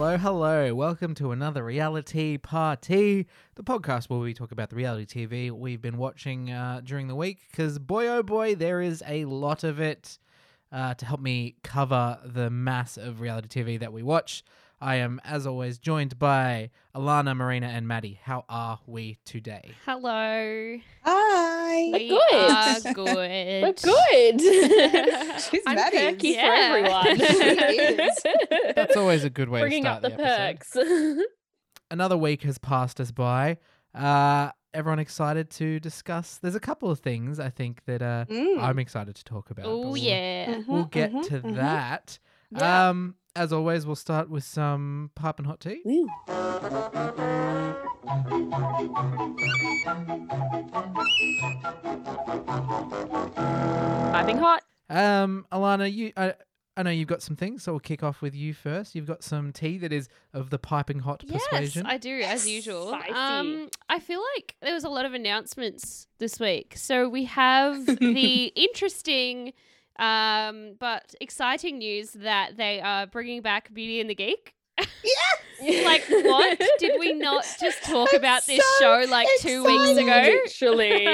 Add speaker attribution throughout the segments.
Speaker 1: Hello, welcome to another reality party. The podcast where we talk about the reality TV we've been watching uh, during the week, because boy oh boy, there is a lot of it. Uh, to help me cover the mass of reality TV that we watch, I am, as always, joined by Alana, Marina, and Maddie. How are we today?
Speaker 2: Hello.
Speaker 3: Hi.
Speaker 2: We
Speaker 4: good.
Speaker 2: are good.
Speaker 4: We're good.
Speaker 3: She's
Speaker 4: I'm
Speaker 3: Maddie.
Speaker 4: perky
Speaker 2: Yeah.
Speaker 4: for everyone.
Speaker 3: She is.
Speaker 1: That's always a good way
Speaker 4: Bringing
Speaker 1: to
Speaker 4: up
Speaker 1: start
Speaker 4: the,
Speaker 1: the, episode.
Speaker 4: perks.
Speaker 1: another week has passed us by. Uh, everyone excited to discuss? There's a couple of things I think that uh,
Speaker 3: Mm.
Speaker 1: I'm excited to talk about. but
Speaker 2: Oh
Speaker 1: we'll-
Speaker 2: Hmm. yeah. mm-hmm,
Speaker 3: Mhm,
Speaker 1: We'll get
Speaker 2: uh-huh,
Speaker 3: mhm,
Speaker 1: to
Speaker 3: mhm.
Speaker 1: that.
Speaker 4: Yeah.
Speaker 1: Um, as always, we'll start with some pipe and hot tea.
Speaker 4: Ooh. Piping hot.
Speaker 1: Um, Alana, you, I, I know you've got some things, so we'll kick off with you first. You've got some tea that is of the piping hot
Speaker 2: Yes,
Speaker 1: persuasion.
Speaker 2: I do as
Speaker 4: Yes,
Speaker 2: usual.
Speaker 4: spicy.
Speaker 2: Um, I feel like there was a lot of announcements this week. So we have the interesting, um, but exciting news that they are bringing back Beauty and the Geek. Like, what did we not just talk
Speaker 3: I'm
Speaker 2: about this
Speaker 3: so
Speaker 2: show like two weeks ago?
Speaker 4: Literally.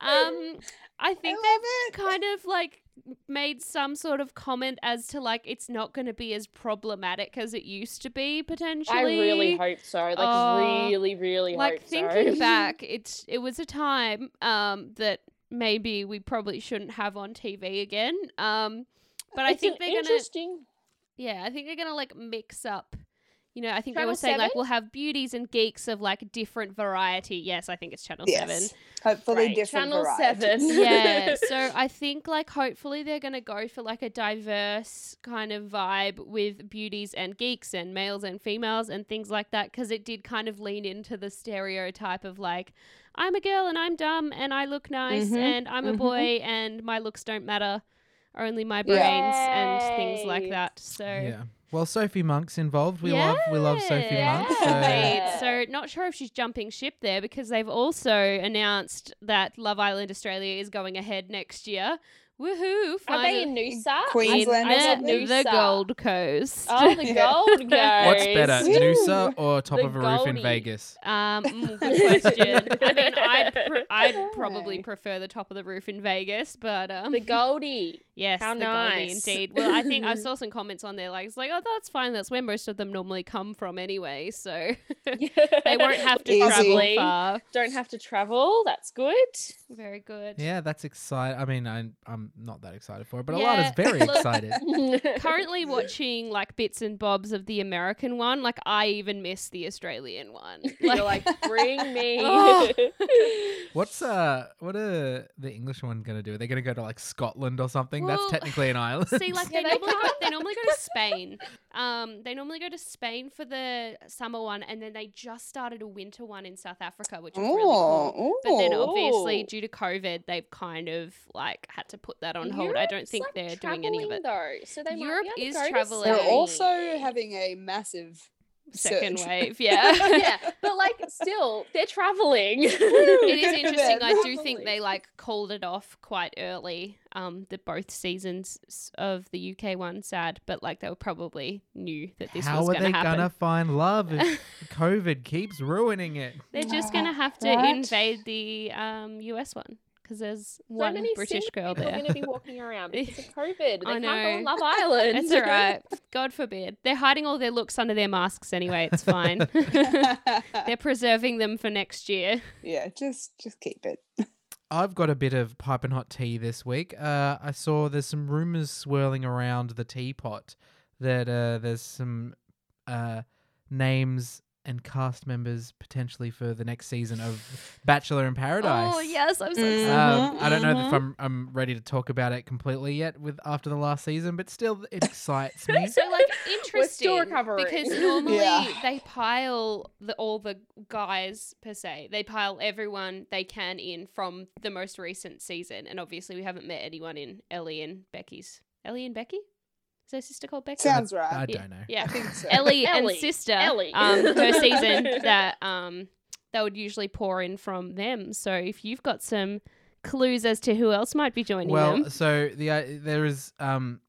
Speaker 2: Um, I think
Speaker 3: I love it.
Speaker 2: kind of like made some sort of comment as to like it's not going to be as problematic as it used to be potentially.
Speaker 4: I really hope so. Like,
Speaker 2: Oh,
Speaker 4: really, really
Speaker 2: like
Speaker 4: hope
Speaker 2: thinking
Speaker 4: so.
Speaker 2: back, it's it was a time um that maybe we probably shouldn't have on TV again. Um, but I
Speaker 4: It's
Speaker 2: think
Speaker 4: an
Speaker 2: they're gonna
Speaker 4: interesting.
Speaker 2: yeah, I think they're gonna like mix up. You know, I think they
Speaker 4: Channel
Speaker 2: were saying like
Speaker 4: seven?
Speaker 2: we'll have beauties and geeks of like different variety. Yes, I think it's Channel Seven.
Speaker 3: Yes. Hopefully
Speaker 4: Right,
Speaker 3: different
Speaker 4: Channel
Speaker 3: varieties.
Speaker 4: Seven.
Speaker 2: yeah so i think like hopefully they're going to go for like a diverse kind of vibe with beauties and geeks and males and females and things like that because it did kind of lean into the stereotype of like i'm a girl and i'm dumb and i look nice
Speaker 3: Mhm,
Speaker 2: and i'm a
Speaker 3: mhm.
Speaker 2: boy and my looks don't matter only my brains and things like
Speaker 4: Yay.
Speaker 2: that so
Speaker 1: yeah. Well, Sophie Monk's involved. We love, we love Sophie
Speaker 2: Yeah,
Speaker 1: Monk. So
Speaker 4: Yes.
Speaker 2: indeed. So not sure if she's jumping ship there because they've also announced that Love Island Australia is going ahead next year. Woohoo!
Speaker 4: Are they in
Speaker 2: Finally,
Speaker 4: Noosa?
Speaker 3: Queensland or
Speaker 4: I said
Speaker 2: in
Speaker 3: something?
Speaker 2: the
Speaker 4: Noosa.
Speaker 2: Gold Coast.
Speaker 4: Oh, the
Speaker 3: Yeah.
Speaker 4: Gold Coast.
Speaker 1: what's better,
Speaker 3: Woo.
Speaker 1: Noosa or top
Speaker 4: The
Speaker 1: of a roof in
Speaker 4: Goldie.
Speaker 1: Vegas?
Speaker 2: Um, mm, good question. I mean, I'd, pr- I'd probably prefer the top of the roof in Vegas, but um,
Speaker 4: The Goldie.
Speaker 2: yes,
Speaker 4: how
Speaker 2: the Goldie
Speaker 4: nice.
Speaker 2: indeed. Well, I think I saw some comments on there like it's like, oh, that's fine. That's where most of them normally come from anyway, so they won't have to
Speaker 3: Easy.
Speaker 2: travel
Speaker 4: Probably.
Speaker 2: far.
Speaker 4: Don't have to travel. That's good.
Speaker 2: Very good.
Speaker 1: Yeah, that's exciting. I mean, I'm, I'm not that excited for it, but Alana's
Speaker 2: Yeah,
Speaker 1: very
Speaker 2: look-
Speaker 1: excited.
Speaker 2: Currently watching like bits and bobs of the American one. Like I even miss the Australian one.
Speaker 4: You're like, bring me.
Speaker 2: Oh.
Speaker 1: What's uh what are the English one gonna do? Are they gonna go to like Scotland or something?
Speaker 2: Well,
Speaker 1: That's technically an island.
Speaker 2: See, like
Speaker 4: Yeah,
Speaker 2: they,
Speaker 4: they
Speaker 2: normally go, they normally go to Spain. Um, they normally go to Spain for the summer one, and then they just started a winter one in South Africa, which is really cool.
Speaker 3: Oh,
Speaker 2: But then
Speaker 4: oh.
Speaker 2: obviously, due to COVID, they've kind of like had to put that on hold. I don't
Speaker 4: Europe's,
Speaker 2: think
Speaker 4: like,
Speaker 2: they're doing any of
Speaker 4: travelling,
Speaker 2: it.
Speaker 4: Though, so they
Speaker 2: Europe
Speaker 4: might be able to
Speaker 2: is
Speaker 4: go to
Speaker 2: travelling.
Speaker 3: They're
Speaker 2: Like-
Speaker 4: Spain.
Speaker 3: also having a massive
Speaker 2: Second
Speaker 3: surge.
Speaker 2: wave, yeah.
Speaker 4: Oh, yeah, but like still, they're traveling.
Speaker 2: it is
Speaker 3: Good for
Speaker 2: interesting.
Speaker 3: them.
Speaker 2: I do think they
Speaker 4: Lovely.
Speaker 2: like called it off quite early. Um, that both seasons s- of the UK one sad, but like they were probably knew that this
Speaker 1: How
Speaker 2: was
Speaker 1: are
Speaker 2: going
Speaker 1: they
Speaker 2: to happen.
Speaker 1: gonna find love if COVID keeps ruining it?
Speaker 2: They're just going to have to
Speaker 3: What?
Speaker 2: invade the um US one because there's
Speaker 4: So
Speaker 2: one
Speaker 4: many
Speaker 2: British girl
Speaker 4: People are
Speaker 2: there.
Speaker 4: going to be walking around because of COVID. They
Speaker 2: I
Speaker 4: can't go on
Speaker 2: know.
Speaker 4: Love Island.
Speaker 2: It's all right. God forbid. They're hiding all their looks under their masks anyway. It's fine. They're preserving them for next year.
Speaker 3: yeah, just just keep it.
Speaker 1: I've got a bit of pipe and hot tea this week. Uh, I saw there's some rumors swirling around the teapot that uh, there's some uh, names and cast members potentially for the next season of Bachelor in Paradise.
Speaker 2: Oh, yes. I'm so
Speaker 3: Mm.
Speaker 2: excited.
Speaker 1: Um,
Speaker 3: Mhm,
Speaker 1: I don't know if
Speaker 3: mhm.
Speaker 1: I'm I'm ready to talk about it completely yet with after the last season, but still it excites me.
Speaker 2: So like interesting
Speaker 4: recovering.
Speaker 2: because normally
Speaker 3: Yeah.
Speaker 2: they pile the, all the guys per se. They pile everyone they can in from the most recent season, and obviously we haven't met anyone in Ellie and Becky's. Ellie and Becky, is her sister called Becky?
Speaker 3: Sounds
Speaker 1: I
Speaker 3: right.
Speaker 1: don't know.
Speaker 2: yeah,
Speaker 3: I think so.
Speaker 2: Ellie,
Speaker 4: Ellie.
Speaker 2: and sister.
Speaker 4: Ellie.
Speaker 2: Um, her season that um that would usually pour in from them. So if you've got some clues as to who else might be joining
Speaker 1: Well,
Speaker 2: them,
Speaker 1: so the uh, there is um,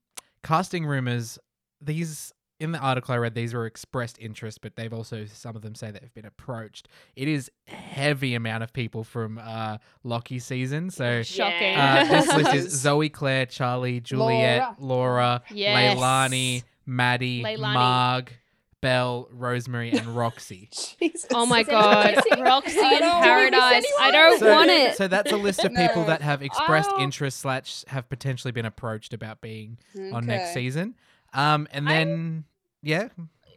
Speaker 1: casting rumors. These in the article I read, these were expressed interest, but they've also some of them say that they've been approached. It is heavy amount of people from uh, Lockie season. So uh,
Speaker 2: Shocking.
Speaker 4: Yeah.
Speaker 1: this list is Zoe, Claire, Charlie, Juliet, Laura,
Speaker 2: Yes.
Speaker 1: Leilani, Maddie,
Speaker 2: Leilani.
Speaker 1: Marg, Belle, Rosemary, and Roxy.
Speaker 3: Jesus.
Speaker 2: Oh my
Speaker 4: Is anyone
Speaker 2: god,
Speaker 4: missing-
Speaker 2: Roxy
Speaker 4: I
Speaker 2: in
Speaker 4: don't- did we miss
Speaker 2: paradise. I
Speaker 4: anyone?
Speaker 2: don't
Speaker 1: So-
Speaker 2: want it.
Speaker 1: So that's a list of people
Speaker 3: No.
Speaker 1: that have expressed
Speaker 4: Oh.
Speaker 1: interest slash have potentially been approached about being on
Speaker 3: Okay.
Speaker 1: next season. Um, and
Speaker 4: I'm-
Speaker 1: then yeah,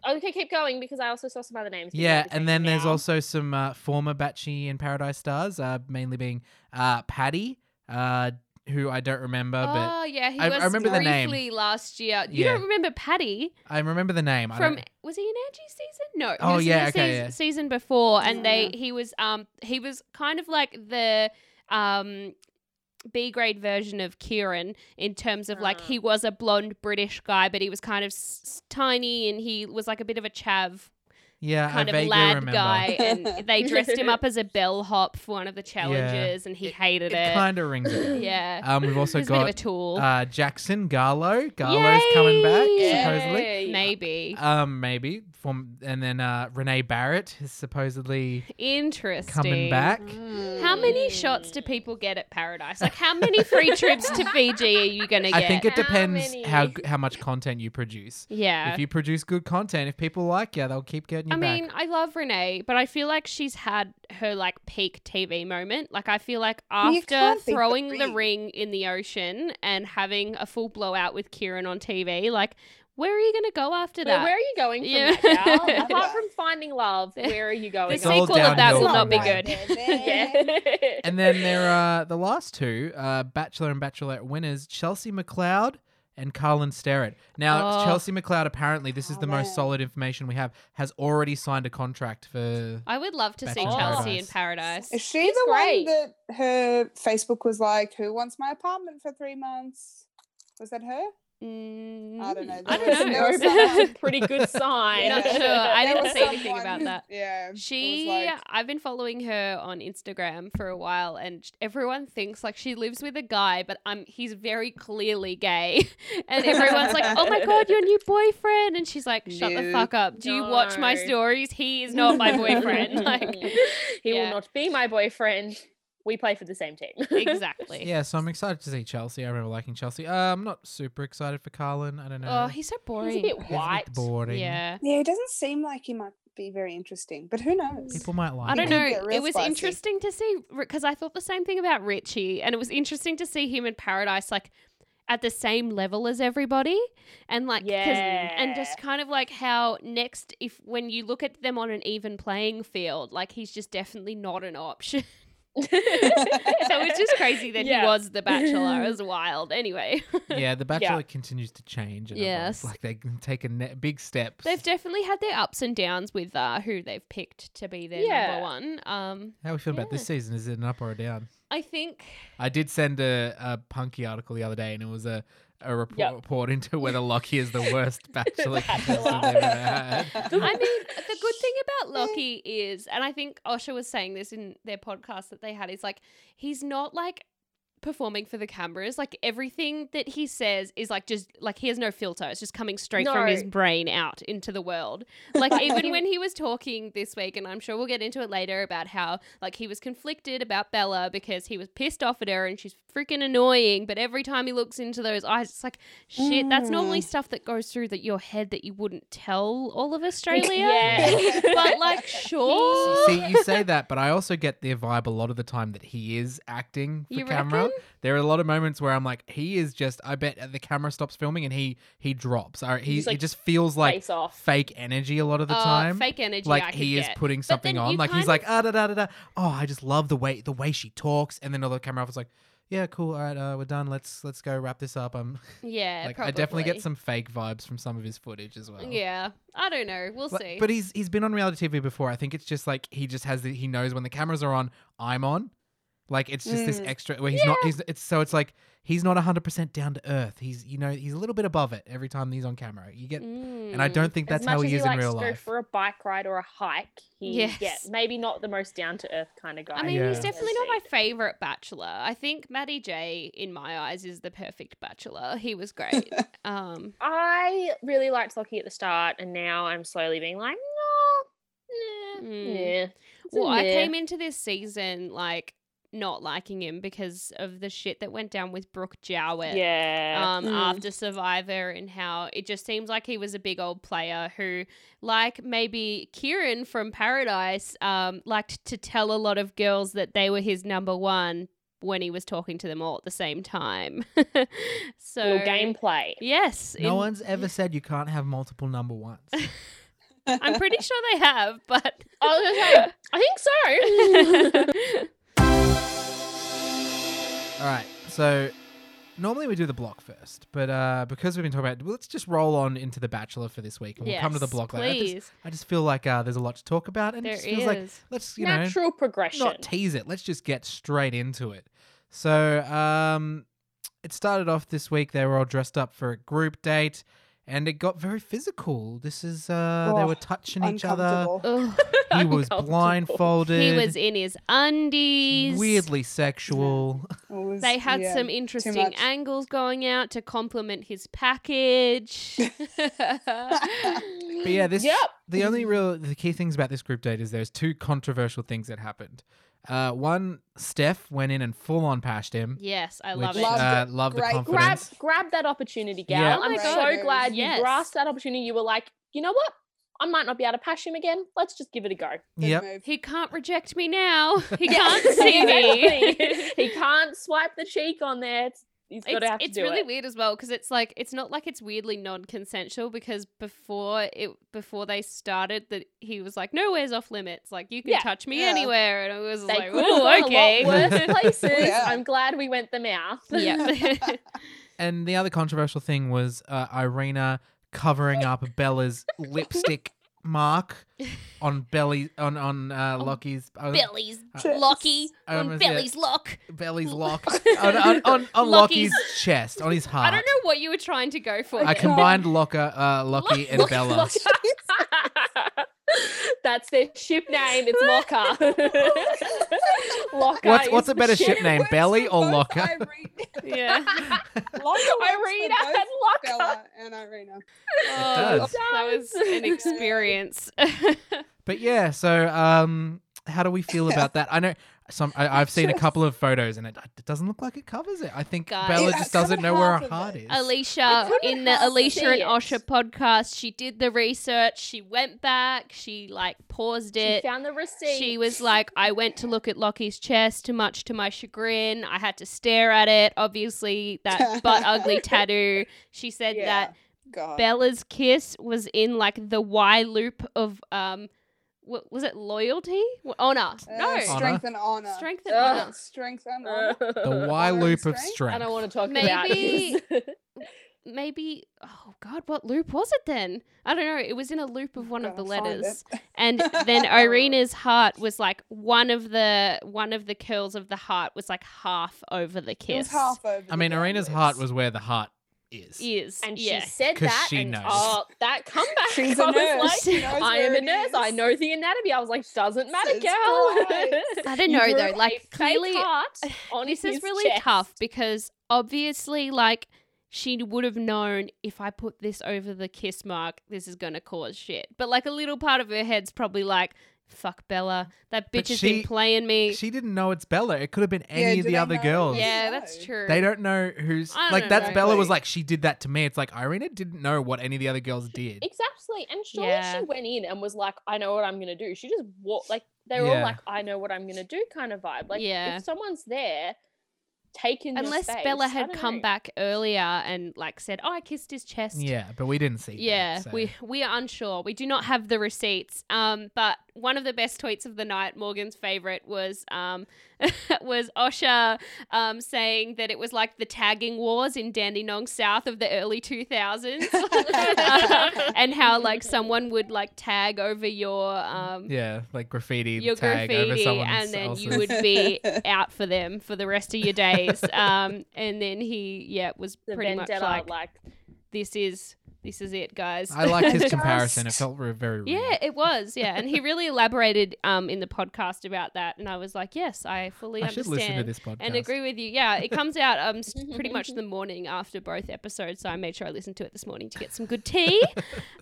Speaker 4: Okay, keep going because I also saw some other names. that you
Speaker 1: yeah,
Speaker 4: might have
Speaker 1: and then
Speaker 4: taken
Speaker 1: there's
Speaker 4: out.
Speaker 1: also some uh, former Batchy and Paradise stars, uh, mainly being uh, Patty, uh, who I don't remember, but
Speaker 2: Oh yeah, he
Speaker 1: I- I
Speaker 2: was
Speaker 1: remember the name.
Speaker 2: briefly last year. You
Speaker 1: Yeah.
Speaker 2: don't remember Patty
Speaker 1: I remember the name. I
Speaker 2: Oh. from
Speaker 1: don't-
Speaker 2: was he in Angie's season? No. he
Speaker 1: Oh,
Speaker 2: was in
Speaker 1: yeah,
Speaker 2: the
Speaker 1: okay,
Speaker 2: seas-
Speaker 1: yeah.
Speaker 2: Season before, and
Speaker 3: Yeah,
Speaker 2: they he was um he was kind of like the um. B grade version of Kieran in terms of like
Speaker 4: Uh.
Speaker 2: he was a blonde British guy, but he was kind of s- s- tiny and he was like a bit of a chav
Speaker 1: yeah,
Speaker 2: kind
Speaker 1: I
Speaker 2: of
Speaker 1: vaguely
Speaker 2: lad
Speaker 1: remember.
Speaker 2: guy, and they dressed him up as a bellhop for one of the challenges, and he hated
Speaker 1: It
Speaker 2: it.
Speaker 1: kind of rings a bell.
Speaker 2: yeah,
Speaker 1: Um, we've also
Speaker 2: he's a bit of a
Speaker 1: got
Speaker 2: tool,
Speaker 1: uh, Jackson Garlow. Garlow's coming back
Speaker 2: Yay!
Speaker 1: supposedly.
Speaker 4: Yay.
Speaker 2: maybe.
Speaker 1: Um, maybe from and then uh, Renee Barrett is supposedly
Speaker 2: Interesting. Mm,
Speaker 1: coming back.
Speaker 3: Mm.
Speaker 2: How many shots do people get at Paradise? Like, how many free trips to Fiji are you gonna get?
Speaker 1: I think it
Speaker 4: How
Speaker 1: depends
Speaker 4: many?
Speaker 1: how g- how much content you produce.
Speaker 2: yeah.
Speaker 1: If you produce good content, if people like you, they'll keep getting you
Speaker 2: I
Speaker 1: back.
Speaker 2: mean, I love Renee, but I feel like she's had her like peak TV moment. Like I feel like after
Speaker 3: can't beat the
Speaker 2: throwing the
Speaker 3: ring.
Speaker 2: ring in the ocean and having a full blowout with Kieran on TV, like where are you going to go after
Speaker 4: But
Speaker 2: that?
Speaker 4: where are you going from
Speaker 2: Yeah.
Speaker 4: that,
Speaker 2: Yeah.
Speaker 4: gal? Apart from finding love, where are you going?
Speaker 2: the
Speaker 1: It's all
Speaker 2: sequel of that
Speaker 1: downhill
Speaker 2: will
Speaker 1: from
Speaker 2: not be
Speaker 1: there.
Speaker 2: good.
Speaker 4: Yeah.
Speaker 1: and then there are the last two uh, Bachelor and Bachelorette winners, Chelsea McLeod and Carlin Sterrett. Now,
Speaker 2: Oh.
Speaker 1: Chelsea McLeod, apparently, this is the most
Speaker 3: Carlin.
Speaker 1: solid information we have, has already signed a contract for.
Speaker 2: I would love to see
Speaker 1: Bachelor in
Speaker 2: Chelsea in
Speaker 1: Paradise.
Speaker 2: Paradise.
Speaker 3: Is she
Speaker 4: She's
Speaker 3: the
Speaker 4: great.
Speaker 3: one that her Facebook was like, "Who wants my apartment for three months?" Was that her?
Speaker 2: Mm,
Speaker 3: I don't know.
Speaker 2: I
Speaker 3: There
Speaker 2: don't
Speaker 3: was- there
Speaker 2: know.
Speaker 3: was
Speaker 4: That's
Speaker 3: someone-
Speaker 4: a pretty good sign.
Speaker 2: Not sure. I
Speaker 3: There
Speaker 2: didn't
Speaker 3: was
Speaker 2: see anything
Speaker 3: someone-
Speaker 2: about that.
Speaker 3: Yeah, it was
Speaker 2: She,
Speaker 3: like-
Speaker 2: I've been following her on Instagram for a while, and sh- everyone thinks like she lives with a guy, but um, he's very clearly gay, and everyone's like, "Oh my god, your new boyfriend!" And she's like, "Shut the
Speaker 3: Nope.
Speaker 2: fuck up! Do you watch my
Speaker 4: No.
Speaker 2: stories? He is not my boyfriend." like,
Speaker 4: Mm. he
Speaker 2: yeah.
Speaker 4: will not be my boyfriend. We play for the same team.
Speaker 2: exactly.
Speaker 1: Yeah, so I'm excited to see Chelsea. I remember liking Chelsea. Uh, I'm not super excited for Carlin. I don't know.
Speaker 2: Oh, he's so boring.
Speaker 4: He's a bit
Speaker 1: He's a bit
Speaker 4: white.
Speaker 1: boring.
Speaker 2: yeah.
Speaker 3: Yeah, it doesn't seem like he might be very interesting, but who knows?
Speaker 1: People might like
Speaker 2: I don't
Speaker 1: him.
Speaker 3: could get
Speaker 2: know.
Speaker 3: real
Speaker 2: It was
Speaker 3: spicy.
Speaker 2: interesting to see because I thought the same thing about Richie, and it was interesting to see him in Paradise, like at the same level as everybody, and like 'cause- and
Speaker 4: Yeah.
Speaker 2: just kind of like how next if when you look at them on an even playing field, like he's just definitely not an option. so it's just crazy that
Speaker 4: Yeah.
Speaker 2: he was the Bachelor. It was wild. Anyway,
Speaker 1: Yeah, the Bachelor continues to change. And yes.
Speaker 2: Yes.
Speaker 1: Like they can take a ne- big steps.
Speaker 2: they've definitely had their ups and downs with uh, who they've picked to be their
Speaker 4: Yeah.
Speaker 2: number one. Um,
Speaker 1: How are we feeling about this
Speaker 2: Yeah.
Speaker 1: season? Is it an up or a down?
Speaker 2: I think
Speaker 1: I did send a, a punky article the other day, and it was a, a report,
Speaker 4: Yep.
Speaker 1: report into whether Lockie is the worst bachelor contestant
Speaker 4: Bachelor.
Speaker 1: they've ever had.
Speaker 2: I mean, the good thing about Lockie is, and I think Osha was saying this in their podcast that they had, is like he's not like performing for the cameras. Like everything that he says is like just like he has no filter. It's just coming straight from his
Speaker 4: No.
Speaker 2: brain out into the world. Like even when he was talking this week, and I'm sure we'll get into it later about how like he was conflicted about Bella because he was pissed off at her and she's freaking annoying. But every time he looks into those eyes, it's like shit. That's
Speaker 3: Mm.
Speaker 2: normally stuff that goes through that your head that you wouldn't tell all of Australia
Speaker 4: Yeah.
Speaker 2: but like sure
Speaker 1: See, you say that, but I also get their vibe a lot of the time that he is acting for
Speaker 2: You
Speaker 1: camera.
Speaker 2: reckon?
Speaker 1: There are a lot of moments where I'm like, he is just. I bet the camera stops filming and he he drops. Or he
Speaker 4: He's, like,
Speaker 1: it just feels like
Speaker 4: Face off.
Speaker 1: fake energy a lot of the
Speaker 2: Uh,
Speaker 1: time.
Speaker 2: fake energy I
Speaker 1: like
Speaker 2: could
Speaker 1: he is
Speaker 2: get.
Speaker 1: putting
Speaker 2: then
Speaker 1: something
Speaker 2: you
Speaker 1: on. Like
Speaker 2: kind
Speaker 1: he's
Speaker 2: of-
Speaker 1: like ah da da da da. Oh, I just love the way the way she talks, and then all the camera off is like, yeah, cool, all right, uh, we're done. Let's let's go wrap this up. I'm
Speaker 2: yeah
Speaker 1: like I definitely
Speaker 2: probably.
Speaker 1: get some fake vibes from some of his footage as well.
Speaker 2: yeah i don't know we'll
Speaker 1: Like,
Speaker 2: see
Speaker 1: but he's he's been on reality TV before. I think it's just like he just has the, he knows when the cameras are on, I'm on, Like it's just this
Speaker 3: Mm.
Speaker 1: extra where he's not he's it's so it's like he's not 100% down to earth. He's you know, he's a little bit above it every time he's on camera. You get and I
Speaker 2: Mm.
Speaker 1: don't think that's
Speaker 4: as much
Speaker 1: how he
Speaker 4: as
Speaker 1: is
Speaker 4: he
Speaker 1: in
Speaker 4: likes
Speaker 1: real
Speaker 4: to go
Speaker 1: life.
Speaker 4: for a bike ride or a hike, he, yeah,
Speaker 2: Yes.
Speaker 4: maybe not the most down to earth kind of guy.
Speaker 2: I mean, he's
Speaker 1: Yeah.
Speaker 2: definitely not my favorite bachelor. I think Maddie J, in my eyes, is the perfect bachelor. He was great. um,
Speaker 4: I really liked Lockie at the start, and now I'm slowly being like, no, nah,
Speaker 2: Mm.
Speaker 4: nah. It's a
Speaker 2: well, I
Speaker 4: nah.
Speaker 2: came into this season like not liking him because of the shit that went down with Brooke Jowett.
Speaker 4: Yeah.
Speaker 2: um,
Speaker 3: Mm.
Speaker 2: after Survivor and how it just seems like he was a big old player who, like maybe Kieran from Paradise, um, liked to tell a lot of girls that they were his number one when he was talking to them all at the same time. uh, so
Speaker 4: Little gameplay.
Speaker 2: Yes.
Speaker 1: No
Speaker 2: in-
Speaker 1: one's ever said you can't have multiple number ones.
Speaker 2: I'm pretty sure they have, but
Speaker 4: I was gonna say, I think so.
Speaker 1: All right. So normally we do the block first, but uh, because we've been talking about, well, let's just roll on into the Bachelor for this week, and we'll come to the
Speaker 2: Yes,
Speaker 1: block later. I just,
Speaker 2: Please.
Speaker 1: I just feel like uh, there's a lot to talk about, and it
Speaker 2: There
Speaker 1: just feels like
Speaker 2: is.
Speaker 1: let's you
Speaker 4: Natural
Speaker 1: know
Speaker 4: progression.
Speaker 1: not tease it. Let's just get straight into it. So um, it started off this week. They were all dressed up for a group date, and it got very physical. This is uh, they
Speaker 3: Oh,
Speaker 1: were touching each other.
Speaker 3: Uncomfortable.
Speaker 2: Ugh.
Speaker 1: He was
Speaker 4: Uncomfortable.
Speaker 1: blindfolded.
Speaker 2: he was in his undies.
Speaker 1: weirdly sexual.
Speaker 3: It was-
Speaker 2: They had
Speaker 3: yeah.
Speaker 2: some interesting
Speaker 3: much.
Speaker 2: angles going out to complement his package. e-
Speaker 1: But yeah, this
Speaker 4: Yep.
Speaker 1: the only real the key things about this group date is there's two controversial things that happened. Uh, one, Steph went in and full on pashed him.
Speaker 2: yes, I
Speaker 1: which,
Speaker 2: love it.
Speaker 3: Loved
Speaker 1: uh,
Speaker 3: it.
Speaker 1: love the
Speaker 3: Great.
Speaker 4: grab
Speaker 1: confidence.
Speaker 4: grab that opportunity, gal.
Speaker 1: Yeah.
Speaker 2: Oh
Speaker 4: I'm
Speaker 2: my
Speaker 4: so
Speaker 3: God.
Speaker 4: glad
Speaker 2: Yes.
Speaker 4: you grasped that opportunity. You were like, you know what? I might not be able to pass him again. Let's just give it a go.
Speaker 3: Good
Speaker 1: Yep.
Speaker 3: move.
Speaker 2: he can't reject me now. He
Speaker 4: Yeah.
Speaker 2: can't see me.
Speaker 4: Exactly. he can't swipe the cheek on there. It's, he's got to
Speaker 2: It's,
Speaker 4: have to
Speaker 2: it's
Speaker 4: do
Speaker 2: really
Speaker 4: it.
Speaker 2: weird as well because it's like it's not like it's weirdly non-consensual because before it before they started that he was like nowhere's off limits like you can
Speaker 4: Yeah.
Speaker 2: touch me
Speaker 3: Yeah.
Speaker 2: anywhere and I was
Speaker 4: They
Speaker 2: like
Speaker 4: could have gone
Speaker 2: oh okay
Speaker 4: a lot worse places.
Speaker 3: Yeah.
Speaker 4: I'm glad we went the mouth.
Speaker 2: yeah
Speaker 1: And the other controversial thing was uh, Irina covering up Bella's lipstick mark on belly on on uh, Lockie's uh,
Speaker 2: Billy's
Speaker 1: Uh,
Speaker 2: Lockie
Speaker 1: I
Speaker 2: on
Speaker 1: almost said-
Speaker 2: Billy's lock
Speaker 1: Belly's lock on on, on, on Lockie's
Speaker 2: Lockie's-
Speaker 1: chest on his heart.
Speaker 2: I don't know what you were trying to go for.
Speaker 1: I
Speaker 2: there.
Speaker 1: combined Locker, uh, Lockie, and
Speaker 4: Lock-
Speaker 1: Bella.
Speaker 4: Locker. That's their ship name. It's Locker. Locker.
Speaker 1: What's what's
Speaker 4: is
Speaker 1: a
Speaker 4: the
Speaker 1: better ship name,
Speaker 3: Works
Speaker 1: Belly
Speaker 3: for
Speaker 1: or
Speaker 3: both
Speaker 1: Locker?
Speaker 3: Irene-
Speaker 2: yeah.
Speaker 3: Locker
Speaker 4: Irina
Speaker 3: works for both
Speaker 4: and Locker.
Speaker 3: Bella and Irina.
Speaker 2: Oh,
Speaker 1: does.
Speaker 2: That was an
Speaker 4: Yeah.
Speaker 2: experience.
Speaker 1: But yeah, so um, how do we feel about that? I know some. I, I've seen a couple of photos, and it, it doesn't look like it covers it. I think
Speaker 2: Guys.
Speaker 1: Bella
Speaker 2: Yeah,
Speaker 1: just
Speaker 3: it covered
Speaker 1: doesn't know where
Speaker 3: half
Speaker 1: her
Speaker 3: of
Speaker 1: heart
Speaker 3: it.
Speaker 1: is.
Speaker 2: Alicia
Speaker 4: couldn't
Speaker 2: in the
Speaker 4: half
Speaker 2: Alicia and
Speaker 4: see it.
Speaker 2: Osha podcast, she did the research. She went back. She like paused
Speaker 4: She
Speaker 2: it.
Speaker 4: found the receipt.
Speaker 2: She was like, I went to look at Lockie's chest, much to my chagrin. I had to stare at it. Obviously, that butt ugly tattoo. She said
Speaker 3: Yeah.
Speaker 2: that
Speaker 3: God.
Speaker 2: Bella's kiss was in like the Y loop of um, what was it? Loyalty? Wh- Honor?
Speaker 3: Uh,
Speaker 2: No,
Speaker 1: Honor.
Speaker 3: Strength and honor. Uh,
Speaker 2: strength and
Speaker 4: Ugh.
Speaker 2: honor. Uh,
Speaker 3: Strength and honor.
Speaker 1: the
Speaker 4: the
Speaker 1: Y
Speaker 3: Iron
Speaker 1: loop of
Speaker 3: strength?
Speaker 1: strength.
Speaker 4: I don't want to talk about
Speaker 2: Maybe-
Speaker 4: this.
Speaker 2: Maybe. Oh God, what loop was it then? I don't know. It was in a loop
Speaker 4: Oh
Speaker 2: of one of the
Speaker 3: Gotta find it.
Speaker 2: letters, and then Irina's heart was like one of the one of the curls of the heart was like half over the
Speaker 3: It was
Speaker 2: kiss.
Speaker 3: half over.
Speaker 1: I mean, Irina's heart was where the heart is.
Speaker 2: Is
Speaker 4: And
Speaker 2: yeah.
Speaker 4: she said
Speaker 1: 'Cause
Speaker 4: that,
Speaker 1: she
Speaker 4: and
Speaker 1: knows.
Speaker 4: oh, that comeback!
Speaker 3: She's
Speaker 4: I
Speaker 3: a
Speaker 4: was
Speaker 3: nurse.
Speaker 4: like,
Speaker 3: She knows
Speaker 4: I
Speaker 3: where
Speaker 4: am a
Speaker 3: it
Speaker 4: nurse. I
Speaker 3: is.
Speaker 4: know the anatomy. I was like, doesn't matter,
Speaker 3: Says pride.
Speaker 4: girl.
Speaker 2: I don't
Speaker 4: You
Speaker 2: know
Speaker 4: drew
Speaker 2: though.
Speaker 4: a
Speaker 2: Like
Speaker 4: fake
Speaker 2: clearly,
Speaker 4: heart on
Speaker 2: this
Speaker 4: his
Speaker 2: is really
Speaker 4: chest.
Speaker 2: tough because obviously like she would have known if i put this over the kiss mark this is going to cause shit but like a little part of her head's probably like fuck bella that
Speaker 1: But
Speaker 2: bitch has
Speaker 1: she-
Speaker 2: been playing me
Speaker 1: She didn't know it's Bella. It could have been any
Speaker 3: do
Speaker 1: of the
Speaker 3: they
Speaker 1: other
Speaker 3: know?
Speaker 1: girls.
Speaker 2: yeah
Speaker 3: No.
Speaker 2: that's true
Speaker 1: They don't know who's
Speaker 2: I don't
Speaker 1: like
Speaker 2: know.
Speaker 1: that's Bella was
Speaker 3: Exactly.
Speaker 1: like she did that to me. It's like Irina didn't know what any of the other girls did.
Speaker 4: Exactly. And surely
Speaker 2: Yeah.
Speaker 4: she went in and was like, I know what I'm going to do. She just walked, like, they were
Speaker 1: Yeah.
Speaker 4: all like, I know what I'm going to do kind of vibe. Like,
Speaker 2: Yeah.
Speaker 4: if someone's there, taking
Speaker 2: unless bella had come back earlier and like said oh i kissed his chest
Speaker 1: Yeah, but we didn't see. that,
Speaker 2: Yeah,
Speaker 1: so.
Speaker 2: we we are unsure. We do not have the receipts. Um, but one of the best tweets of the night, Morgan's favorite, was um, was Osha um, saying that it was like the tagging wars in Dandenong South of the early 2000s. and how like someone would like tag over your um,
Speaker 1: Yeah, like graffiti
Speaker 2: your
Speaker 1: tag over
Speaker 2: graffiti,
Speaker 1: someone
Speaker 2: and then
Speaker 1: else's.
Speaker 2: you would be out for them for the rest of your days. Um, and then he, yeah, was
Speaker 4: The
Speaker 2: pretty much
Speaker 4: vendetta,
Speaker 2: like,
Speaker 4: like,
Speaker 2: this is this is it, guys.
Speaker 1: I liked his
Speaker 3: Just-
Speaker 1: comparison. It felt re- very real.
Speaker 2: yeah, it was. Yeah, and he really elaborated um in the podcast about that, and I was like, yes, I fully
Speaker 1: I should listen
Speaker 2: understand.
Speaker 1: to this podcast.
Speaker 2: and agree with you. Yeah, it comes out um s- pretty much the morning after both episodes, so I made sure I listened to it this morning to get some good tea.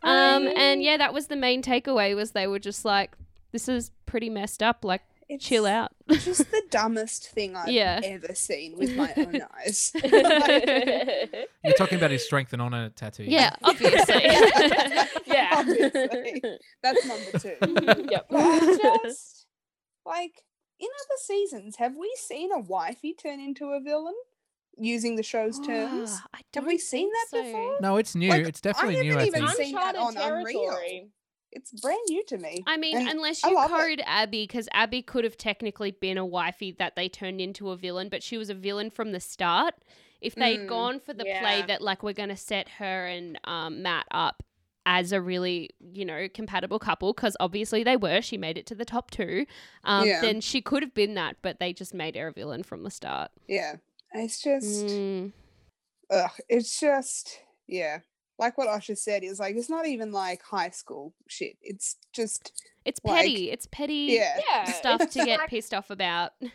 Speaker 2: um, and yeah, that was the main takeaway was they were just like, this is pretty messed up. Like,
Speaker 3: It's
Speaker 2: chill out.
Speaker 3: just the dumbest thing I've
Speaker 2: Yeah.
Speaker 3: ever seen with my own eyes.
Speaker 1: You're talking about his strength and honor tattoo.
Speaker 2: Yeah, obviously.
Speaker 4: yeah.
Speaker 3: Obviously. That's number two.
Speaker 4: yep.
Speaker 3: Like, just like in other seasons, have we seen a wifey turn into a villain using the show's terms?
Speaker 2: Ah, I
Speaker 3: Have
Speaker 2: don't
Speaker 3: we seen
Speaker 2: think
Speaker 3: that
Speaker 2: so.
Speaker 3: before?
Speaker 1: No, it's new.
Speaker 3: Like,
Speaker 1: it's definitely
Speaker 3: I
Speaker 1: new. I
Speaker 3: haven't
Speaker 1: think.
Speaker 3: even seen that on
Speaker 4: Uncharted
Speaker 3: Unreal.
Speaker 4: territory.
Speaker 3: It's brand new to me.
Speaker 2: I mean,
Speaker 3: And
Speaker 2: unless
Speaker 3: I
Speaker 2: you
Speaker 3: love it.
Speaker 2: code Abby, because Abby could have technically been a wifey that they turned into a villain, but she was a villain from the start. If they'd
Speaker 3: Mm,
Speaker 2: gone for the play
Speaker 4: yeah.
Speaker 2: that, like, we're going to set her and um, Matt up as a really, you know, compatible couple, because obviously they were, she made it to the top two, um,
Speaker 3: Yeah.
Speaker 2: then she could have been that, but they just made her a villain from the start.
Speaker 3: yeah, it's just,
Speaker 2: Mm.
Speaker 3: ugh, it's just, yeah. Like what Osha said, it's like it's not even like high school shit. It's just,
Speaker 2: It's
Speaker 3: Like-
Speaker 2: petty. It's petty.
Speaker 3: yeah,
Speaker 4: Yeah.
Speaker 2: stuff
Speaker 4: it's
Speaker 2: to get
Speaker 4: Uh, like-
Speaker 2: pissed off about.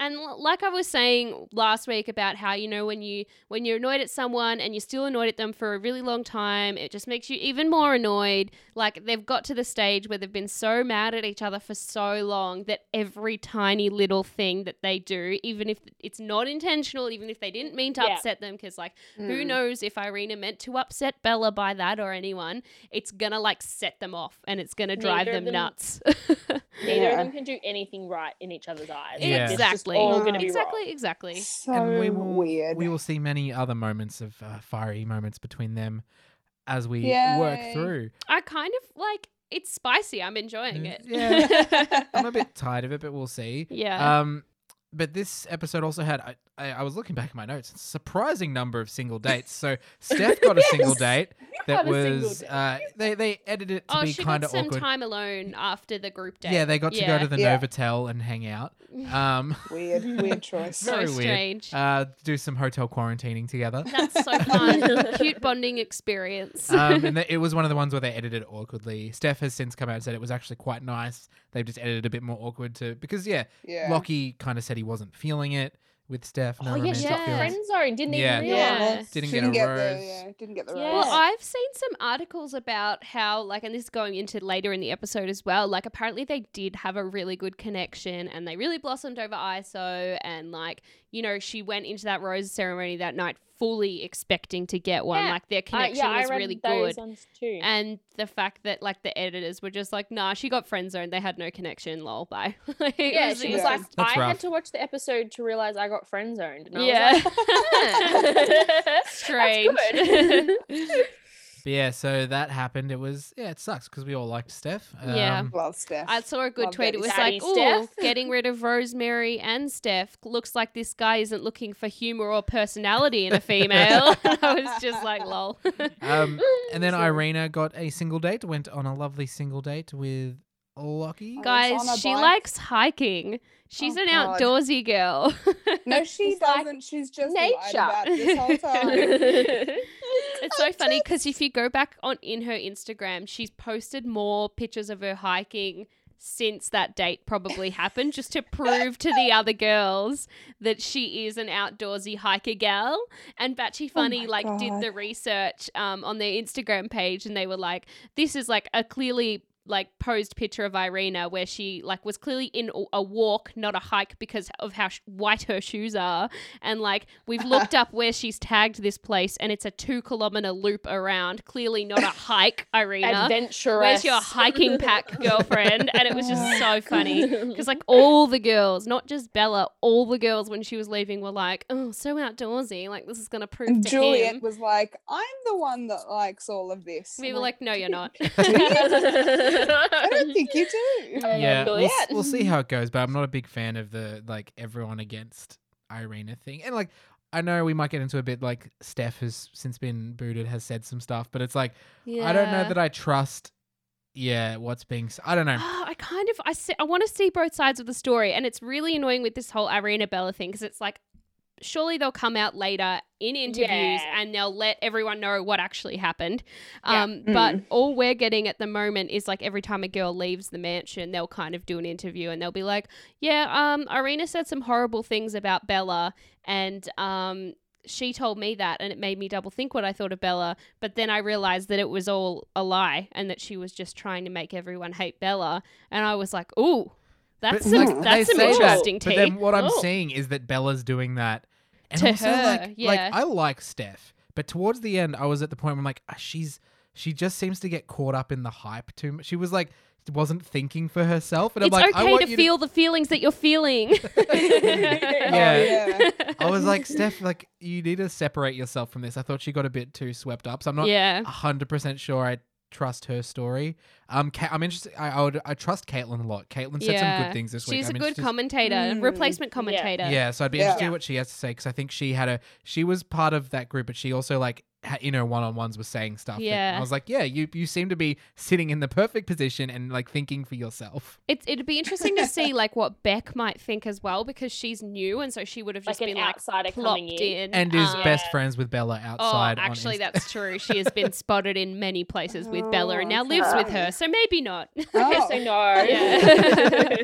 Speaker 2: And l- like I was saying last week about how you know when you when you're annoyed at someone and you're still annoyed at them for a really long time, it just makes you even more annoyed. Like they've got to the stage where they've been so mad at each other for so long that every tiny little thing that they do, even if it's not intentional, even if they didn't mean to
Speaker 4: Yeah.
Speaker 2: upset them, because like who
Speaker 3: Mm.
Speaker 2: knows if Irina meant to upset Bella by that or anyone, it's gonna like set them off and it's gonna drive
Speaker 4: Neither
Speaker 2: them,
Speaker 4: of them-
Speaker 2: nuts.
Speaker 4: Neither
Speaker 3: Yeah.
Speaker 4: of them can do anything right in each other's eyes.
Speaker 1: Yeah.
Speaker 4: Like, it's just
Speaker 2: Exactly. Uh,
Speaker 4: all gonna be
Speaker 2: exactly,
Speaker 4: wrong.
Speaker 2: exactly.
Speaker 3: so
Speaker 1: and we will,
Speaker 3: weird.
Speaker 1: We will see many other moments of uh, fiery moments between them as we work
Speaker 3: Yay.
Speaker 1: through.
Speaker 2: I kind of like it's spicy. I'm enjoying
Speaker 1: Mm, Yeah.
Speaker 2: it.
Speaker 1: Yeah. I'm a bit tired of it, but we'll see.
Speaker 2: yeah.
Speaker 1: Um, but this episode also had I, I, I was looking back at my notes, a surprising number of single dates. So Steph got a single
Speaker 3: Yes.
Speaker 1: date that
Speaker 4: had a single
Speaker 1: was
Speaker 4: date.
Speaker 1: uh, they they edited it to
Speaker 2: oh,
Speaker 1: be
Speaker 2: she got
Speaker 1: kind of
Speaker 2: some
Speaker 1: awkward.
Speaker 2: time alone after the group date.
Speaker 1: Yeah, they got to go
Speaker 2: Yeah.
Speaker 1: to the
Speaker 3: Yeah.
Speaker 1: Novotel and hang out. Um,
Speaker 3: Weird, weird choice.
Speaker 2: so
Speaker 1: very weird.
Speaker 2: strange.
Speaker 1: uh, do some hotel quarantining together.
Speaker 2: That's so fun. Cute bonding experience.
Speaker 1: um, and the, it was one of the ones where they edited it awkwardly. Steph has since come out and said it was actually quite nice. They've just edited a bit more awkward to because yeah,
Speaker 3: Yeah.
Speaker 1: Lockie kind of said he wasn't feeling it with Steph. No
Speaker 4: oh yeah, she
Speaker 1: romantic
Speaker 4: got
Speaker 2: Yeah.
Speaker 1: feelings.
Speaker 4: friend zone. Didn't
Speaker 1: Yeah.
Speaker 4: even
Speaker 2: Yeah.
Speaker 4: realize.
Speaker 1: Didn't get a
Speaker 3: the,
Speaker 1: rose.
Speaker 3: yeah, didn't get the
Speaker 4: Yeah.
Speaker 3: rose.
Speaker 2: Well, I've seen some articles about how, like, and this is going into later in the episode as well. Like, apparently they did have a really good connection and they really blossomed over ISO. And, like, you know, she went into that rose ceremony that night fully expecting to get one.
Speaker 4: Yeah.
Speaker 2: Like, their
Speaker 4: Uh,
Speaker 2: connection
Speaker 4: yeah,
Speaker 2: was
Speaker 4: I read
Speaker 2: really
Speaker 4: those
Speaker 2: good.
Speaker 4: ones too.
Speaker 2: And the fact that, like, the editors were just like, nah, she got friend zoned. They had no connection. Lol. Bye. Like, it
Speaker 4: yeah, she was
Speaker 3: just-
Speaker 4: like,
Speaker 1: That's
Speaker 4: I
Speaker 1: rough.
Speaker 4: had to watch the episode to realize I got friend zoned. And I was
Speaker 2: yeah.
Speaker 4: like, "That's
Speaker 2: Strange.
Speaker 4: good."
Speaker 1: But yeah, so that happened. It was yeah, it sucks because we all liked Steph.
Speaker 2: Yeah.
Speaker 1: Um,
Speaker 3: Love Steph.
Speaker 2: I saw a good
Speaker 3: Love
Speaker 2: tweet.
Speaker 3: that
Speaker 2: It was
Speaker 4: Daddy
Speaker 2: like, "Ooh,
Speaker 4: Steph."
Speaker 2: getting rid of Rosemary and Steph looks like this guy isn't looking for humor or personality in a female." and I was just like, "Lol."
Speaker 1: um, and then
Speaker 4: So-
Speaker 1: Irina got a single date. Went on a lovely single date with Lockie.
Speaker 3: God. on
Speaker 2: Guys,
Speaker 3: a
Speaker 2: she
Speaker 3: bike.
Speaker 2: likes hiking. She's
Speaker 3: Oh,
Speaker 2: an
Speaker 3: God.
Speaker 2: outdoorsy girl.
Speaker 3: no, she
Speaker 4: She's like,
Speaker 3: doesn't. She's just lied
Speaker 4: "Nature."
Speaker 3: about this whole time.
Speaker 2: it's so funny because if you go back on in her Instagram, she's posted more pictures of her hiking since that date probably happened, just to prove to the other girls that she is an outdoorsy hiker gal. And Batchy Funny
Speaker 3: Oh my
Speaker 2: like did
Speaker 3: God.
Speaker 2: the research um, on their Instagram page, and they were like, "This is like a clearly." like posed picture of Irina where she like was clearly in a- a walk not a hike because of how sh- white her shoes are and like we've looked up where she's tagged this place and it's a two kilometer loop around clearly not a hike arena
Speaker 4: Adventurous.
Speaker 2: where's your hiking pack girlfriend and it was just so funny because like all the girls not just bella all the girls when she was leaving were like oh so outdoorsy like this is gonna prove
Speaker 3: And
Speaker 2: to
Speaker 3: Juliet
Speaker 2: him
Speaker 3: was like, "I'm the one that likes all of this."
Speaker 2: we
Speaker 3: I'm
Speaker 2: were like no you're not
Speaker 3: "Do you?" I don't think you do.
Speaker 4: I
Speaker 1: yeah,
Speaker 4: love
Speaker 1: we'll, s-
Speaker 4: Juliet.
Speaker 1: we'll see how it goes. But I'm not a big fan of the like everyone against Irina thing. And like, I know we might get into a bit like Steph has since been booted, has said some stuff, but it's like I don't know that I trust. Yeah, what's being? s- I don't know.
Speaker 2: Ah, I kind of I see, I want to see both sides of the story, and it's really annoying with this whole Irina Bella thing because it's like, surely they'll come out later in interviews
Speaker 4: Yeah.
Speaker 2: and they'll let everyone know what actually happened.
Speaker 4: Yeah.
Speaker 2: Um, But all we're getting at the moment is like every time a girl leaves the mansion, they'll kind of do an interview and they'll be like, "Yeah, um, Irina said some horrible things about Bella, and um, she told me that and it made me double think what I thought of Bella. But then I realized that it was all a lie and that she was just trying to make everyone hate Bella. And I was like, ooh,
Speaker 1: But,
Speaker 2: that's some,
Speaker 3: like,
Speaker 2: that's
Speaker 1: they
Speaker 2: some
Speaker 1: say that,
Speaker 2: interesting
Speaker 1: But
Speaker 2: tea.
Speaker 1: then what I'm
Speaker 4: Oh.
Speaker 1: seeing is that Bella's doing that, and
Speaker 2: To
Speaker 1: also like,
Speaker 2: her,
Speaker 1: like
Speaker 2: yeah.
Speaker 1: I like Steph, but towards the end, I was at the point where I'm like, "Ah, she's she just seems to get caught up in the hype too much. She was like, wasn't thinking for herself, and
Speaker 2: it's
Speaker 1: I'm like, I
Speaker 2: okay
Speaker 1: want
Speaker 2: to
Speaker 1: you
Speaker 2: feel the feelings that you're feeling.
Speaker 3: Oh, Yeah.
Speaker 1: I was like, Steph, like you need to separate yourself from this. I thought she got a bit too swept up, so I'm not
Speaker 2: yeah.
Speaker 1: hundred percent sure I trust her story. Um, Ka- I'm interested. I, I would I trust Caitlin a lot. Caitlin said some
Speaker 2: Yeah.
Speaker 1: good things this week.
Speaker 2: She's
Speaker 1: I'm
Speaker 2: a good
Speaker 1: interested-
Speaker 2: commentator,
Speaker 3: Mm.
Speaker 2: replacement commentator.
Speaker 1: Yeah, so I'd be
Speaker 3: Yeah.
Speaker 1: interested in what she has to say because I think she had a she was part of that group, but she also like ha- in her one on ones was saying stuff. that I
Speaker 2: Yeah.
Speaker 1: was like, yeah, you you seem to be sitting in the perfect position and like thinking for yourself.
Speaker 2: It, it'd be interesting to see like what Beck might think as well because she's new and so she would have
Speaker 4: like
Speaker 2: just
Speaker 4: an
Speaker 2: been like
Speaker 4: outsider
Speaker 2: plopped
Speaker 4: coming in.
Speaker 2: in.
Speaker 1: And is
Speaker 2: um,
Speaker 1: best friends with Bella outside.
Speaker 2: Oh, actually,
Speaker 1: on Insta-
Speaker 2: that's true. She has been spotted in many places with Bella and now
Speaker 3: Oh,
Speaker 2: lives with her,
Speaker 3: okay.
Speaker 2: so maybe not.
Speaker 3: Oh.
Speaker 4: So no.
Speaker 2: Yeah.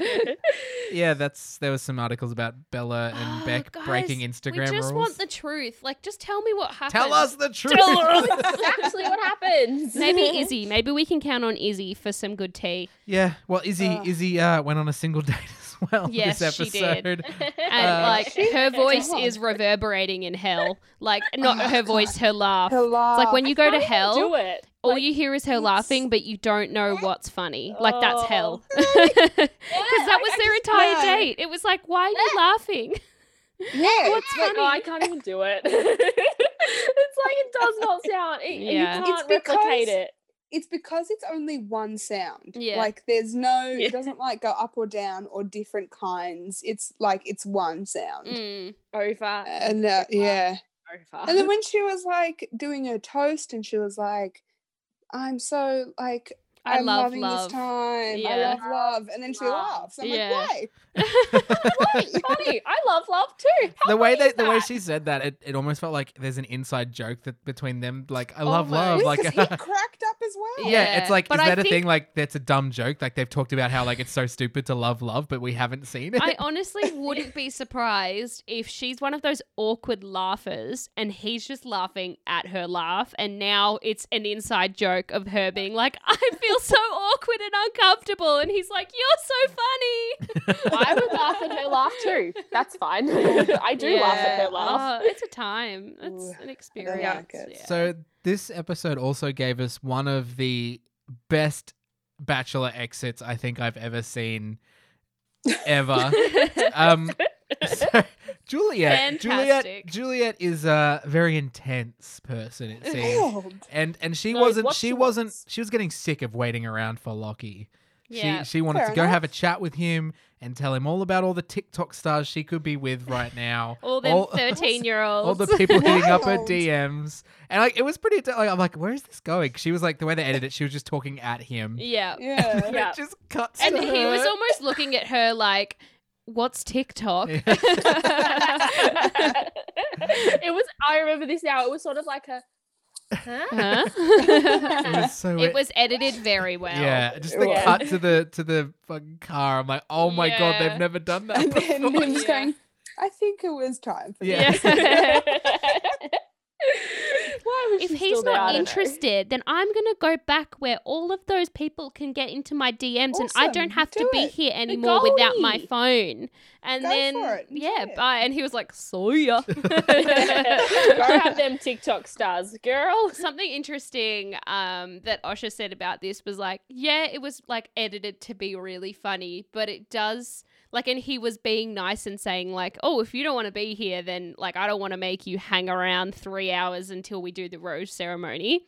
Speaker 1: yeah, that's there was some articles about Bella and
Speaker 2: Oh,
Speaker 1: Beck breaking
Speaker 2: guys,
Speaker 1: Instagram
Speaker 2: we
Speaker 1: rules.
Speaker 2: just want the truth. Like, just tell me what happened.
Speaker 1: Tell us the truth.
Speaker 4: Tell us actually what happens.
Speaker 2: Maybe Izzy. Maybe we can count on Izzy for some good tea.
Speaker 1: Yeah, well, Izzy
Speaker 3: Ugh.
Speaker 1: Izzy uh, went on a single date as well.
Speaker 2: Yes,
Speaker 1: this
Speaker 2: she
Speaker 1: episode.
Speaker 2: did. And
Speaker 1: Uh,
Speaker 2: like her voice
Speaker 3: God.
Speaker 2: is reverberating in hell. Like not
Speaker 3: Oh,
Speaker 2: her voice, her laugh. It's like when you go to hell,
Speaker 4: do it.
Speaker 2: all
Speaker 4: Like,
Speaker 2: you hear is her
Speaker 4: it's-
Speaker 2: laughing, but you don't know what's funny. Like that's
Speaker 4: Oh.
Speaker 2: hell. Because
Speaker 4: yeah,
Speaker 2: that
Speaker 4: I-
Speaker 2: was
Speaker 4: I
Speaker 2: their
Speaker 4: just-
Speaker 2: entire
Speaker 3: yeah.
Speaker 2: date. It was like, why are you laughing?
Speaker 3: yeah,
Speaker 4: What's
Speaker 3: it's like-
Speaker 4: funny? Oh, I can't even do it. it's like it does not sound. It,
Speaker 2: Yeah.
Speaker 4: You
Speaker 2: It's
Speaker 4: can't replicate
Speaker 3: because-
Speaker 4: it.
Speaker 3: it's because it's only one sound.
Speaker 2: Yeah.
Speaker 3: Like there's no
Speaker 4: Yeah.
Speaker 3: it doesn't like go up or down or different kinds. It's like it's one sound.
Speaker 2: Mm.
Speaker 4: Over.
Speaker 3: And uh, yeah.
Speaker 4: Over.
Speaker 3: And then when she was like doing her toast and she was like I'm so like
Speaker 2: I
Speaker 3: am
Speaker 2: love
Speaker 3: loving
Speaker 2: love.
Speaker 3: this time. I
Speaker 2: Yeah.
Speaker 3: love love. And then she
Speaker 4: Love.
Speaker 3: laughs. I'm
Speaker 2: Yeah.
Speaker 3: like, why?
Speaker 4: It's funny. I love love too. How
Speaker 1: the way
Speaker 4: funny
Speaker 1: that
Speaker 4: is
Speaker 1: the way she said that, it, it almost felt like there's an inside joke that between them. Like I
Speaker 2: Oh
Speaker 1: love
Speaker 2: my-
Speaker 1: love.
Speaker 3: Because
Speaker 1: Like
Speaker 3: he cracked up as well.
Speaker 1: yeah,
Speaker 2: Yeah,
Speaker 1: it's like
Speaker 2: but
Speaker 1: is
Speaker 2: I
Speaker 1: that a
Speaker 2: think-
Speaker 1: thing? Like that's a dumb joke. Like they've talked about how like it's so stupid to love love, but we haven't seen it.
Speaker 2: I honestly wouldn't be surprised if she's one of those awkward laughers and he's just laughing at her laugh. And now it's an inside joke of her being like, I feel so awkward and uncomfortable. And he's like, You're so funny.
Speaker 4: I would laugh at her laugh too. That's fine. I do laugh at
Speaker 3: Yeah.
Speaker 4: her laugh.
Speaker 2: Oh, it's a time, it's
Speaker 3: Ooh,
Speaker 2: an experience.
Speaker 3: like it.
Speaker 2: Yeah.
Speaker 1: So this episode also gave us one of the best bachelor exits I think I've ever seen. Ever. um so, Juliet
Speaker 2: Fantastic.
Speaker 1: Juliet Juliet is a very intense person it seems
Speaker 3: Oh,
Speaker 1: and and she
Speaker 4: No,
Speaker 1: wasn't
Speaker 4: what
Speaker 1: she
Speaker 4: she
Speaker 1: wasn't
Speaker 4: wants.
Speaker 1: she was getting sick of waiting around for Lockie
Speaker 2: Yeah.
Speaker 1: she she wanted
Speaker 3: Fair
Speaker 1: to go
Speaker 3: enough.
Speaker 1: have a chat with him and tell him all about all the TikTok stars she could be with right now
Speaker 2: all them
Speaker 1: all-
Speaker 2: 13 year olds.
Speaker 1: all the people hitting up her
Speaker 3: Wild.
Speaker 1: DMs and like it was pretty like I'm like where is this going she was like the way they edited it she was just talking at him
Speaker 2: yeah.
Speaker 3: yeah.
Speaker 1: and
Speaker 4: Yeah.
Speaker 1: it just cuts
Speaker 2: And
Speaker 1: to
Speaker 2: he was
Speaker 1: her.
Speaker 2: almost looking at her like, What's TikTok? Oh.
Speaker 4: it was. I remember this now. It was sort of like a. Huh?
Speaker 2: Huh?
Speaker 1: it was so
Speaker 2: It was edited very well.
Speaker 1: Yeah, just the
Speaker 3: Yeah.
Speaker 1: cut to the to the fucking car. I'm like, oh my god,
Speaker 2: Yeah.
Speaker 1: they've never done that.
Speaker 3: And then
Speaker 1: before.
Speaker 3: him just
Speaker 2: Yeah.
Speaker 3: going, I think it was time for
Speaker 1: Yeah.
Speaker 3: this.
Speaker 4: Why was
Speaker 2: If
Speaker 4: she
Speaker 2: he's
Speaker 4: still there? I
Speaker 2: not
Speaker 4: don't know.
Speaker 2: interested, then I'm going to go back where all of those people can get into my DMs and I don't
Speaker 3: Awesome.
Speaker 2: have to
Speaker 3: Do
Speaker 2: be
Speaker 3: it.
Speaker 2: here anymore without my
Speaker 4: goalie.
Speaker 2: phone. And
Speaker 3: Go
Speaker 2: then,
Speaker 3: for it and do
Speaker 2: yeah,
Speaker 3: it.
Speaker 2: bye. And he was like, so ya.
Speaker 4: Go have them TikTok stars, girl.
Speaker 2: Oh, Something interesting um, that Osha said about this was like, yeah, it was like edited to be really funny, but it does like, and he was being nice and saying like, oh, if you don't want to be here, then like I don't want to make you hang around three hours until we do the rose ceremony.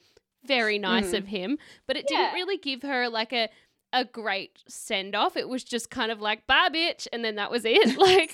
Speaker 2: Very nice
Speaker 3: Mhm.
Speaker 2: of him, but it
Speaker 4: Yeah.
Speaker 2: didn't really give her like a a great send off. It was just kind of like, bye, bitch. And then that was it. Like,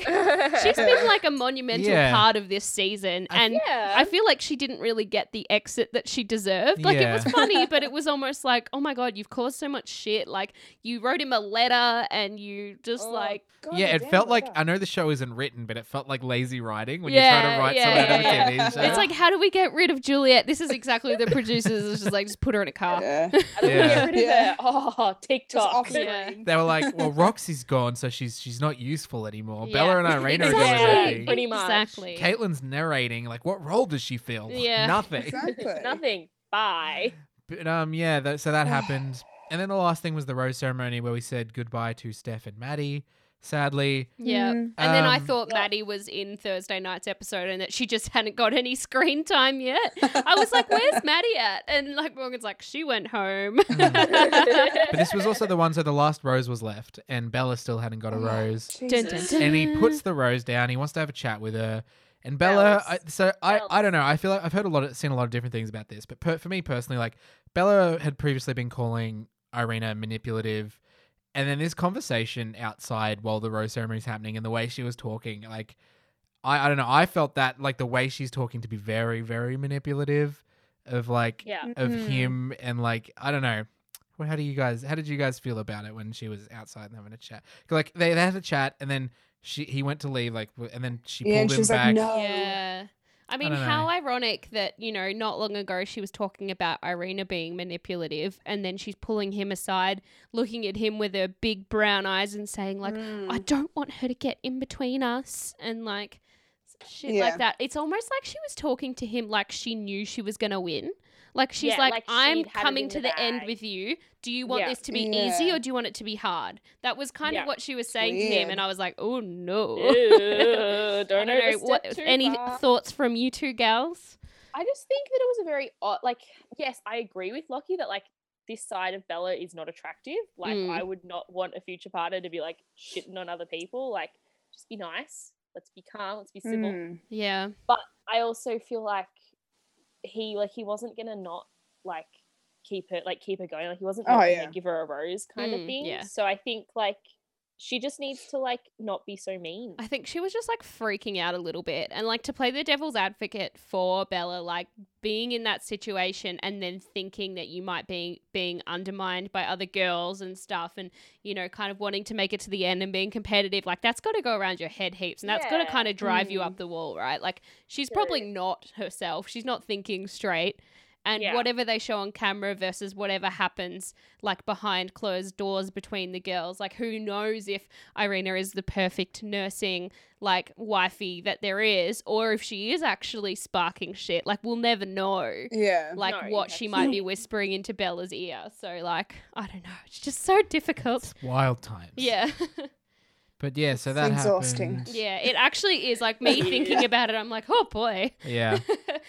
Speaker 2: she's been like a monumental
Speaker 1: Yeah.
Speaker 2: part of this season.
Speaker 1: I-
Speaker 2: And
Speaker 4: yeah.
Speaker 2: I feel like she didn't really get the exit that she deserved. Like it was
Speaker 1: Yeah.
Speaker 2: funny, but it was almost like, oh my god, you've caused so much shit. Like you wrote him a letter and you just
Speaker 3: Oh,
Speaker 2: like
Speaker 3: God
Speaker 1: yeah, it
Speaker 3: damn,
Speaker 1: felt like
Speaker 3: Rebecca.
Speaker 1: I know the show isn't written, but it felt like lazy writing when you try
Speaker 2: Yeah,
Speaker 1: to write
Speaker 2: yeah,
Speaker 1: something
Speaker 3: yeah,
Speaker 1: on a
Speaker 3: yeah.
Speaker 1: TV show.
Speaker 2: it's like how do we get rid of Juliet? This is exactly the producers is just like just put her in a car.
Speaker 3: Yeah.
Speaker 4: I don't wanna
Speaker 1: Yeah.
Speaker 4: get rid of
Speaker 3: Yeah.
Speaker 4: her. Oh,
Speaker 3: Just
Speaker 4: TikTok.
Speaker 3: off
Speaker 2: Yeah.
Speaker 3: screen.
Speaker 1: they were like, "Well, Roxy's gone, so she's she's not useful anymore."
Speaker 2: Yeah.
Speaker 1: Bella and Irina are doing
Speaker 4: Exactly.
Speaker 1: their
Speaker 4: everything.
Speaker 1: thing.
Speaker 4: Pretty much.
Speaker 2: Exactly.
Speaker 1: Caitlin's narrating. Like, what role does she fill?
Speaker 2: Yeah.
Speaker 1: nothing.
Speaker 3: Exactly.
Speaker 4: Nothing. Bye.
Speaker 1: But um, yeah. That, so that happened, and then the last thing was the rose ceremony where we said goodbye to Steph and Maddie. Sadly,
Speaker 3: Mm.
Speaker 2: Yeah. And then I
Speaker 1: Um,
Speaker 2: thought Maddie was in Thursday night's episode and that she just hadn't got any screen time yet. I was like, where's Maddie at? And like Morgan's like, she went home.
Speaker 1: Hmm. But this was also the one, so the last rose was left, and Bella still hadn't got a rose.
Speaker 2: Dun,
Speaker 3: Mm. Jesus.
Speaker 2: dun,
Speaker 1: And he
Speaker 2: dun.
Speaker 1: puts the rose down. He wants to have a chat with her. And Bella, I,
Speaker 4: Bellas.
Speaker 1: so I, I
Speaker 4: Bellas.
Speaker 1: don't know. I feel like I've heard a lot, of, seen a lot of different things about this, but per, for me personally, like Bella had previously been calling Irina manipulative, and then this conversation outside while the rose ceremony's happening, and the way she was talking, like I, I don't know. I felt that like the way she's talking to be very, very manipulative, of like
Speaker 4: Yeah.
Speaker 1: of
Speaker 3: Mhm.
Speaker 1: him and like I don't know. Well, how do you guys? How did you guys feel about it when she was outside and having a chat? 'Cause, Like they, they had a chat and then she he went to leave like w- and then she
Speaker 3: Yeah,
Speaker 1: pulled
Speaker 3: and
Speaker 1: him
Speaker 3: she's
Speaker 1: back.
Speaker 3: like, no.
Speaker 2: Yeah. I mean,
Speaker 1: don't know.
Speaker 2: how ironic that, you know, not long ago she was talking about Irina being manipulative and then she's pulling him aside, looking at him with her big brown eyes and saying, like,
Speaker 3: Mm.
Speaker 2: I don't want her to get in between us and like s- shit
Speaker 3: Yeah.
Speaker 2: like that. It's almost like she was talking to him like she knew she was gonna win. Like she's
Speaker 4: Yeah,
Speaker 2: like,
Speaker 4: like
Speaker 2: I'm
Speaker 4: she'd had it
Speaker 2: coming
Speaker 4: in
Speaker 2: to the
Speaker 4: the
Speaker 2: end
Speaker 4: bag."
Speaker 2: with you. Do you want
Speaker 4: Yeah.
Speaker 2: this to be easy
Speaker 3: Yeah.
Speaker 2: or do you want it to be hard? That was kind
Speaker 4: Yeah.
Speaker 2: of what she was saying to him,
Speaker 3: Weird.
Speaker 2: and I was like, oh no.
Speaker 4: Ew,
Speaker 2: I don't
Speaker 4: don't
Speaker 2: know what any thoughts from you two gals.
Speaker 4: I just think that it was a very odd. Like, yes, I agree with Lockie that like this side of Bella is not attractive. Like,
Speaker 2: Mm.
Speaker 4: I would not want a future partner to be like shitting on other people. Like, just be nice. Let's be calm. Let's be civil.
Speaker 3: Mm.
Speaker 2: Yeah,
Speaker 4: I also feel like he like he wasn't gonna not like keep her like keep her going. Like he wasn't
Speaker 3: Oh,
Speaker 4: not
Speaker 3: yeah.
Speaker 4: gonna give her a rose kind
Speaker 2: Mm,
Speaker 4: of thing.
Speaker 2: yeah.
Speaker 4: So I think like she just needs to like not be so mean.
Speaker 2: I think she was just like freaking out a little bit, and like to play the devil's advocate for Bella, like being in that situation and then thinking that you might be being undermined by other girls and stuff, and you know, kind of wanting to make it to the end and being competitive. Like that's got to go around your head heaps, and that's got to
Speaker 4: Yeah.
Speaker 2: kind of drive you
Speaker 3: Mm.
Speaker 2: up the wall, right? Like she's probably not herself. She's not thinking straight. And
Speaker 4: Yeah.
Speaker 2: whatever they show on camera versus whatever happens like behind closed doors between the girls, like who knows if Irina is the perfect nursing like wifey that there is, or if she is actually sparking shit. Like we'll never know.
Speaker 3: Yeah.
Speaker 2: Like
Speaker 4: No,
Speaker 2: what she might be whispering into Bella's ear. So like I don't know. It's just so difficult.
Speaker 1: It's wild times.
Speaker 2: Yeah.
Speaker 1: But yeah, so
Speaker 3: It's
Speaker 1: that
Speaker 3: exhausting.
Speaker 1: happened.
Speaker 2: yeah. It actually is like me thinking about it, I'm like, oh boy.
Speaker 1: Yeah.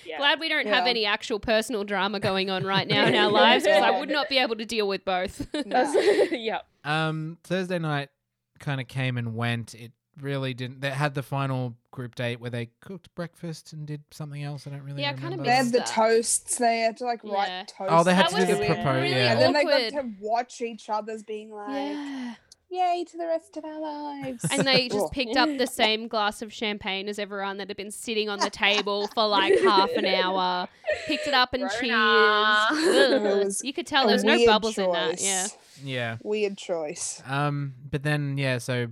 Speaker 4: Yeah.
Speaker 2: Glad we don't have
Speaker 3: Yeah.
Speaker 2: any actual personal drama going on right now in our lives because I would not be able to deal with both.
Speaker 3: Nah.
Speaker 4: yeah.
Speaker 1: Um, Thursday night kind of came and went. It really didn't. They had the final group date where they cooked breakfast and did something else. I don't really.
Speaker 2: Yeah, I
Speaker 1: remember.
Speaker 2: kinda
Speaker 3: They had the
Speaker 2: Stuff.
Speaker 3: toasts. They had to like
Speaker 2: Yeah.
Speaker 3: write toasts.
Speaker 1: Oh, they had
Speaker 2: That
Speaker 1: to do the
Speaker 2: was
Speaker 1: propo.
Speaker 2: really
Speaker 1: yeah.
Speaker 3: And then they
Speaker 2: Awkward.
Speaker 3: got to watch each other's being like,
Speaker 2: yeah.
Speaker 3: yay to the rest of our lives.
Speaker 2: And they just
Speaker 3: Oh.
Speaker 2: picked up the same glass of champagne as everyone that had been sitting on the table for like half an hour. Picked it up and
Speaker 4: Rona.
Speaker 2: cheers.
Speaker 3: It
Speaker 2: Ugh.
Speaker 3: was
Speaker 2: You could tell
Speaker 3: A
Speaker 2: there was no
Speaker 3: weird
Speaker 2: bubbles in that.
Speaker 3: choice.
Speaker 2: Yeah.
Speaker 1: yeah.
Speaker 3: Weird choice.
Speaker 1: Um, but then yeah, so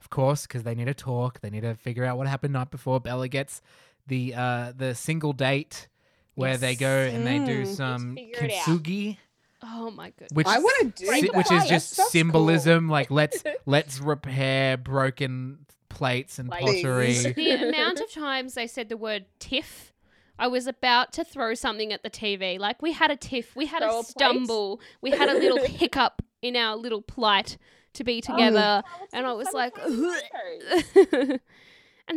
Speaker 1: of course, because they need to talk, they need to figure out what happened night before. Bella gets the uh the single date where they
Speaker 2: Yes.
Speaker 1: go and they do
Speaker 3: Mm.
Speaker 1: some
Speaker 4: figure it out.
Speaker 1: kintsugi,
Speaker 2: Oh my goodness.
Speaker 1: which
Speaker 3: I
Speaker 1: is-
Speaker 3: want to do
Speaker 1: si-
Speaker 3: that.
Speaker 1: which is
Speaker 3: That
Speaker 1: just
Speaker 3: stuff's
Speaker 1: symbolism. Like let's let's repair broken plates and
Speaker 4: Like-
Speaker 1: pottery.
Speaker 3: Things.
Speaker 2: the amount of times they said the word tiff i was about to throw something at the tv like we had a tiff we had
Speaker 4: Throw
Speaker 2: a
Speaker 4: a plate?
Speaker 2: stumble we had a little hiccup in our little plight to be
Speaker 3: Oh.
Speaker 2: together and i was like and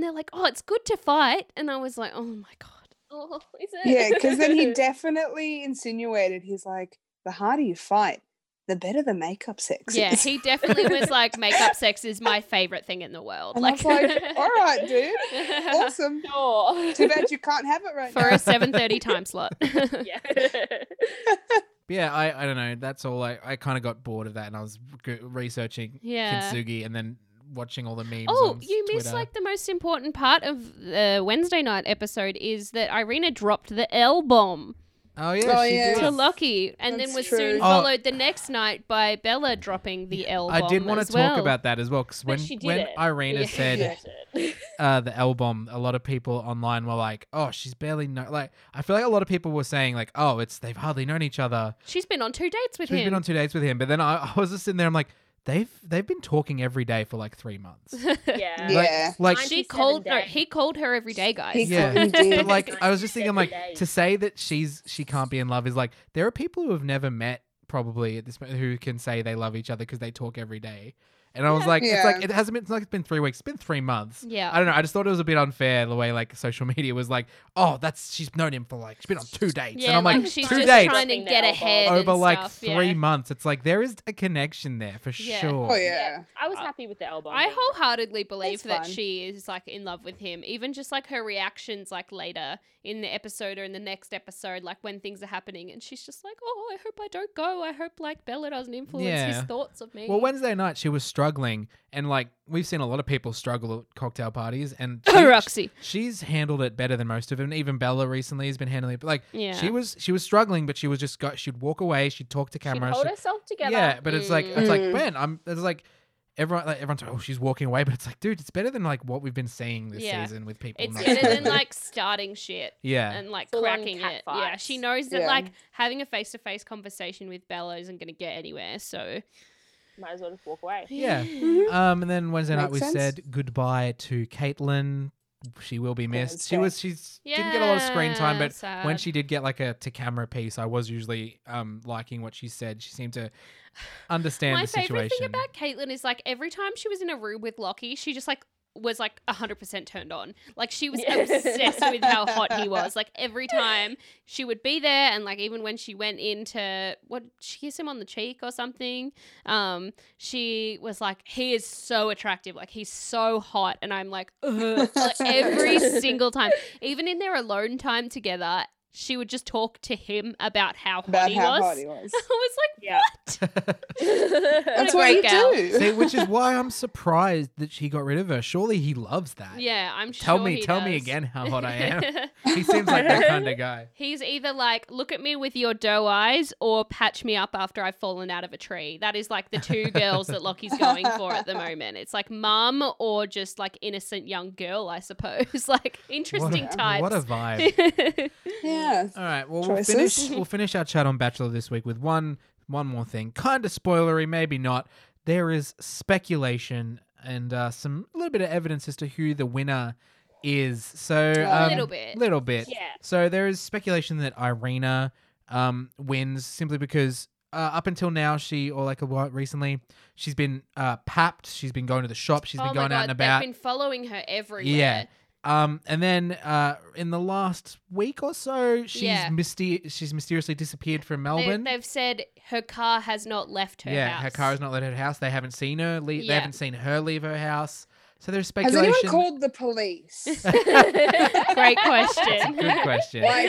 Speaker 2: they're like oh it's good to fight and i was like oh my god
Speaker 4: oh, is it?
Speaker 3: Yeah, because then he definitely insinuated he's like, the harder you fight, the better the makeup sex
Speaker 2: yeah
Speaker 3: is.
Speaker 2: he definitely was like makeup sex is my favorite thing in the world
Speaker 3: and
Speaker 2: like,
Speaker 3: I was like, all right, dude, awesome.
Speaker 4: Sure.
Speaker 3: Too bad you can't have it right
Speaker 2: for
Speaker 3: now.
Speaker 2: a 7.30 time slot
Speaker 4: yeah.
Speaker 1: But yeah, I, I don't know. That's all. I, I kind of got bored of that, and I was g- researching
Speaker 2: Yeah.
Speaker 1: Kintsugi and then watching all the memes.
Speaker 2: Oh,
Speaker 1: on
Speaker 2: you missed
Speaker 1: Twitter.
Speaker 2: like the most important part of the Wednesday night episode is that Irina dropped the L bomb
Speaker 1: Oh yeah,
Speaker 3: Oh,
Speaker 1: she
Speaker 3: yeah.
Speaker 1: did.
Speaker 2: to Lockie, and
Speaker 3: That's
Speaker 2: then was
Speaker 3: true.
Speaker 2: soon
Speaker 3: Oh.
Speaker 2: followed the next night by Bella dropping the L bomb.
Speaker 1: I did
Speaker 2: want
Speaker 1: want to talk about that as well because when
Speaker 4: but she did
Speaker 1: when
Speaker 4: it.
Speaker 1: Irina said
Speaker 3: Yeah.
Speaker 1: uh, the L bomb, a lot of people online were like, "Oh, she's barely know." Like, I feel like a lot of people were saying like, "Oh, it's they've hardly known each other."
Speaker 2: She's been on two dates with
Speaker 1: She's
Speaker 2: him.
Speaker 1: been on two dates with him, but then I, I was just sitting there. I'm like, they've they've been talking every day for like three months.
Speaker 4: yeah.
Speaker 3: Yeah.
Speaker 1: Like,
Speaker 4: Nine-
Speaker 2: she
Speaker 4: 97
Speaker 2: called no,
Speaker 4: days.
Speaker 2: he called her every day, guys.
Speaker 3: He
Speaker 1: Yeah.
Speaker 3: called- he
Speaker 1: but
Speaker 3: did.
Speaker 1: like I was just thinking, I'm like,
Speaker 4: Every day.
Speaker 1: to say that she's she can't be in love is like there are people who have never met probably at this point who can say they love each other because they talk every day. And I was
Speaker 4: Yeah.
Speaker 1: like, it's like
Speaker 3: Yeah.
Speaker 1: it hasn't been it's like it's been three weeks, it's been three months. I
Speaker 2: yeah.
Speaker 1: don't know. I just thought it was a bit unfair the way like social media was like, oh, that's she's known him for like she's been on two dates,
Speaker 2: Yeah,
Speaker 1: and I'm like,
Speaker 2: she's
Speaker 1: two
Speaker 2: just
Speaker 1: dates
Speaker 2: trying to
Speaker 4: Dropping the
Speaker 2: get
Speaker 4: elbow.
Speaker 2: ahead
Speaker 1: over
Speaker 2: and
Speaker 1: like
Speaker 2: stuff,
Speaker 1: three
Speaker 2: yeah.
Speaker 1: months. It's like there is a connection there for
Speaker 2: Yeah.
Speaker 1: sure.
Speaker 3: oh yeah.
Speaker 4: I was happy with the elbow.
Speaker 2: Uh, I wholeheartedly believe that
Speaker 3: That's fun.
Speaker 2: she is like in love with him. Even just like her reactions, like later in the episode or in the next episode, like when things are happening, and she's just like, "Oh, I hope I don't go. I hope like Bella doesn't influence
Speaker 1: Yeah.
Speaker 2: his thoughts of me."
Speaker 1: Well, Wednesday night she was struggling, and like we've seen a lot of people struggle at cocktail parties, and
Speaker 2: oh,
Speaker 1: she-
Speaker 2: Roxy,
Speaker 1: she's handled it better than most of them. Even Bella recently has been handling it. But like
Speaker 2: yeah,
Speaker 1: she was, she was struggling, but she was just got. She'd walk away. She'd talk to
Speaker 4: She
Speaker 1: camera.
Speaker 4: hold
Speaker 1: she'd-
Speaker 4: herself together.
Speaker 1: yeah, but it's like it's like
Speaker 3: Mm.
Speaker 1: man, I'm. It's like everyone. Like everyone's like, oh, she's walking away, but it's like, dude, it's better than like what we've been seeing this
Speaker 2: Yeah.
Speaker 1: season with people.
Speaker 2: it's
Speaker 1: not
Speaker 2: better than
Speaker 1: struggling.
Speaker 2: like starting shit.
Speaker 1: yeah.
Speaker 2: and like
Speaker 4: Full-on
Speaker 2: cracking
Speaker 4: cat
Speaker 2: it. Yeah, she
Speaker 4: fights.
Speaker 2: knows that
Speaker 3: Yeah.
Speaker 2: like having a face to face conversation with Bella isn't going to get anywhere. So
Speaker 4: Might as well just walk away.
Speaker 1: Yeah.
Speaker 2: Mm-hmm.
Speaker 1: um, and then Wednesday night we
Speaker 3: Makes sense.
Speaker 1: said goodbye to Caitlin. She will be missed. she
Speaker 3: Wednesday.
Speaker 1: was she's
Speaker 2: yeah,
Speaker 1: didn't get a lot of screen time, but
Speaker 2: sad.
Speaker 1: when she did get like a to camera piece, I was usually um liking what she said. She seemed to understand
Speaker 2: my
Speaker 1: the
Speaker 2: favorite
Speaker 1: situation.
Speaker 2: thing about Caitlin is like every time she was in a room with Lockie, she just like was like 100% turned on. Like she was
Speaker 4: Yeah.
Speaker 2: obsessed with how hot he was. Like every time she would be there and like even when she went into what she kissed him on the cheek or something, um she was like he is so attractive. Like he's so hot and I'm like, Ugh. like every single time, even in their alone time together, she would just talk to him about how hot
Speaker 3: About
Speaker 2: he
Speaker 3: how
Speaker 2: was.
Speaker 3: hot he was.
Speaker 2: I was like,
Speaker 4: Yeah.
Speaker 3: That's
Speaker 2: a
Speaker 3: what
Speaker 2: great
Speaker 3: you
Speaker 2: gal.
Speaker 3: do.
Speaker 1: See, which is why I'm surprised that she got rid of her. Surely he loves that.
Speaker 2: yeah, I'm
Speaker 1: Tell
Speaker 2: sure
Speaker 1: me,
Speaker 2: he
Speaker 1: tell me
Speaker 2: does."
Speaker 1: again how hot I am. he seems like that kind of guy.
Speaker 2: He's either like, look at me with your doe eyes or patch me up after I've fallen out of a tree. That is like the two girls that Lockie's going for at the moment. It's like mum or just like innocent young girl, I suppose. like interesting
Speaker 1: what a,
Speaker 2: types.
Speaker 1: What a vibe.
Speaker 3: Yeah.
Speaker 1: All right. Well, we'll finish.
Speaker 3: Choices.
Speaker 1: We'll finish our chat on Bachelor this week with one one more thing, kind of spoilery, maybe not. There is speculation and uh, some a little bit of evidence as to who the winner is. So
Speaker 3: A
Speaker 1: um,
Speaker 2: little bit.
Speaker 1: little bit.
Speaker 4: yeah.
Speaker 1: So there is speculation that Irina um, wins simply because uh, up until now she or like a while recently she's been uh, papped. She's been going to the shop. She's
Speaker 2: oh
Speaker 1: been
Speaker 2: my
Speaker 1: going
Speaker 2: God,
Speaker 1: out and about.
Speaker 2: They've been following her everywhere.
Speaker 1: Yeah. Um, and then uh, in the last week or so, she's
Speaker 2: Yeah.
Speaker 1: myster- she's mysteriously disappeared from Melbourne.
Speaker 2: They, have said her car has not left her
Speaker 1: yeah,
Speaker 2: house.
Speaker 1: her car has not left her house. They haven't seen her. Le- They
Speaker 2: Yeah.
Speaker 1: haven't seen her leave her house. So there's
Speaker 3: Has
Speaker 1: speculation.
Speaker 3: anyone called the police?
Speaker 2: Great
Speaker 1: That's a
Speaker 2: question.
Speaker 1: good question.
Speaker 3: Like,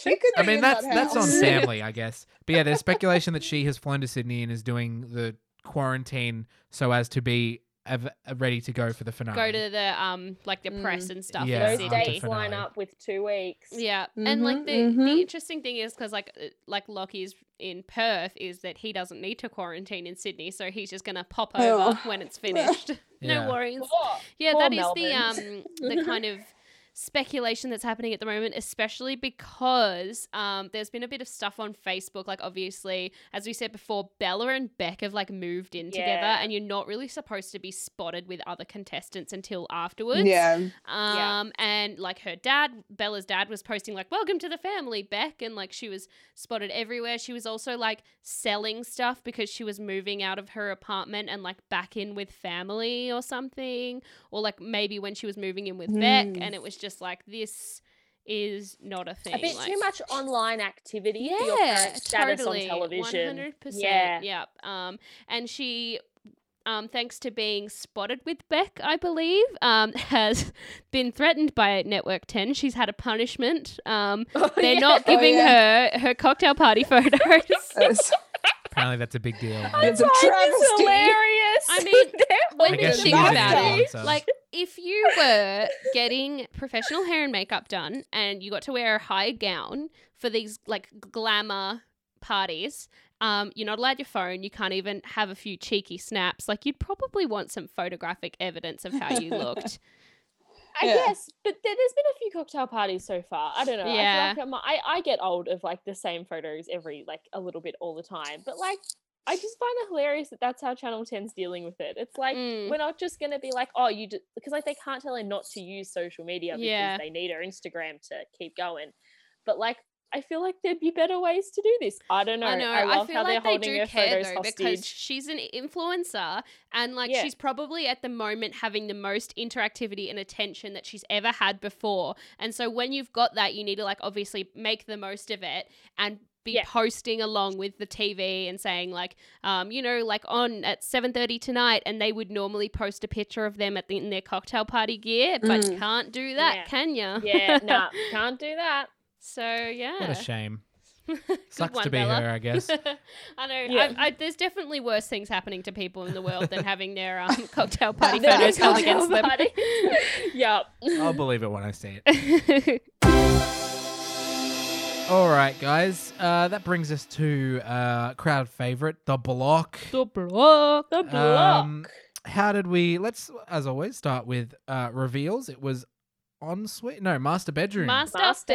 Speaker 3: she could
Speaker 1: I
Speaker 3: be
Speaker 1: mean,
Speaker 3: in
Speaker 1: that's
Speaker 3: that
Speaker 1: that's on
Speaker 3: house.
Speaker 1: family, I guess. But yeah, there's speculation that she has flown to Sydney and is doing the quarantine so as to be av- uh, ready to go for the finale.
Speaker 2: Go to the um like the press and stuff.
Speaker 1: Yeah,
Speaker 2: in
Speaker 4: Those
Speaker 1: after
Speaker 2: Sydney.
Speaker 4: dates line
Speaker 1: finale.
Speaker 4: up with two weeks.
Speaker 2: Yeah, and like
Speaker 3: Mhm,
Speaker 2: the
Speaker 3: mhm.
Speaker 2: the interesting thing is because like uh, like Lockie's in Perth is that he doesn't need to quarantine in Sydney, so he's just gonna pop over
Speaker 3: Oh.
Speaker 2: when it's finished.
Speaker 1: Yeah.
Speaker 2: No worries.
Speaker 4: What?
Speaker 2: Yeah,
Speaker 4: Poor
Speaker 2: that is the um
Speaker 4: Melbourne.
Speaker 2: the kind of speculation that's happening at the moment, especially because um there's been a bit of stuff on Facebook. Like obviously, as we said before, Bella and Beck have like moved in together,
Speaker 4: Yeah.
Speaker 2: and you're not really supposed to be spotted with other contestants until afterwards.
Speaker 3: Yeah.
Speaker 4: Yeah.
Speaker 2: Um, and like her dad, Bella's dad was posting like, "Welcome to the family, Beck," and like she was spotted everywhere. She was also like selling stuff because she was moving out of her apartment and like back in with family or something, or like maybe when she was moving in with Beck,
Speaker 3: Hmm.
Speaker 2: and it was just like this is not a thing.
Speaker 4: A bit
Speaker 2: like,
Speaker 4: Mm. too much online activity
Speaker 2: yeah,
Speaker 4: for your current status
Speaker 2: totally,
Speaker 4: on television.
Speaker 2: 100%.
Speaker 4: Yeah.
Speaker 2: Yep. Um, and she um, thanks to being spotted with Beck, I believe, um, has been threatened by Network 10. She's had a punishment. Um, they're not
Speaker 3: Oh,
Speaker 2: giving her her cocktail party photos.
Speaker 3: That's-
Speaker 1: Apparently, that's a big deal.
Speaker 3: It's a travesty.
Speaker 4: hilarious.
Speaker 2: I mean, when
Speaker 1: I
Speaker 2: you
Speaker 1: guess she
Speaker 2: think
Speaker 1: is
Speaker 2: about
Speaker 1: Indian,
Speaker 2: it,
Speaker 1: so-
Speaker 2: like if you were getting professional hair and makeup done and you got to wear a high gown for these like glamour parties, um, you're not allowed your phone. You can't even have a few cheeky snaps. Like you'd probably want some photographic evidence of how you looked.
Speaker 4: I
Speaker 3: Yeah.
Speaker 4: guess, but there, there's been a few cocktail parties so far. I don't know.
Speaker 2: Yeah.
Speaker 4: I, feel like I'm, I I get old of like the same photos every like a little bit all the time, but like I just find it hilarious that that's how Channel 10's dealing with it. It's like
Speaker 2: Mm.
Speaker 4: we're not just gonna be like, oh, you just because like they can't tell her not to use social media because
Speaker 2: Yeah.
Speaker 4: they need her Instagram to keep going, but like. I feel like there'd be better ways to do this. I don't know.
Speaker 2: I know. I,
Speaker 4: love
Speaker 2: feel
Speaker 4: how
Speaker 2: like
Speaker 4: they're
Speaker 2: they
Speaker 4: holding
Speaker 2: do
Speaker 4: her
Speaker 2: care
Speaker 4: photos
Speaker 2: though
Speaker 4: hostage.
Speaker 2: because she's an influencer, and like
Speaker 4: Yeah.
Speaker 2: she's probably at the moment having the most interactivity and attention that she's ever had before. And so when you've got that, you need to like obviously make the most of it and be
Speaker 4: Yeah.
Speaker 2: posting along with the TV and saying like, um, you know, like on at seven thirty tonight, and they would normally post a picture of them at the, in their cocktail party gear, but
Speaker 3: Mm.
Speaker 2: can't do that,
Speaker 4: Yeah.
Speaker 2: can ya?
Speaker 4: yeah, nah, can't do that.
Speaker 2: So yeah,
Speaker 1: What a shame.
Speaker 2: Good
Speaker 1: Sucks
Speaker 2: one,
Speaker 1: to be
Speaker 2: Bella.
Speaker 1: her, I guess.
Speaker 2: I know.
Speaker 4: Yeah.
Speaker 2: I, I, there's definitely worse things happening to people in the world than having their um, cocktail party
Speaker 3: Their
Speaker 2: photos held
Speaker 3: cocktail
Speaker 2: against them.
Speaker 4: yep.
Speaker 1: I'll believe it when I see it. All right, guys. Uh, that brings us to uh, crowd favorite, the block.
Speaker 2: the block.
Speaker 4: The block.
Speaker 1: Um, how did we? Let's, as always, start with uh, reveals. It was on suite. No, master bedroom.
Speaker 2: Master,
Speaker 4: Master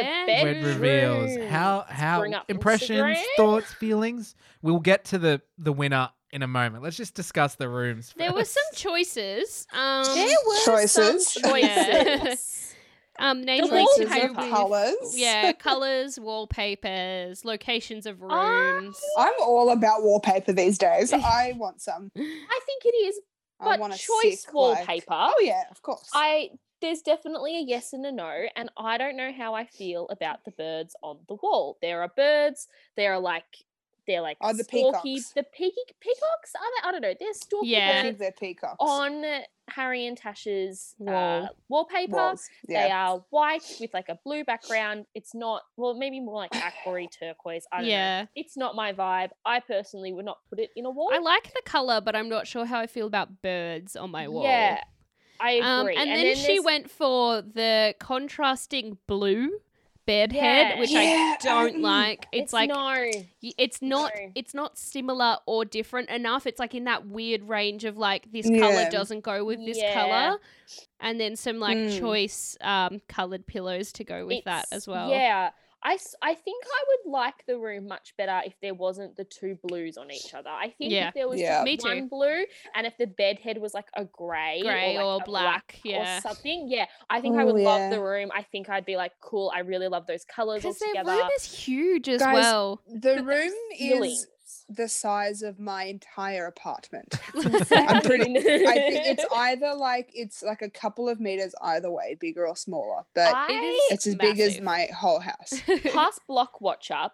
Speaker 1: Wed
Speaker 2: bedroom.
Speaker 1: reveals.
Speaker 4: Bedroom.
Speaker 1: How
Speaker 4: Let's
Speaker 1: how
Speaker 4: bring up
Speaker 1: impressions,
Speaker 4: Instagram.
Speaker 1: thoughts, feelings. We'll get to the the winner in a moment. Let's just discuss the rooms.
Speaker 2: There were some
Speaker 1: first.
Speaker 2: choices. Um,
Speaker 4: there were
Speaker 3: Choices.
Speaker 4: some choices.
Speaker 2: um,
Speaker 4: The
Speaker 2: namely
Speaker 4: choices
Speaker 3: Choices
Speaker 4: like
Speaker 3: of
Speaker 4: how we-
Speaker 2: wallpaper.
Speaker 3: colours.
Speaker 2: Yeah, colors, wallpapers, locations of
Speaker 4: Ah.
Speaker 2: rooms.
Speaker 3: I'm all about wallpaper these days. I want some.
Speaker 4: I think it is,
Speaker 3: I
Speaker 4: but
Speaker 3: want a
Speaker 4: choice
Speaker 3: sick, like-
Speaker 4: wallpaper.
Speaker 3: Oh yeah, of course.
Speaker 4: I there's definitely a yes and a no, and I don't know how I feel about the birds on the wall. There are birds. They are like they're like
Speaker 3: Oh, the peacocks.
Speaker 4: The peaky peacocks are they? I don't know. They're stalky
Speaker 2: Yeah.
Speaker 3: I
Speaker 4: birds
Speaker 3: think they're peacocks.
Speaker 4: on Harry and Tash's
Speaker 2: Wall.
Speaker 4: uh, wallpaper.
Speaker 3: walls.
Speaker 4: They
Speaker 3: Yeah.
Speaker 4: are white with like a blue background. It's not well, maybe more like aquary turquoise. I don't know.
Speaker 2: Yeah.
Speaker 4: It's not my vibe. I personally would not put it in a wall.
Speaker 2: I like the color, but I'm not sure how I feel about birds on my wall.
Speaker 4: Yeah, I agree.
Speaker 2: Um, and, then, she
Speaker 4: there's-
Speaker 2: went for the contrasting blue bed head,
Speaker 4: Yeah.
Speaker 2: which
Speaker 3: Yeah,
Speaker 2: I don't
Speaker 3: um,
Speaker 2: like. It's, like
Speaker 4: no.
Speaker 2: y- it's not
Speaker 4: no.
Speaker 2: it's not similar or different enough. It's like in that weird range of like this
Speaker 3: Yeah.
Speaker 2: color doesn't go with this
Speaker 4: Yeah.
Speaker 2: color, and then some like
Speaker 3: Mm.
Speaker 2: choice um colored pillows to go with that
Speaker 4: It's-
Speaker 2: as well.
Speaker 4: Yeah. I, s- I think I would like the room much better if there wasn't the two blues on each other. I think
Speaker 2: Yeah.
Speaker 4: if there was
Speaker 3: Yeah.
Speaker 4: just
Speaker 2: Me too.
Speaker 4: one blue and if the bed head was like a grey
Speaker 2: Grey
Speaker 4: like,
Speaker 2: or
Speaker 4: a
Speaker 2: black, yeah.
Speaker 4: or something. Yeah. I think I
Speaker 3: Ooh,
Speaker 4: would
Speaker 3: yeah.
Speaker 4: love the room. I think I'd be like, cool, I really love those colours all
Speaker 2: Because their
Speaker 4: together.
Speaker 2: room is huge as
Speaker 3: Guys,
Speaker 2: well.
Speaker 3: The room is
Speaker 4: Ceilings.
Speaker 3: the size of my entire apartment. I'm pretty- I think it's either like it's like a couple of meters either way, bigger or smaller, but
Speaker 2: It
Speaker 4: I-
Speaker 2: is
Speaker 3: it's as big as
Speaker 2: massive.
Speaker 3: my whole house.
Speaker 4: past block watcher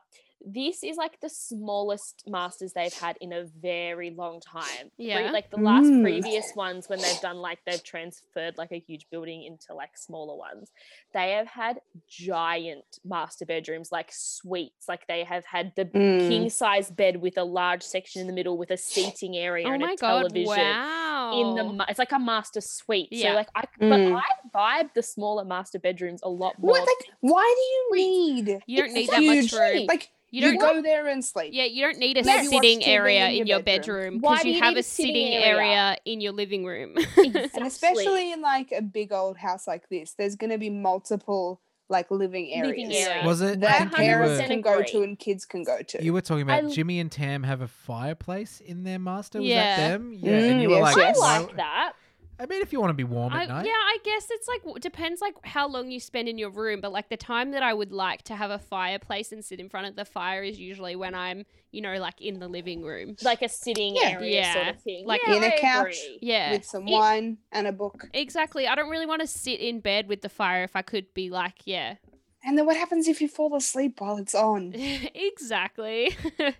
Speaker 4: this is like the smallest masters they've had in a very long time Pre-
Speaker 2: Yeah.
Speaker 4: like the last
Speaker 3: Mm.
Speaker 4: previous ones when they've done like they've transferred like a huge building into like smaller ones they have had giant master bedrooms like suites like they have had the
Speaker 3: Mm.
Speaker 4: king size bed with a large section in the middle with a seating area
Speaker 2: oh
Speaker 4: and
Speaker 2: my
Speaker 4: a
Speaker 2: god!
Speaker 4: television
Speaker 2: Wow.
Speaker 4: in the ma- it's like a master suite
Speaker 2: Yeah.
Speaker 4: so like i
Speaker 3: Mm.
Speaker 4: but i vibe the smaller master bedrooms a lot more
Speaker 3: What like why do you need
Speaker 2: you don't
Speaker 3: it's
Speaker 2: need
Speaker 3: huge.
Speaker 2: that much room.
Speaker 3: like
Speaker 2: you
Speaker 3: you,
Speaker 2: don't
Speaker 3: go there and sleep.
Speaker 2: Yeah, you don't need a
Speaker 3: Maybe watch
Speaker 2: sitting
Speaker 3: TV
Speaker 2: area
Speaker 3: in
Speaker 2: in
Speaker 3: your
Speaker 2: your bedroom
Speaker 4: Why
Speaker 2: because
Speaker 4: do
Speaker 2: you
Speaker 4: you
Speaker 2: have
Speaker 4: need
Speaker 2: a
Speaker 4: a sitting
Speaker 2: sitting
Speaker 4: area?
Speaker 2: area in your living room.
Speaker 3: And
Speaker 4: Exactly.
Speaker 3: especially in like a big old house like this, there's gonna be multiple like living areas
Speaker 4: Living area.
Speaker 1: Was it? I
Speaker 3: that
Speaker 1: think you
Speaker 3: parents
Speaker 1: were,
Speaker 4: 100%
Speaker 3: can go to
Speaker 4: agree.
Speaker 3: and kids can go to.
Speaker 1: you were talking about
Speaker 4: I-
Speaker 1: Jimmy and Tam have a fireplace in their master. Was that
Speaker 2: Yeah.
Speaker 1: them? Yeah. and
Speaker 3: Mm,
Speaker 1: you were
Speaker 3: yes,
Speaker 1: like,
Speaker 4: I
Speaker 3: yes.
Speaker 1: why-
Speaker 4: like that.
Speaker 1: I mean, if you want to be warm
Speaker 2: I,
Speaker 1: at
Speaker 2: yeah,
Speaker 1: night.
Speaker 2: I guess it's like w- depends like how long you spend in your room, but like the time that I would like to have a fireplace and sit in front of the fire is usually when I'm, you know, like in the living room.
Speaker 4: Like a sitting
Speaker 3: Yeah.
Speaker 4: area
Speaker 2: Yeah.
Speaker 4: sort of thing.
Speaker 2: Like-
Speaker 4: yeah,
Speaker 3: In a
Speaker 4: I
Speaker 3: couch.
Speaker 4: agree.
Speaker 2: Yeah.
Speaker 3: with some
Speaker 4: It-
Speaker 3: wine and a book.
Speaker 2: Exactly. I don't really want to sit in bed with the fire if I could be like, yeah,
Speaker 3: And then what happens if you fall asleep while it's on?
Speaker 2: exactly. I
Speaker 1: You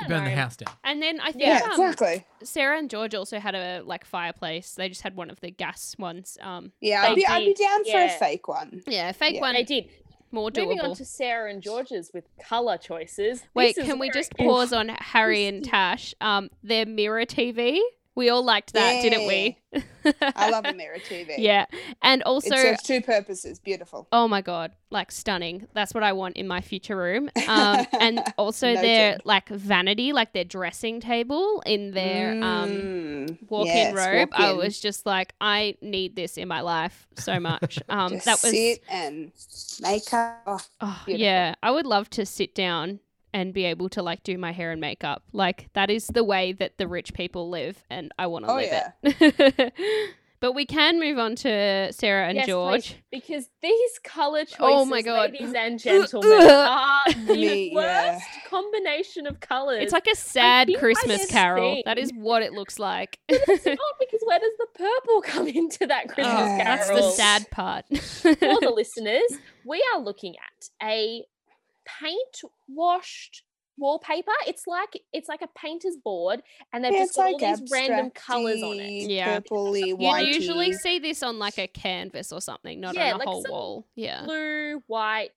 Speaker 2: don't
Speaker 1: burn the
Speaker 2: know.
Speaker 1: house down.
Speaker 2: And then I think
Speaker 3: Yeah,
Speaker 2: um,
Speaker 3: exactly.
Speaker 2: Sarah and George also had a like fireplace. They just had one of the gas ones. Um,
Speaker 3: Yeah, I'd
Speaker 4: They
Speaker 3: be, I'd be
Speaker 4: did,
Speaker 3: down for a
Speaker 4: yeah.
Speaker 3: fake one.
Speaker 2: yeah, fake
Speaker 3: Yeah.
Speaker 2: one.
Speaker 4: They did.
Speaker 2: more
Speaker 4: Moving on
Speaker 2: doable.
Speaker 4: to Sarah and George's with color choices.
Speaker 2: Wait,
Speaker 4: This is
Speaker 2: can we
Speaker 4: where
Speaker 2: just
Speaker 4: it
Speaker 2: pause on Harry and Tash? Um, their mirror TV. We all liked that, didn't we?
Speaker 3: I love a mirror TV.
Speaker 2: Yeah, and
Speaker 3: It
Speaker 2: also,
Speaker 3: serves two purposes. Beautiful.
Speaker 2: oh my god, like stunning. That's what I want in my future room. Um, and also their
Speaker 3: Noted.
Speaker 2: like vanity, like their dressing table in their um
Speaker 3: Mm,
Speaker 2: walk-in
Speaker 3: yes,
Speaker 2: robe. I
Speaker 3: walk-in.
Speaker 2: was just like, I need this in my life so much. Um,
Speaker 3: Just
Speaker 2: that was
Speaker 3: sit and make up. Oh,
Speaker 2: oh,
Speaker 3: beautiful.
Speaker 2: yeah. I would love to sit down and be able to like do my hair and makeup. Like that is the way that the rich people live, and I want to
Speaker 3: Oh,
Speaker 2: live
Speaker 3: yeah.
Speaker 2: it. but we can move on to Sarah and
Speaker 4: Yes, please.
Speaker 2: George.
Speaker 4: Because these color choices,
Speaker 2: Oh my God.
Speaker 4: ladies and gentlemen, are the
Speaker 3: Me, yeah.
Speaker 4: worst combination of colors.
Speaker 2: It's like a sad
Speaker 4: think I
Speaker 2: Christmas
Speaker 4: just
Speaker 2: carol.
Speaker 4: think-
Speaker 2: That is what it looks like.
Speaker 4: not Oh, because where does the purple come into that Christmas
Speaker 2: Oh,
Speaker 4: carol?
Speaker 2: that's the
Speaker 3: Carol.
Speaker 2: sad part.
Speaker 4: For the listeners, we are looking at a paint washed wallpaper. It's like it's like a painter's board, and they've
Speaker 3: Yeah,
Speaker 4: just
Speaker 3: it's
Speaker 4: got
Speaker 3: like
Speaker 4: all these random colors on it.
Speaker 3: abstracty,
Speaker 2: Yeah.
Speaker 3: purpley,
Speaker 2: You'd
Speaker 3: whitey.
Speaker 2: usually see this on like a canvas or something, not on
Speaker 4: Yeah,
Speaker 2: a
Speaker 4: like
Speaker 2: whole
Speaker 4: some
Speaker 2: wall. Yeah.
Speaker 4: blue, white,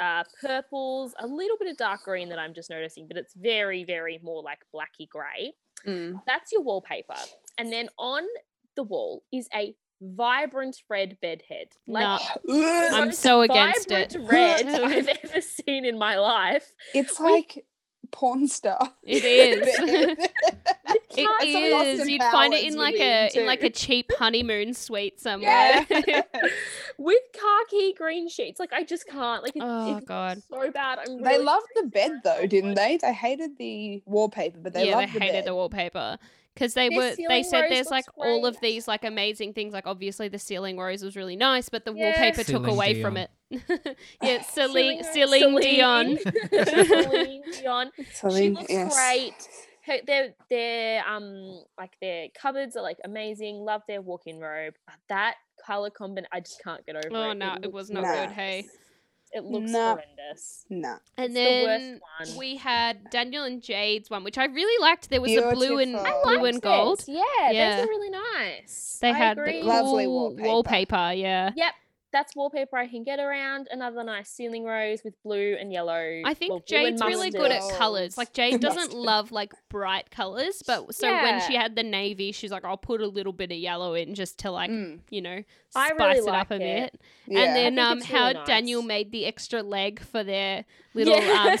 Speaker 4: uh, purples, a little bit of dark green that I'm just noticing, but it's very, very more like blacky grey.
Speaker 3: Mm.
Speaker 4: That's your wallpaper. And then on the wall is a vibrant red bedhead.
Speaker 2: Nah.
Speaker 4: the
Speaker 3: Ugh,
Speaker 2: I'm
Speaker 4: most
Speaker 2: so against
Speaker 4: vibrant
Speaker 2: it.
Speaker 4: red I've ever seen in my life.
Speaker 3: it's like porn star.
Speaker 2: It is.
Speaker 3: Bed.
Speaker 2: It
Speaker 3: That's a Lost
Speaker 2: is.
Speaker 3: in
Speaker 2: You'd find it
Speaker 3: Powers
Speaker 2: in like
Speaker 3: movie
Speaker 2: a in like a
Speaker 3: too.
Speaker 2: cheap honeymoon suite somewhere.
Speaker 3: Yeah.
Speaker 4: With khaki green sheets. Like I just can't. Like it's,
Speaker 2: oh
Speaker 4: it's
Speaker 2: god.
Speaker 4: so bad. I'm
Speaker 3: they
Speaker 4: really
Speaker 3: loved the
Speaker 4: sorry,
Speaker 3: bed
Speaker 4: Sarah.
Speaker 3: though,
Speaker 4: Oh my
Speaker 3: didn't they? They hated the wallpaper, but they
Speaker 2: yeah, they
Speaker 3: loved the
Speaker 2: hated
Speaker 3: bed.
Speaker 2: the wallpaper because they
Speaker 4: Their
Speaker 2: were. They
Speaker 4: ceiling
Speaker 2: said
Speaker 4: rose
Speaker 2: there's
Speaker 4: looks
Speaker 2: like all of
Speaker 4: great.
Speaker 2: these like amazing things. Like obviously the ceiling rose was really nice, but the
Speaker 4: Yeah.
Speaker 2: wallpaper took
Speaker 1: Celine
Speaker 2: away from
Speaker 1: Dion.
Speaker 2: it. yeah, Celine,
Speaker 4: Rose-
Speaker 2: Celine Dion.
Speaker 4: Celine Dion. she
Speaker 3: Something-
Speaker 4: looks
Speaker 3: yes.
Speaker 4: great. Her, their their um like their cupboards are like amazing. Love their walk-in robe. But that color combin, I just can't get over.
Speaker 2: Oh,
Speaker 4: it.
Speaker 2: no, it
Speaker 4: looks
Speaker 2: was
Speaker 3: not good,
Speaker 2: hey?
Speaker 4: horrendous. It looks
Speaker 3: No.
Speaker 4: horrendous.
Speaker 3: Nah.
Speaker 2: And
Speaker 4: the worst
Speaker 2: then
Speaker 4: one.
Speaker 2: we had Daniel and Jade's one, which I really liked. There was the blue and
Speaker 3: Beautiful. I
Speaker 2: blue
Speaker 4: Liked
Speaker 2: and gold.
Speaker 4: it. Yeah,
Speaker 2: Yeah.
Speaker 4: those are really nice.
Speaker 2: They
Speaker 4: I
Speaker 2: had the
Speaker 4: agree.
Speaker 2: cool
Speaker 3: Lovely
Speaker 2: wallpaper.
Speaker 3: wallpaper.
Speaker 2: Yeah,
Speaker 4: Yep, that's wallpaper I can get around. Another nice ceiling rose with blue and yellow.
Speaker 2: I think
Speaker 4: well, blue and
Speaker 2: Jade's really good at
Speaker 4: mustard.
Speaker 3: mustard.
Speaker 2: colors. Like Jade doesn't
Speaker 3: Mustard.
Speaker 2: love like bright colors, but so when
Speaker 4: Yeah.
Speaker 2: she had the navy, she's like, I'll put a little bit of yellow in just to like
Speaker 3: Mm,
Speaker 2: you know
Speaker 4: I
Speaker 2: spice
Speaker 4: really
Speaker 2: it up
Speaker 4: like
Speaker 2: a
Speaker 4: it.
Speaker 2: bit.
Speaker 3: yeah.
Speaker 2: And then
Speaker 4: think
Speaker 2: um,
Speaker 4: it's
Speaker 2: how
Speaker 4: really nice.
Speaker 2: Daniel made the extra leg for their little
Speaker 4: Yeah.
Speaker 2: um,
Speaker 1: That was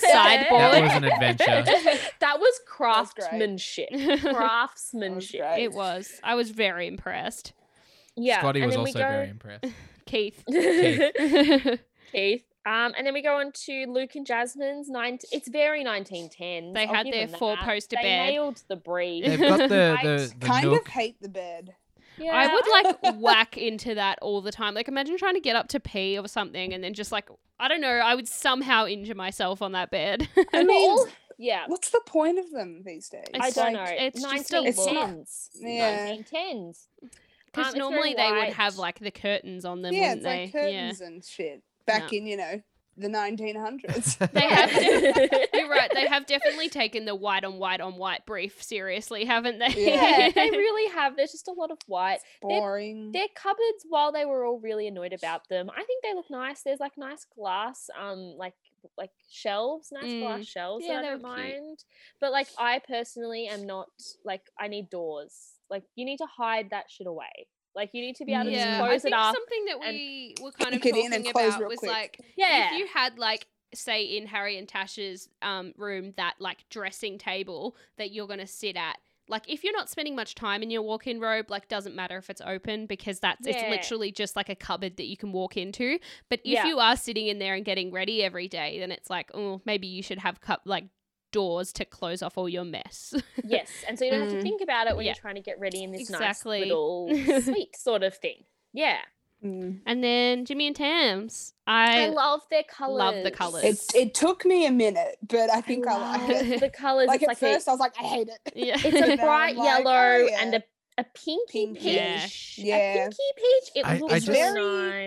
Speaker 1: an
Speaker 2: sideboard.
Speaker 1: adventure.
Speaker 4: that was
Speaker 3: was great.
Speaker 4: craftsmanship.
Speaker 2: it
Speaker 4: craftsmanship.
Speaker 3: great.
Speaker 2: was. I was very impressed,
Speaker 4: Yeah.
Speaker 1: Scotty
Speaker 4: and
Speaker 1: was
Speaker 4: then we
Speaker 1: also very impressed.
Speaker 2: Keith.
Speaker 4: go-
Speaker 2: they
Speaker 4: Keith. Um, and then we go on to Luke and Jasmine's nine. It's very 1910s. I'll
Speaker 2: had
Speaker 4: give
Speaker 2: their
Speaker 4: them that.
Speaker 2: four poster
Speaker 4: They
Speaker 2: bed.
Speaker 4: nailed the breed.
Speaker 1: They've got the
Speaker 4: I
Speaker 1: the, the
Speaker 3: kind
Speaker 1: nook.
Speaker 3: of hate the bed.
Speaker 4: Yeah.
Speaker 2: I would like whack into that all the time. Like imagine trying to get up to pee or something and then just like I don't know, I would somehow injure myself on that bed.
Speaker 3: I
Speaker 4: And we're
Speaker 3: mean,
Speaker 4: all- yeah.
Speaker 3: what's the point of them these days?
Speaker 4: I
Speaker 2: It's like-
Speaker 4: don't know.
Speaker 2: it's just a
Speaker 4: 1910s.
Speaker 3: look. Yeah.
Speaker 4: 1910s.
Speaker 2: Because
Speaker 4: Um, it's very
Speaker 2: normally they would have
Speaker 4: white.
Speaker 2: like the curtains on them,
Speaker 3: yeah,
Speaker 2: wouldn't
Speaker 3: it's like
Speaker 2: they? yeah.
Speaker 3: curtains and shit. Back in, you know, the 1900s.
Speaker 2: They have You're right. They have definitely taken the white on white on white brief seriously, haven't they?
Speaker 4: yeah, they really have. There's just a lot of white.
Speaker 3: Boring.
Speaker 4: Their cupboards, while they were all really annoyed about them, I think they look nice. There's like nice glass, um, like like shelves, nice
Speaker 2: Mm.
Speaker 4: glass shelves
Speaker 2: Yeah,
Speaker 4: that
Speaker 2: they
Speaker 4: I
Speaker 2: were
Speaker 4: don't
Speaker 2: cute.
Speaker 4: mind. But like I personally am not like I need doors. Like you need to hide that shit away. Like you need to be able to
Speaker 3: Yeah,
Speaker 4: just
Speaker 2: I
Speaker 4: close
Speaker 2: think
Speaker 4: it up.
Speaker 2: something that
Speaker 4: and
Speaker 2: we were kind of
Speaker 3: kick it in
Speaker 2: talking
Speaker 3: and close
Speaker 2: about
Speaker 3: real
Speaker 2: was
Speaker 3: quick.
Speaker 2: like
Speaker 4: yeah.
Speaker 2: if you had like say in Harry and Tash's um, room that like dressing table that you're gonna sit at. Like if you're not spending much time in your walk-in robe, like doesn't matter if it's open because that's it's
Speaker 4: Yeah.
Speaker 2: literally just like a cupboard that you can walk into. But if
Speaker 4: Yeah.
Speaker 2: you are sitting in there and getting ready every day, then it's like, oh, maybe you should have cup like doors to close off all your mess.
Speaker 4: yes. And so you don't have to
Speaker 3: Mm.
Speaker 4: think about it when
Speaker 2: Yeah.
Speaker 4: you're trying to get ready in this
Speaker 2: Exactly.
Speaker 4: nice little suite sort of thing. Yeah.
Speaker 3: Mm.
Speaker 2: and then Jimmy and Tam's,
Speaker 4: I,
Speaker 2: I,
Speaker 4: love their colors.
Speaker 2: love the
Speaker 4: uh,
Speaker 2: colours.
Speaker 3: It, it took me a minute, but I think I, like
Speaker 2: love
Speaker 3: it.
Speaker 4: the colors.
Speaker 3: Like
Speaker 4: it's
Speaker 3: at
Speaker 4: like a-
Speaker 3: first, I was like, I hate it.
Speaker 2: yeah.
Speaker 4: It's a
Speaker 3: Now I'm
Speaker 4: bright
Speaker 3: like, oh,
Speaker 4: yellow
Speaker 3: yeah.
Speaker 4: and a a pinky
Speaker 3: Pinky.
Speaker 4: peach.
Speaker 2: Yeah.
Speaker 4: A
Speaker 3: Yeah.
Speaker 4: pinky peach. It
Speaker 1: I- I
Speaker 4: looks
Speaker 1: just-
Speaker 4: very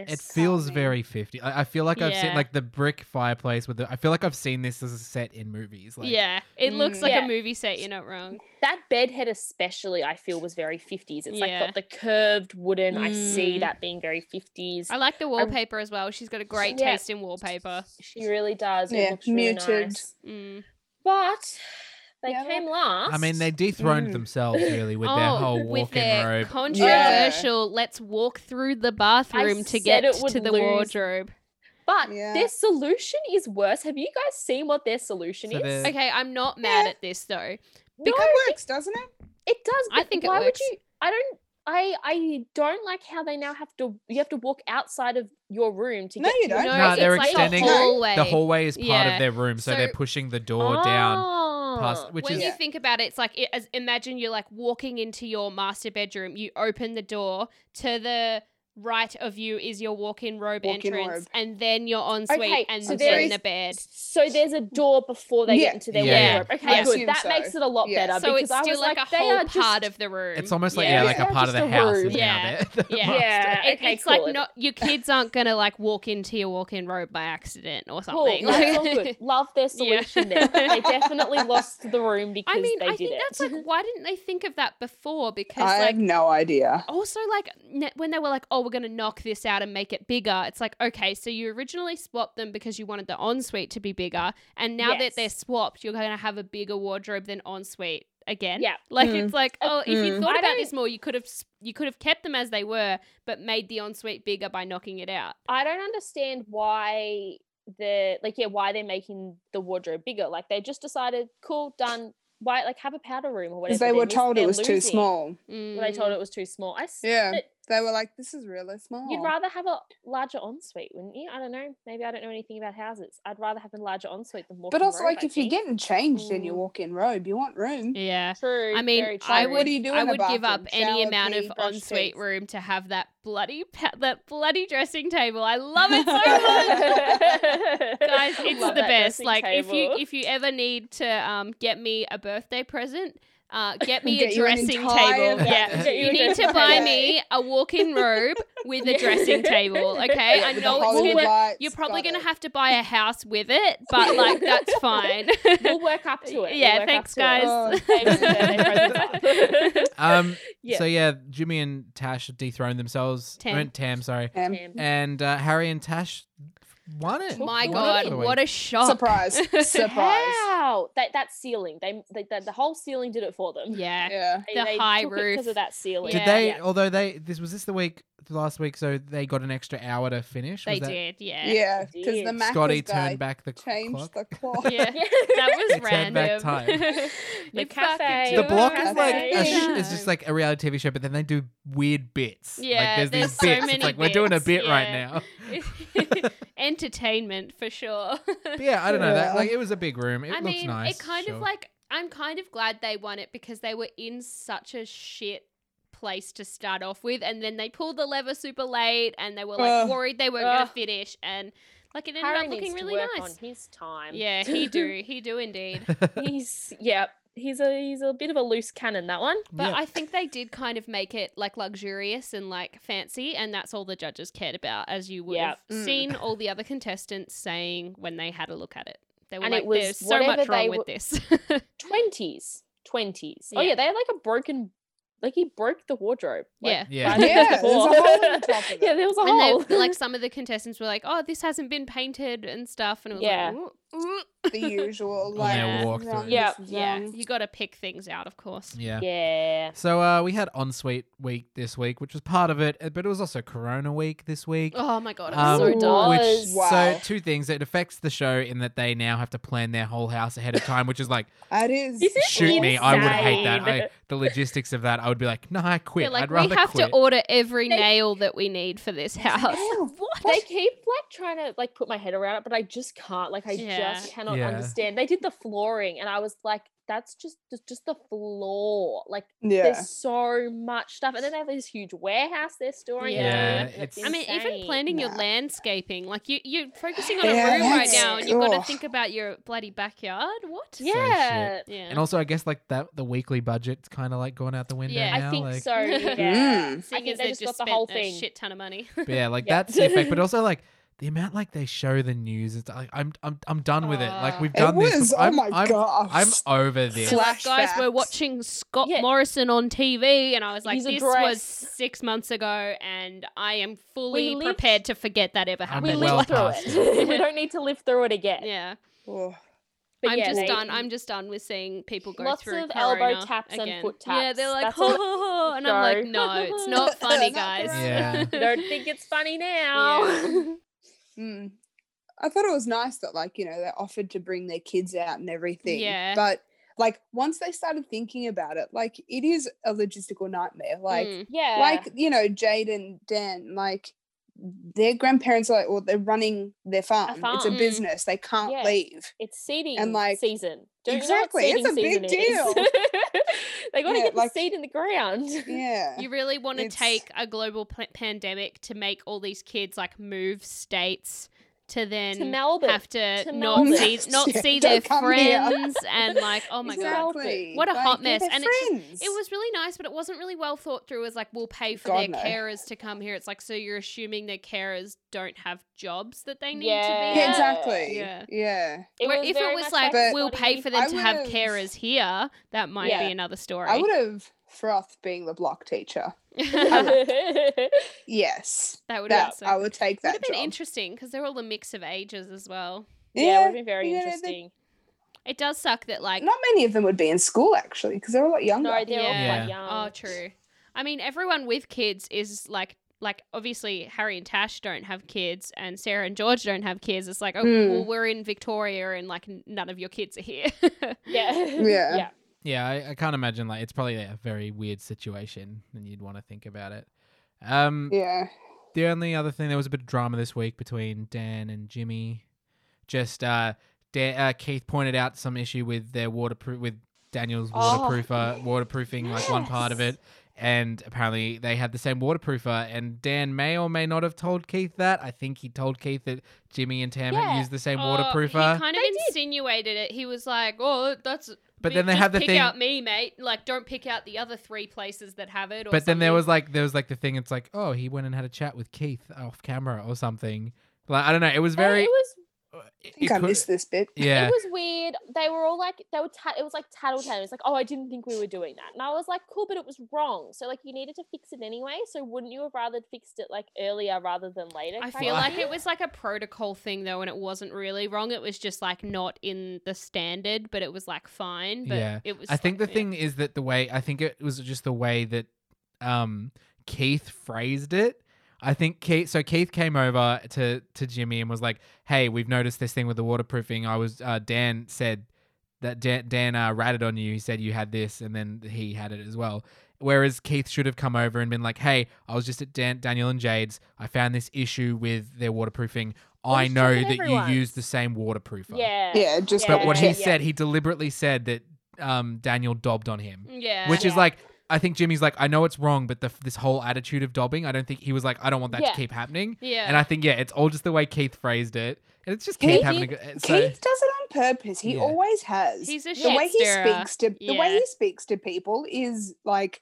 Speaker 4: nice.
Speaker 1: It feels
Speaker 3: something.
Speaker 1: very 50. I, I feel like I've seen
Speaker 2: Yeah.
Speaker 1: like the brick fireplace with the. I feel like I've seen this as a set in movies. Like,
Speaker 2: yeah, it looks
Speaker 3: Mm.
Speaker 2: like
Speaker 4: Yeah.
Speaker 2: a movie set. You're not wrong.
Speaker 4: that bed head especially I feel was very 50s. It's like
Speaker 2: Yeah.
Speaker 4: got the curved wooden. I see
Speaker 2: Mm.
Speaker 4: that being very 50s.
Speaker 2: I like the wallpaper as well. She's got a great
Speaker 4: Yeah.
Speaker 2: taste in wallpaper.
Speaker 4: She really does. It
Speaker 3: Yeah,
Speaker 4: looks really
Speaker 3: muted.
Speaker 4: nice.
Speaker 2: Mm.
Speaker 4: But they
Speaker 3: Yeah,
Speaker 4: came last.
Speaker 1: I mean, they dethroned
Speaker 3: Mm.
Speaker 1: themselves really with
Speaker 2: oh,
Speaker 1: their whole
Speaker 2: with
Speaker 1: walk in
Speaker 2: their
Speaker 1: robe.
Speaker 2: controversial. Let's walk through the bathroom to
Speaker 4: said
Speaker 2: get
Speaker 4: it would
Speaker 2: to the
Speaker 4: lose.
Speaker 2: wardrobe.
Speaker 4: but
Speaker 3: Yeah.
Speaker 4: their solution is worse. Have you guys seen what their solution
Speaker 1: So
Speaker 4: is?
Speaker 1: the-
Speaker 2: Okay, I'm not mad
Speaker 3: Yeah.
Speaker 2: at this though.
Speaker 4: No,
Speaker 3: Because it works, doesn't it?
Speaker 4: it does.
Speaker 2: I
Speaker 4: but
Speaker 2: think it
Speaker 4: why
Speaker 2: works.
Speaker 4: would you? I don't. I I don't like how they now have to. You have to walk outside of your room to
Speaker 3: No,
Speaker 4: get.
Speaker 3: you
Speaker 4: to-
Speaker 3: don't.
Speaker 2: No,
Speaker 1: Nah, they're
Speaker 2: it's like
Speaker 1: extending
Speaker 2: a hallway.
Speaker 1: The hallway is part
Speaker 2: Yeah.
Speaker 1: of their room, so,
Speaker 2: So-
Speaker 1: they're pushing the door
Speaker 4: Oh.
Speaker 1: down past,
Speaker 4: Ah.
Speaker 1: which
Speaker 2: when
Speaker 1: is
Speaker 2: you
Speaker 3: Yeah.
Speaker 2: think about it, it's like it, as, imagine you're like walking into your master bedroom. You open the door to the right of you is your walk-in robe
Speaker 3: Walk-in
Speaker 2: entrance,
Speaker 3: robe.
Speaker 2: and then your ensuite,
Speaker 4: Okay,
Speaker 2: and
Speaker 4: so
Speaker 2: then
Speaker 4: there
Speaker 2: the
Speaker 4: is-
Speaker 2: bed.
Speaker 4: So there's a door before they
Speaker 3: Yeah.
Speaker 4: get into their
Speaker 1: Yeah.
Speaker 4: wardrobe. Okay,
Speaker 3: I assume
Speaker 4: good. That
Speaker 3: so.
Speaker 4: makes it a lot
Speaker 3: Yeah.
Speaker 4: better.
Speaker 2: So
Speaker 4: because
Speaker 2: it's
Speaker 4: I
Speaker 2: still
Speaker 4: was
Speaker 2: like,
Speaker 4: like,
Speaker 2: a
Speaker 4: they
Speaker 2: whole
Speaker 4: are
Speaker 2: part
Speaker 4: just-
Speaker 2: of the room.
Speaker 1: it's almost like
Speaker 4: Yeah.
Speaker 1: yeah, like a
Speaker 4: Yeah,
Speaker 1: part of the
Speaker 4: just a
Speaker 1: house is
Speaker 4: room.
Speaker 1: now
Speaker 2: Yeah.
Speaker 1: there. The
Speaker 2: Yeah.
Speaker 1: master.
Speaker 4: Yeah,
Speaker 2: It-
Speaker 4: okay,
Speaker 2: it's like
Speaker 4: cool.
Speaker 2: not your kids aren't gonna like walk into your walk-in robe by accident or
Speaker 4: Cool.
Speaker 2: something.
Speaker 4: That's all
Speaker 2: Like-
Speaker 4: good. Love their
Speaker 2: Yeah.
Speaker 4: solution there. They definitely lost the room because
Speaker 2: I mean,
Speaker 4: they
Speaker 2: I
Speaker 4: did
Speaker 2: think
Speaker 4: it.
Speaker 2: that's like why didn't they think of that before? Because
Speaker 3: I
Speaker 2: like
Speaker 3: have no idea.
Speaker 2: also like ne- when they were like oh we're going to knock this out and make it bigger it's like okay so you originally swapped them because you wanted the ensuite to be bigger and now that
Speaker 4: Yes.
Speaker 2: they're swapped you're going to have a bigger wardrobe than ensuite again
Speaker 4: Yeah.
Speaker 2: like
Speaker 3: Mm.
Speaker 2: it's like
Speaker 4: Uh,
Speaker 2: oh if you
Speaker 3: Mm.
Speaker 2: thought
Speaker 4: I
Speaker 2: about
Speaker 4: don't-
Speaker 2: this more you could have s- you could have kept them as they were but made the ensuite bigger by knocking it out
Speaker 4: I don't understand why the like yeah why they're making the wardrobe bigger. Like they just decided, cool, done. Why like have a powder room or whatever?
Speaker 3: Because they
Speaker 4: then,
Speaker 3: were
Speaker 4: yes,
Speaker 3: told it
Speaker 4: they're
Speaker 3: was too
Speaker 4: losing.
Speaker 3: small.
Speaker 2: mm.
Speaker 4: Well, they told it was too small. I s-
Speaker 3: Yeah.
Speaker 4: but
Speaker 3: They were like, this is really small.
Speaker 4: You'd rather have a larger ensuite, wouldn't you? I don't know. Maybe I don't know anything about houses. I'd rather have a larger ensuite than walking.
Speaker 3: but also,
Speaker 4: robe,
Speaker 3: like,
Speaker 4: I
Speaker 3: if you're
Speaker 4: think.
Speaker 3: getting changed in your
Speaker 4: Mm.
Speaker 3: walk in robe, you want room.
Speaker 2: yeah
Speaker 4: true,
Speaker 2: I mean,
Speaker 4: very
Speaker 2: I
Speaker 4: true.
Speaker 3: Like, what
Speaker 2: would-
Speaker 3: do you do
Speaker 2: I
Speaker 3: in a
Speaker 2: would give up
Speaker 3: bathroom?
Speaker 2: any
Speaker 3: Shower,
Speaker 2: amount
Speaker 3: pee,
Speaker 2: of
Speaker 3: brush
Speaker 2: ensuite
Speaker 3: teeth.
Speaker 2: room to have that bloody pa- that bloody dressing table. I love it so much. guys it's
Speaker 4: Love
Speaker 2: the
Speaker 4: that
Speaker 2: best
Speaker 4: dressing
Speaker 2: like if you
Speaker 4: table.
Speaker 2: if you ever need to um get me a birthday present uh get me
Speaker 3: Get
Speaker 2: a
Speaker 3: you an
Speaker 2: dressing
Speaker 3: entire
Speaker 2: table
Speaker 3: bag.
Speaker 2: yeah
Speaker 1: Get
Speaker 4: you
Speaker 2: you
Speaker 4: a
Speaker 2: need to
Speaker 4: dressing
Speaker 2: buy
Speaker 3: table.
Speaker 2: me a walk-in robe with a
Speaker 4: Yeah.
Speaker 2: dressing table okay
Speaker 4: Yeah,
Speaker 2: i
Speaker 3: With
Speaker 2: know
Speaker 3: the
Speaker 2: it's
Speaker 3: whole
Speaker 2: gonna
Speaker 3: lights,
Speaker 2: you're probably
Speaker 3: got
Speaker 2: gonna
Speaker 3: it.
Speaker 2: have to buy a house with it but like that's fine
Speaker 4: we'll work up to it.
Speaker 2: Yeah,
Speaker 4: We'll work up
Speaker 2: thanks,
Speaker 4: to it.
Speaker 3: Oh,
Speaker 2: guys.
Speaker 4: Maybe the presents up.
Speaker 1: Um.
Speaker 4: Yeah.
Speaker 1: So yeah, Jimmy and Tash dethroned themselves.
Speaker 2: Tam.
Speaker 1: uh, Tam, sorry.
Speaker 3: Um,
Speaker 4: Damn.
Speaker 1: And uh, Harry and Tash won it. Won
Speaker 2: my
Speaker 1: it
Speaker 2: god
Speaker 1: for the
Speaker 2: what
Speaker 1: week.
Speaker 2: a shock
Speaker 3: Oh. Surprise. Surprise.
Speaker 4: Wow, that that ceiling. They, they that the whole ceiling did it for them.
Speaker 2: yeah
Speaker 3: Yeah.
Speaker 4: They-
Speaker 2: The
Speaker 4: they
Speaker 2: high
Speaker 4: because
Speaker 2: roof.
Speaker 4: of that ceiling.
Speaker 1: Did
Speaker 2: Yeah.
Speaker 1: they? Although they, this was this the week last week, so they got an extra hour to finish.
Speaker 2: they
Speaker 1: was that-
Speaker 2: did yeah
Speaker 3: Yeah. Because the
Speaker 4: Did.
Speaker 3: Mac
Speaker 1: Scotty
Speaker 3: guy
Speaker 1: turned back the c-
Speaker 3: changed
Speaker 1: clock.
Speaker 3: the clock.
Speaker 2: yeah that
Speaker 1: They
Speaker 2: was
Speaker 1: turned back
Speaker 2: random
Speaker 1: time.
Speaker 4: The
Speaker 2: You fucking
Speaker 4: cafe.
Speaker 1: the
Speaker 2: do
Speaker 1: block
Speaker 2: it.
Speaker 1: is like a sh-
Speaker 2: Yeah.
Speaker 1: it's just like a reality TV show, but then they do weird bits.
Speaker 2: Yeah,
Speaker 1: like, there's,
Speaker 2: there's
Speaker 1: these
Speaker 2: so
Speaker 1: bits.
Speaker 2: many
Speaker 1: it's like we're doing a
Speaker 2: bits,
Speaker 1: bit right
Speaker 2: yeah.
Speaker 1: now.
Speaker 2: entertainment for sure.
Speaker 1: But yeah, I don't know. That
Speaker 3: Yeah.
Speaker 1: like it was a big room. It
Speaker 2: I
Speaker 1: looks
Speaker 2: mean,
Speaker 1: nice.
Speaker 2: it kind
Speaker 1: sure.
Speaker 2: of like I'm kind of glad they won it because they were in such a shit place to start off with, and then they pulled the lever super late, and they were like
Speaker 3: Ugh.
Speaker 2: worried they weren't
Speaker 4: Ugh.
Speaker 2: gonna finish, and like it ended
Speaker 4: Harry
Speaker 2: up looking
Speaker 4: needs to
Speaker 2: really
Speaker 4: work
Speaker 2: nice.
Speaker 4: on his time.
Speaker 2: Yeah, he do, he do indeed.
Speaker 4: he's yeah. He's a he's a bit of a loose cannon. That one.
Speaker 2: But
Speaker 1: Yeah.
Speaker 2: I think they did kind of make it like luxurious and like fancy, and that's all the judges cared about, as you would
Speaker 4: Yeah.
Speaker 2: have
Speaker 3: Mm.
Speaker 2: seen all the other contestants saying when they had a look at it. They were
Speaker 4: And it
Speaker 2: like,
Speaker 4: was
Speaker 2: "There's so much
Speaker 4: whatever
Speaker 2: wrong
Speaker 4: they
Speaker 2: with
Speaker 4: were-
Speaker 2: this."
Speaker 4: Twenties. Twenties. Oh
Speaker 2: Yeah.
Speaker 4: yeah, they had like a broken. Like he broke the wardrobe. like,
Speaker 2: Yeah.
Speaker 1: Yeah.
Speaker 4: five minutes
Speaker 3: Yeah, there's a
Speaker 4: before.
Speaker 3: hole in the top of it.
Speaker 4: yeah, there was a hole.
Speaker 2: and they, like some of the contestants were like, "Oh, this hasn't been painted and stuff," and it was
Speaker 4: Yeah.
Speaker 2: like, "Ooh, ooh."
Speaker 3: the usual.
Speaker 1: their
Speaker 3: Like,
Speaker 1: walkthrough.
Speaker 3: run,
Speaker 4: Yeah.
Speaker 3: this is um,
Speaker 2: yeah,
Speaker 3: wrong.
Speaker 2: you got to pick things out, of course.
Speaker 1: yeah.
Speaker 4: yeah.
Speaker 1: So uh, we had ensuite week this week, which was part of it, uh, but it was also Corona week this week.
Speaker 2: Oh my god,
Speaker 1: Um,
Speaker 2: I'm so dull.
Speaker 4: What?
Speaker 1: Which,
Speaker 3: Wow.
Speaker 1: So two things: it affects the show in that they now have to plan their whole house ahead of time, which is like,
Speaker 3: That is.
Speaker 4: This is
Speaker 1: shoot me, I would hate that.
Speaker 4: insane.
Speaker 1: I, the logistics of that, I would be like, no, I
Speaker 2: They're
Speaker 1: quit.
Speaker 2: like,
Speaker 1: I'd rather
Speaker 2: we have
Speaker 1: quit.
Speaker 2: to order every
Speaker 4: They-
Speaker 2: nail that we need for this house.
Speaker 3: Nail.
Speaker 2: what?
Speaker 4: They keep like trying to like put my head around it, but I just can't. Like I
Speaker 2: Yeah.
Speaker 4: just cannot
Speaker 1: Yeah.
Speaker 4: understand. They did the flooring, and I was like, that's just just- just the floor. Like
Speaker 3: Yeah.
Speaker 4: there's so much stuff, and then they have this huge warehouse they're storing. it in.
Speaker 1: Yeah,
Speaker 4: It's
Speaker 1: it's-
Speaker 2: I mean, even
Speaker 4: insane.
Speaker 2: planning your
Speaker 3: Nah.
Speaker 2: landscaping, like you, you're focusing on
Speaker 3: Yeah,
Speaker 2: a room right
Speaker 4: that's-
Speaker 2: now, and you've got to
Speaker 3: ugh.
Speaker 2: think about your bloody backyard. What?
Speaker 1: shit.
Speaker 4: Yeah,
Speaker 2: yeah.
Speaker 1: And also, I guess like that the weekly budget's kind of like going out the window
Speaker 2: Yeah,
Speaker 1: now.
Speaker 2: I
Speaker 4: I think
Speaker 1: like,
Speaker 4: so.
Speaker 2: Mm.
Speaker 4: Yeah, I
Speaker 2: Seeing
Speaker 4: think
Speaker 2: as
Speaker 4: they
Speaker 2: they've
Speaker 4: just,
Speaker 2: just
Speaker 4: got
Speaker 2: spent
Speaker 4: the whole
Speaker 2: a
Speaker 4: thing.
Speaker 2: shit ton of money.
Speaker 1: But yeah, like
Speaker 4: Yeah.
Speaker 1: that's the effect. But also like the amount like they show the news, it's like I'm I'm I'm done with it. Like
Speaker 2: Ah.
Speaker 1: we've
Speaker 3: It
Speaker 1: done this.
Speaker 3: was. Oh
Speaker 1: I'm,
Speaker 3: my
Speaker 1: I'm,
Speaker 3: gosh.
Speaker 1: I'm over this.
Speaker 2: They're like, guys, we're
Speaker 3: Flashbacks.
Speaker 2: watching Scott
Speaker 4: Yeah.
Speaker 2: Morrison on TV, and I was like,
Speaker 4: He's a
Speaker 2: this
Speaker 4: dress.
Speaker 2: was six months ago, and I am fully
Speaker 4: lived-
Speaker 2: prepared to forget that ever happened.
Speaker 4: we
Speaker 1: I'm
Speaker 4: lived
Speaker 1: well
Speaker 4: through
Speaker 1: past
Speaker 4: it. we don't need to live through it again.
Speaker 2: yeah,
Speaker 3: Oh,
Speaker 4: But
Speaker 2: I'm
Speaker 4: yeah,
Speaker 2: just
Speaker 4: they-
Speaker 2: done. I'm just done with seeing people go
Speaker 4: Lots
Speaker 2: through
Speaker 4: of elbow
Speaker 2: corona
Speaker 4: taps and
Speaker 2: again.
Speaker 4: foot
Speaker 2: Yeah,
Speaker 4: taps.
Speaker 2: they're like,
Speaker 4: That's
Speaker 2: ho,
Speaker 4: all-
Speaker 2: ho, ho, and I'm like, no, it's not funny,
Speaker 3: Not
Speaker 2: guys.
Speaker 1: corona.
Speaker 4: You don't think it's funny now.
Speaker 2: Yeah.
Speaker 3: mm. I thought it was nice that like you know they offered to bring their kids out and everything.
Speaker 2: Yeah.
Speaker 3: But like once they started thinking about it, like it is a logistical nightmare. Like
Speaker 2: Mm.
Speaker 4: yeah.
Speaker 3: like you know Jade and Dan, like their grandparents are like, well they're running their farm. It's a
Speaker 4: farm.
Speaker 2: Mm.
Speaker 3: business. They can't
Speaker 4: Yeah.
Speaker 3: leave.
Speaker 4: it's seeding
Speaker 3: And, like,
Speaker 4: season. Don't
Speaker 3: exactly,
Speaker 4: You
Speaker 3: it's
Speaker 4: know what
Speaker 3: a big
Speaker 4: seeding season
Speaker 3: deal.
Speaker 4: is? they got to
Speaker 3: Yeah,
Speaker 4: get
Speaker 3: like-
Speaker 4: the seed in the ground.
Speaker 3: Yeah.
Speaker 2: You really want to
Speaker 3: It's-
Speaker 2: take a global pl- pandemic to make all these kids like move states to then
Speaker 4: to Melbourne.
Speaker 2: have to
Speaker 4: to
Speaker 2: not
Speaker 4: Melbourne.
Speaker 2: see not
Speaker 3: Yeah,
Speaker 2: see
Speaker 3: don't
Speaker 2: their
Speaker 3: come here.
Speaker 2: friends and like oh my god
Speaker 3: Exactly.
Speaker 2: What a hot
Speaker 3: they're
Speaker 2: mess.
Speaker 3: their
Speaker 2: And it's just-
Speaker 3: friends.
Speaker 2: it was really nice but it wasn't really well thought through as like we'll pay for
Speaker 3: God,
Speaker 2: their
Speaker 3: no.
Speaker 2: carers to come here it's like so you're assuming their carers don't have jobs that they need to be
Speaker 4: Yeah.
Speaker 3: yeah,
Speaker 2: at.
Speaker 3: exactly.
Speaker 2: Yeah.
Speaker 3: Yeah.
Speaker 2: Where
Speaker 4: was
Speaker 2: if
Speaker 4: very
Speaker 2: it was
Speaker 4: much
Speaker 2: like
Speaker 3: But-
Speaker 2: we'll pay for them
Speaker 3: I
Speaker 2: to have
Speaker 3: would've-
Speaker 2: carers here that might
Speaker 4: Yeah.
Speaker 2: be another story
Speaker 3: I would have froth being the block teacher. Yes.
Speaker 2: that would be
Speaker 3: That
Speaker 2: awesome.
Speaker 3: I would take
Speaker 2: would
Speaker 3: that.
Speaker 2: have been
Speaker 3: job.
Speaker 2: interesting because they're all a mix of ages as well.
Speaker 4: yeah, it would have been very
Speaker 3: yeah, they-
Speaker 4: interesting.
Speaker 2: It does suck that like
Speaker 3: Not many of them would be in school actually, because they're a lot younger.
Speaker 4: No, they're all
Speaker 1: Yeah.
Speaker 4: quite young.
Speaker 2: oh true. I mean everyone with kids is like like obviously Harry and Tash don't have kids and Sarah and George don't have kids. It's like oh
Speaker 3: Hmm.
Speaker 2: well we're in Victoria and like n- none of your kids are here.
Speaker 4: Yeah.
Speaker 3: Yeah.
Speaker 4: yeah.
Speaker 1: Yeah, I, I can't imagine like it's probably a very weird situation, and you'd want to think about it. Um,
Speaker 3: yeah.
Speaker 1: the only other thing there was a bit of drama this week between Dan and Jimmy. Just uh, Dan, uh Keith pointed out some issue with their waterproof with Daniel's
Speaker 4: Oh.
Speaker 1: waterproofer waterproofing like one part of
Speaker 4: Yes.
Speaker 1: it, and apparently they had the same waterproofer. And Dan may or may not have told Keith that. I think he told Keith that Jimmy and Tam had
Speaker 4: Yeah.
Speaker 1: used the same
Speaker 2: Oh,
Speaker 1: waterproofer.
Speaker 2: He kind of
Speaker 4: They did.
Speaker 2: insinuated it. He was like, "Oh, that's."
Speaker 1: But then they
Speaker 2: just
Speaker 1: had the
Speaker 2: pick
Speaker 1: thing-
Speaker 2: out me, mate. Like, don't pick out the other three places that have it. Or
Speaker 1: But then there
Speaker 2: something.
Speaker 1: was like there was like the thing. It's like oh he went and had a chat with Keith off camera or something. Like I don't know. It was
Speaker 4: No,
Speaker 1: very. uh,
Speaker 4: it was
Speaker 1: it
Speaker 3: I think I
Speaker 1: could-
Speaker 3: missed this bit.
Speaker 1: Yeah.
Speaker 4: It was weird. They were all like, they were. Ta- it was like tattletale. It's like, oh, I didn't think we were doing that, and I was like, cool, but it was wrong. So like, you needed to fix it anyway. So wouldn't you have rather fixed it like earlier rather than later?
Speaker 2: I
Speaker 4: kind
Speaker 2: feel
Speaker 4: of
Speaker 2: like
Speaker 4: thing?
Speaker 2: it was like a protocol thing though, and it wasn't really wrong. It was just like not in the standard, but it was like fine. But
Speaker 1: Yeah.
Speaker 2: it was.
Speaker 1: I think the
Speaker 2: like- yeah.
Speaker 1: thing is that the way I think it was just the way that um, Keith phrased it. I think Keith. So Keith came over to to Jimmy and was like, "Hey, we've noticed this thing with the waterproofing. I was uh, Dan said that Dan, Dan uh, ratted on you. He said you had this, and then he had it as well. Whereas Keith should have come over and been like, "Hey, I was just at Dan, Daniel and Jade's. I found this issue with their waterproofing. I
Speaker 4: just
Speaker 1: know
Speaker 4: check
Speaker 1: that
Speaker 4: with everyone."
Speaker 1: you use the same waterproofer."
Speaker 4: Yeah.
Speaker 3: Yeah, just
Speaker 1: But
Speaker 4: Yeah.
Speaker 1: what he
Speaker 4: Yeah.
Speaker 1: said, he deliberately said that um, Daniel dobbed on him,
Speaker 2: Yeah.
Speaker 1: which is
Speaker 4: Yeah.
Speaker 1: like I think Jimmy's like I know it's wrong, but the, this whole attitude of dobbing, I don't think he was like I don't want that
Speaker 4: Yeah.
Speaker 1: to keep happening.
Speaker 2: yeah.
Speaker 1: And I think yeah, it's all just the way Keith phrased it, and it's just Keith,
Speaker 4: Keith
Speaker 1: having a
Speaker 4: is-
Speaker 1: good. So,
Speaker 3: Keith does it on purpose. He
Speaker 1: Yeah.
Speaker 3: always has.
Speaker 2: he's a
Speaker 4: the
Speaker 3: the way he
Speaker 2: shitster.
Speaker 3: speaks to the
Speaker 2: Yeah.
Speaker 3: way he speaks to people is like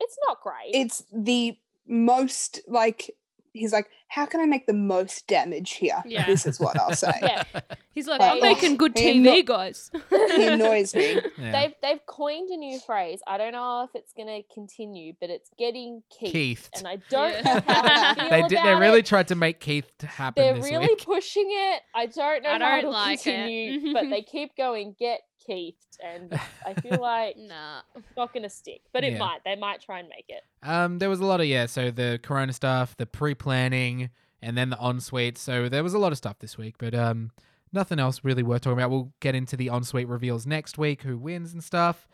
Speaker 4: It's not great.
Speaker 3: it's the most like he's like, how can I make the most damage here?
Speaker 2: Yeah.
Speaker 3: This is what I'll say.
Speaker 4: yeah.
Speaker 2: He's like, I'm
Speaker 4: Oh,
Speaker 2: making good
Speaker 3: he
Speaker 2: TV, guys.
Speaker 3: He annoys me.
Speaker 1: yeah.
Speaker 4: They've they've coined a new phrase. I don't know if it's gonna continue, but it's getting Keith.
Speaker 1: Keith.
Speaker 4: And I don't
Speaker 2: Yeah.
Speaker 4: know how I feel
Speaker 1: They did. They
Speaker 4: about
Speaker 1: really
Speaker 4: it.
Speaker 1: tried to make Keith to happen
Speaker 4: They're
Speaker 1: this
Speaker 4: really
Speaker 1: week.
Speaker 4: pushing it. I don't know
Speaker 2: I
Speaker 4: how
Speaker 2: don't
Speaker 4: it'll
Speaker 2: like it.
Speaker 4: continue, but they keep going. Get Keith, and I feel like
Speaker 2: nah.
Speaker 4: it's not going to stick, but it
Speaker 1: Yeah.
Speaker 4: might. They might try and make it.
Speaker 1: Um, there was a lot of yeah. So the Corona stuff, the pre-planning, and then the ensuite. So there was a lot of stuff this week, but um, nothing else really worth talking about. We'll get into the ensuite reveals next week, who wins and stuff.